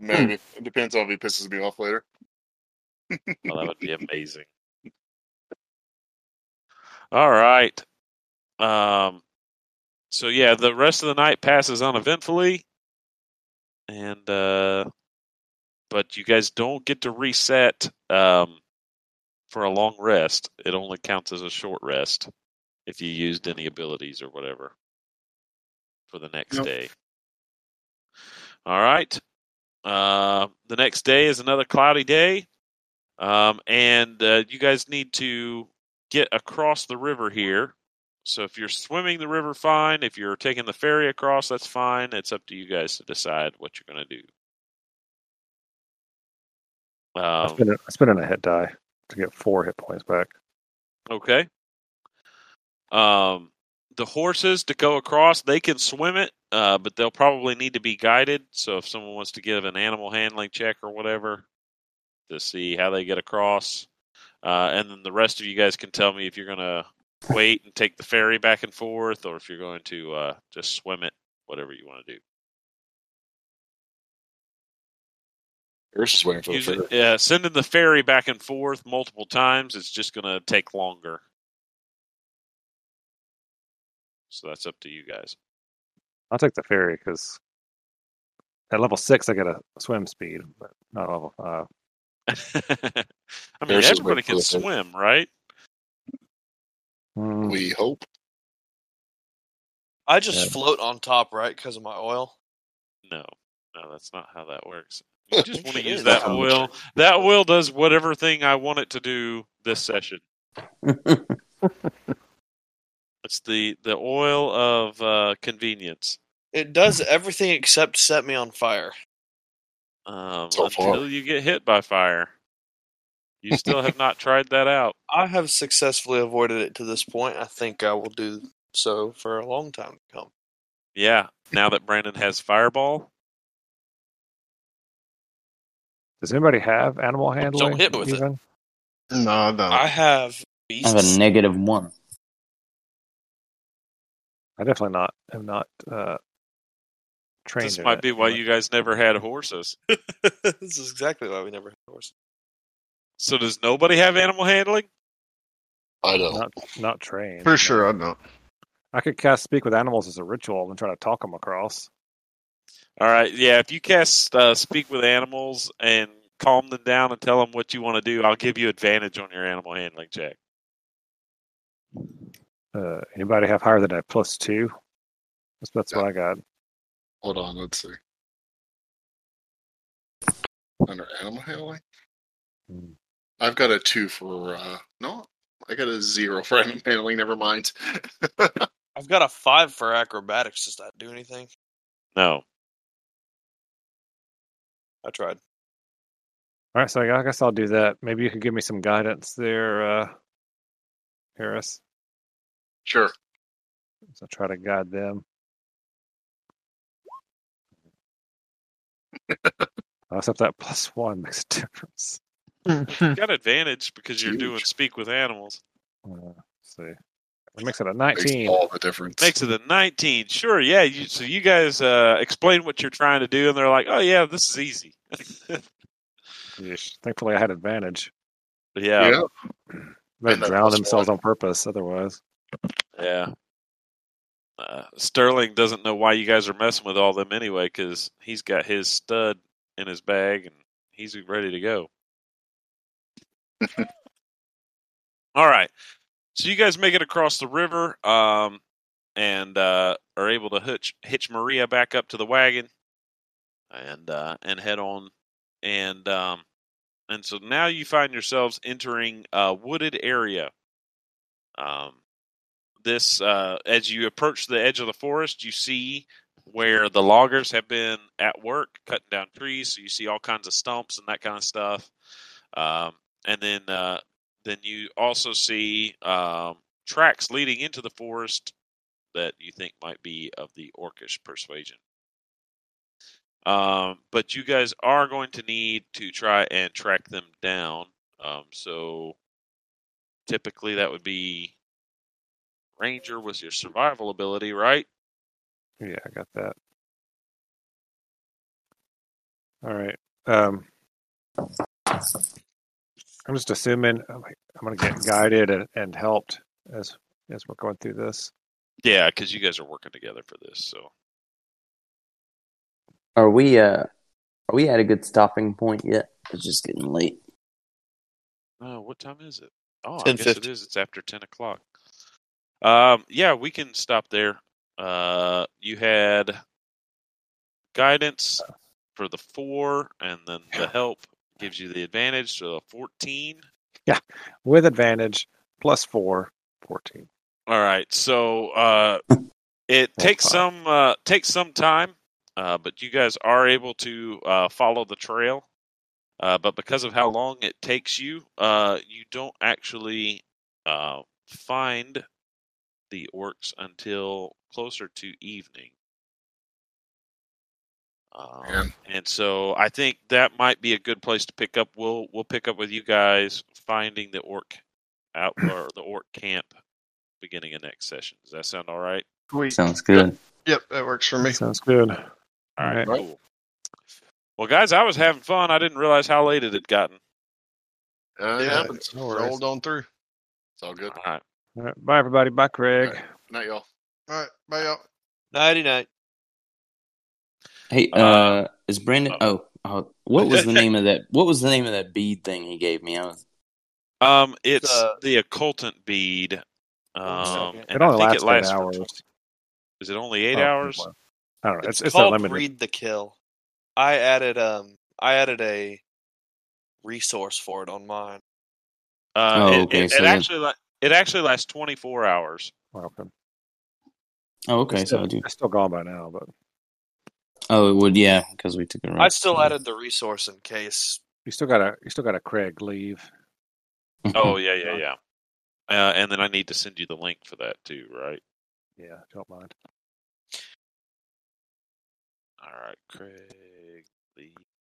Maybe. it depends on if he pisses me off later.
Oh, that would be amazing. All right. Um, so yeah, the rest of the night passes uneventfully, and uh, but you guys don't get to reset um, for a long rest. It only counts as a short rest if you used any abilities or whatever for the next
Yep.
day. All right. Uh, the next day is another cloudy day, um, and uh, you guys need to get across the river here. So if you're swimming the river, fine. If you're taking the ferry across, that's fine. It's up to you guys to decide what you're going to do.
I
Um,
spent it- I spent on a hit die to get four hit points back.
Okay. Um, the horses to go across, they can swim it, uh, but they'll probably need to be guided. So if someone wants to give an animal handling check or whatever to see how they get across, uh, and then the rest of you guys can tell me if you're gonna wait and take the ferry back and forth, or if you're going to uh, just swim it, whatever you want to do.
Yours is waiting for the
Usually,
trigger.
yeah, sending the ferry back and forth multiple times it's just gonna take longer. So that's up to you guys.
I'll take the ferry because at level six I get a swim speed, but not level five.
I mean,
There's his
everybody
word
can
for it.
swim, right?
Mm,
We hope.
I just
Yeah.
float on top, right, because of my oil.
No, no, that's not how that works. You just want to
It
use
is
that
how it
will. That will does whatever thing I want it to do this session. It's the the oil of uh, convenience.
It does everything except set me on fire.
Um,
So far.
until you get hit by fire. You still have not tried that out.
I have successfully avoided it to this point. I think I will do so for a long time to come.
Yeah, now that Brandon has Fireball,
Does anybody have animal handling?
hit me with it.
even?
No, I don't.
I have
Oh. I
beasts.
have a negative one.
I definitely not. am not uh, trained.
this
in
might
it,
be why
but-
you guys never had horses.
this is exactly why we never had horses.
So does nobody have animal handling?
I don't.
not not trained.
For sure, I don't.
I could cast speak with animals as a ritual and try to talk them across.
All right, yeah. If you cast uh, Speak with Animals and calm them down and tell them what you want to do, I'll give you advantage on your animal handling check.
Uh, anybody have higher than a plus two? That's, that's what I got.
Hold on, let's see. Under animal handling,
Hmm.
I've got a two for uh no, I got a zero for animal handling. Never mind.
I've got a five for acrobatics. Does that do anything?
No.
I tried.
All right, so I guess I'll do that. Maybe you could give me some guidance there, uh, Harris.
sure.
So try to guide them. Except that plus one makes a difference.
You got advantage because you're
Huge.
doing Speak with Animals.
Uh, let's see, it makes it a
Makes
nineteen.
all the difference.
Makes it a 19. Sure, yeah. You, so you guys uh, explain what you're trying to do, and they're like, oh, yeah, this is easy.
Yeesh. Thankfully, I had advantage.
yeah,
yeah.
They
And that
drown
plus
themselves on purpose. Otherwise,
Yeah. Uh, Sterling doesn't know why you guys are messing with all them anyway, because he's got his stud in his bag and he's ready to go. all right. So you guys make it across the river um, and uh, are able to hitch, hitch Maria back up to the wagon and uh, and head on. And um, and so now you find yourselves entering a wooded area. Um, this uh, as you approach the edge of the forest, you see where the loggers have been at work cutting down trees. So you see all kinds of stumps and that kind of stuff. Um, and then uh, then you also see um, tracks leading into the forest that you think might be of the orcish persuasion. Um, but you guys are going to need to try and track them down. Um, so typically that would be ranger was your survival ability, right?
yeah, I got that. All right. Um, I'm just assuming I'm, I'm going to get guided and, and helped as as we're going through this.
Yeah, because you guys are working together for this. So
Are we uh are we at a good stopping point yet? It's just getting late.
Oh, what time is it? Oh, I guess
10:50.
it is. It's after ten o'clock. Um, yeah, we can stop there. Uh, you had guidance for the four, and then the help gives you the advantage to the fourteen.
with advantage plus four 14
All right, so uh, it
That's
takes
fine.
some uh, takes some time, uh, but you guys are able to uh, follow the trail. Uh, but because of how long it takes you, uh, you don't actually uh, find the orcs until closer to evening. Um,
Man.
and so I think that might be a good place to pick up. We'll we'll pick up with you guys finding the orc out or the orc camp beginning of next session. Does that sound all right?
Sweet.
Sounds good.
Yep, that works for me.
sounds good
All right,
Right.
cool. Well, guys, I was having fun. I didn't realize how late it had gotten.
Uh, it
Yeah,
happens.
no worries
rolled on through.
It's all good.
All right.
All right, bye everybody bye craig
All Night, y'all.
All right, bye y'all.
Nighty night.
Hey, uh,
Uh,
is Brandon oh, oh what was the name of that what was the name of that bead thing he gave me? I was
Um, it's
Uh,
the occultant bead.
was that
Um,
again?
and
it
I
only
think
lasts
it lasts
eight
for
hours
20 Is it only eight
Oh,
hours?
i don't know
It's,
it's, it's
called
not limited
Read the Kill. I added um I added a resource for it on mine.
Uh,
Oh,
it,
okay,
It,
so
it
that-
actually la- it actually lasts 24 hours.
Welcome.
Oh, okay,
it's,
so
still,
I do.
it's still gone by now but
Oh, it would yeah, because we took a rest.
I still added the resource in case
you still gotta you still gotta craig leave
Oh
Hmm.
yeah, yeah, yeah. Uh, and then I need to send you the link for that too, right?
Yeah, if you don't mind.
All right, Craig Lee.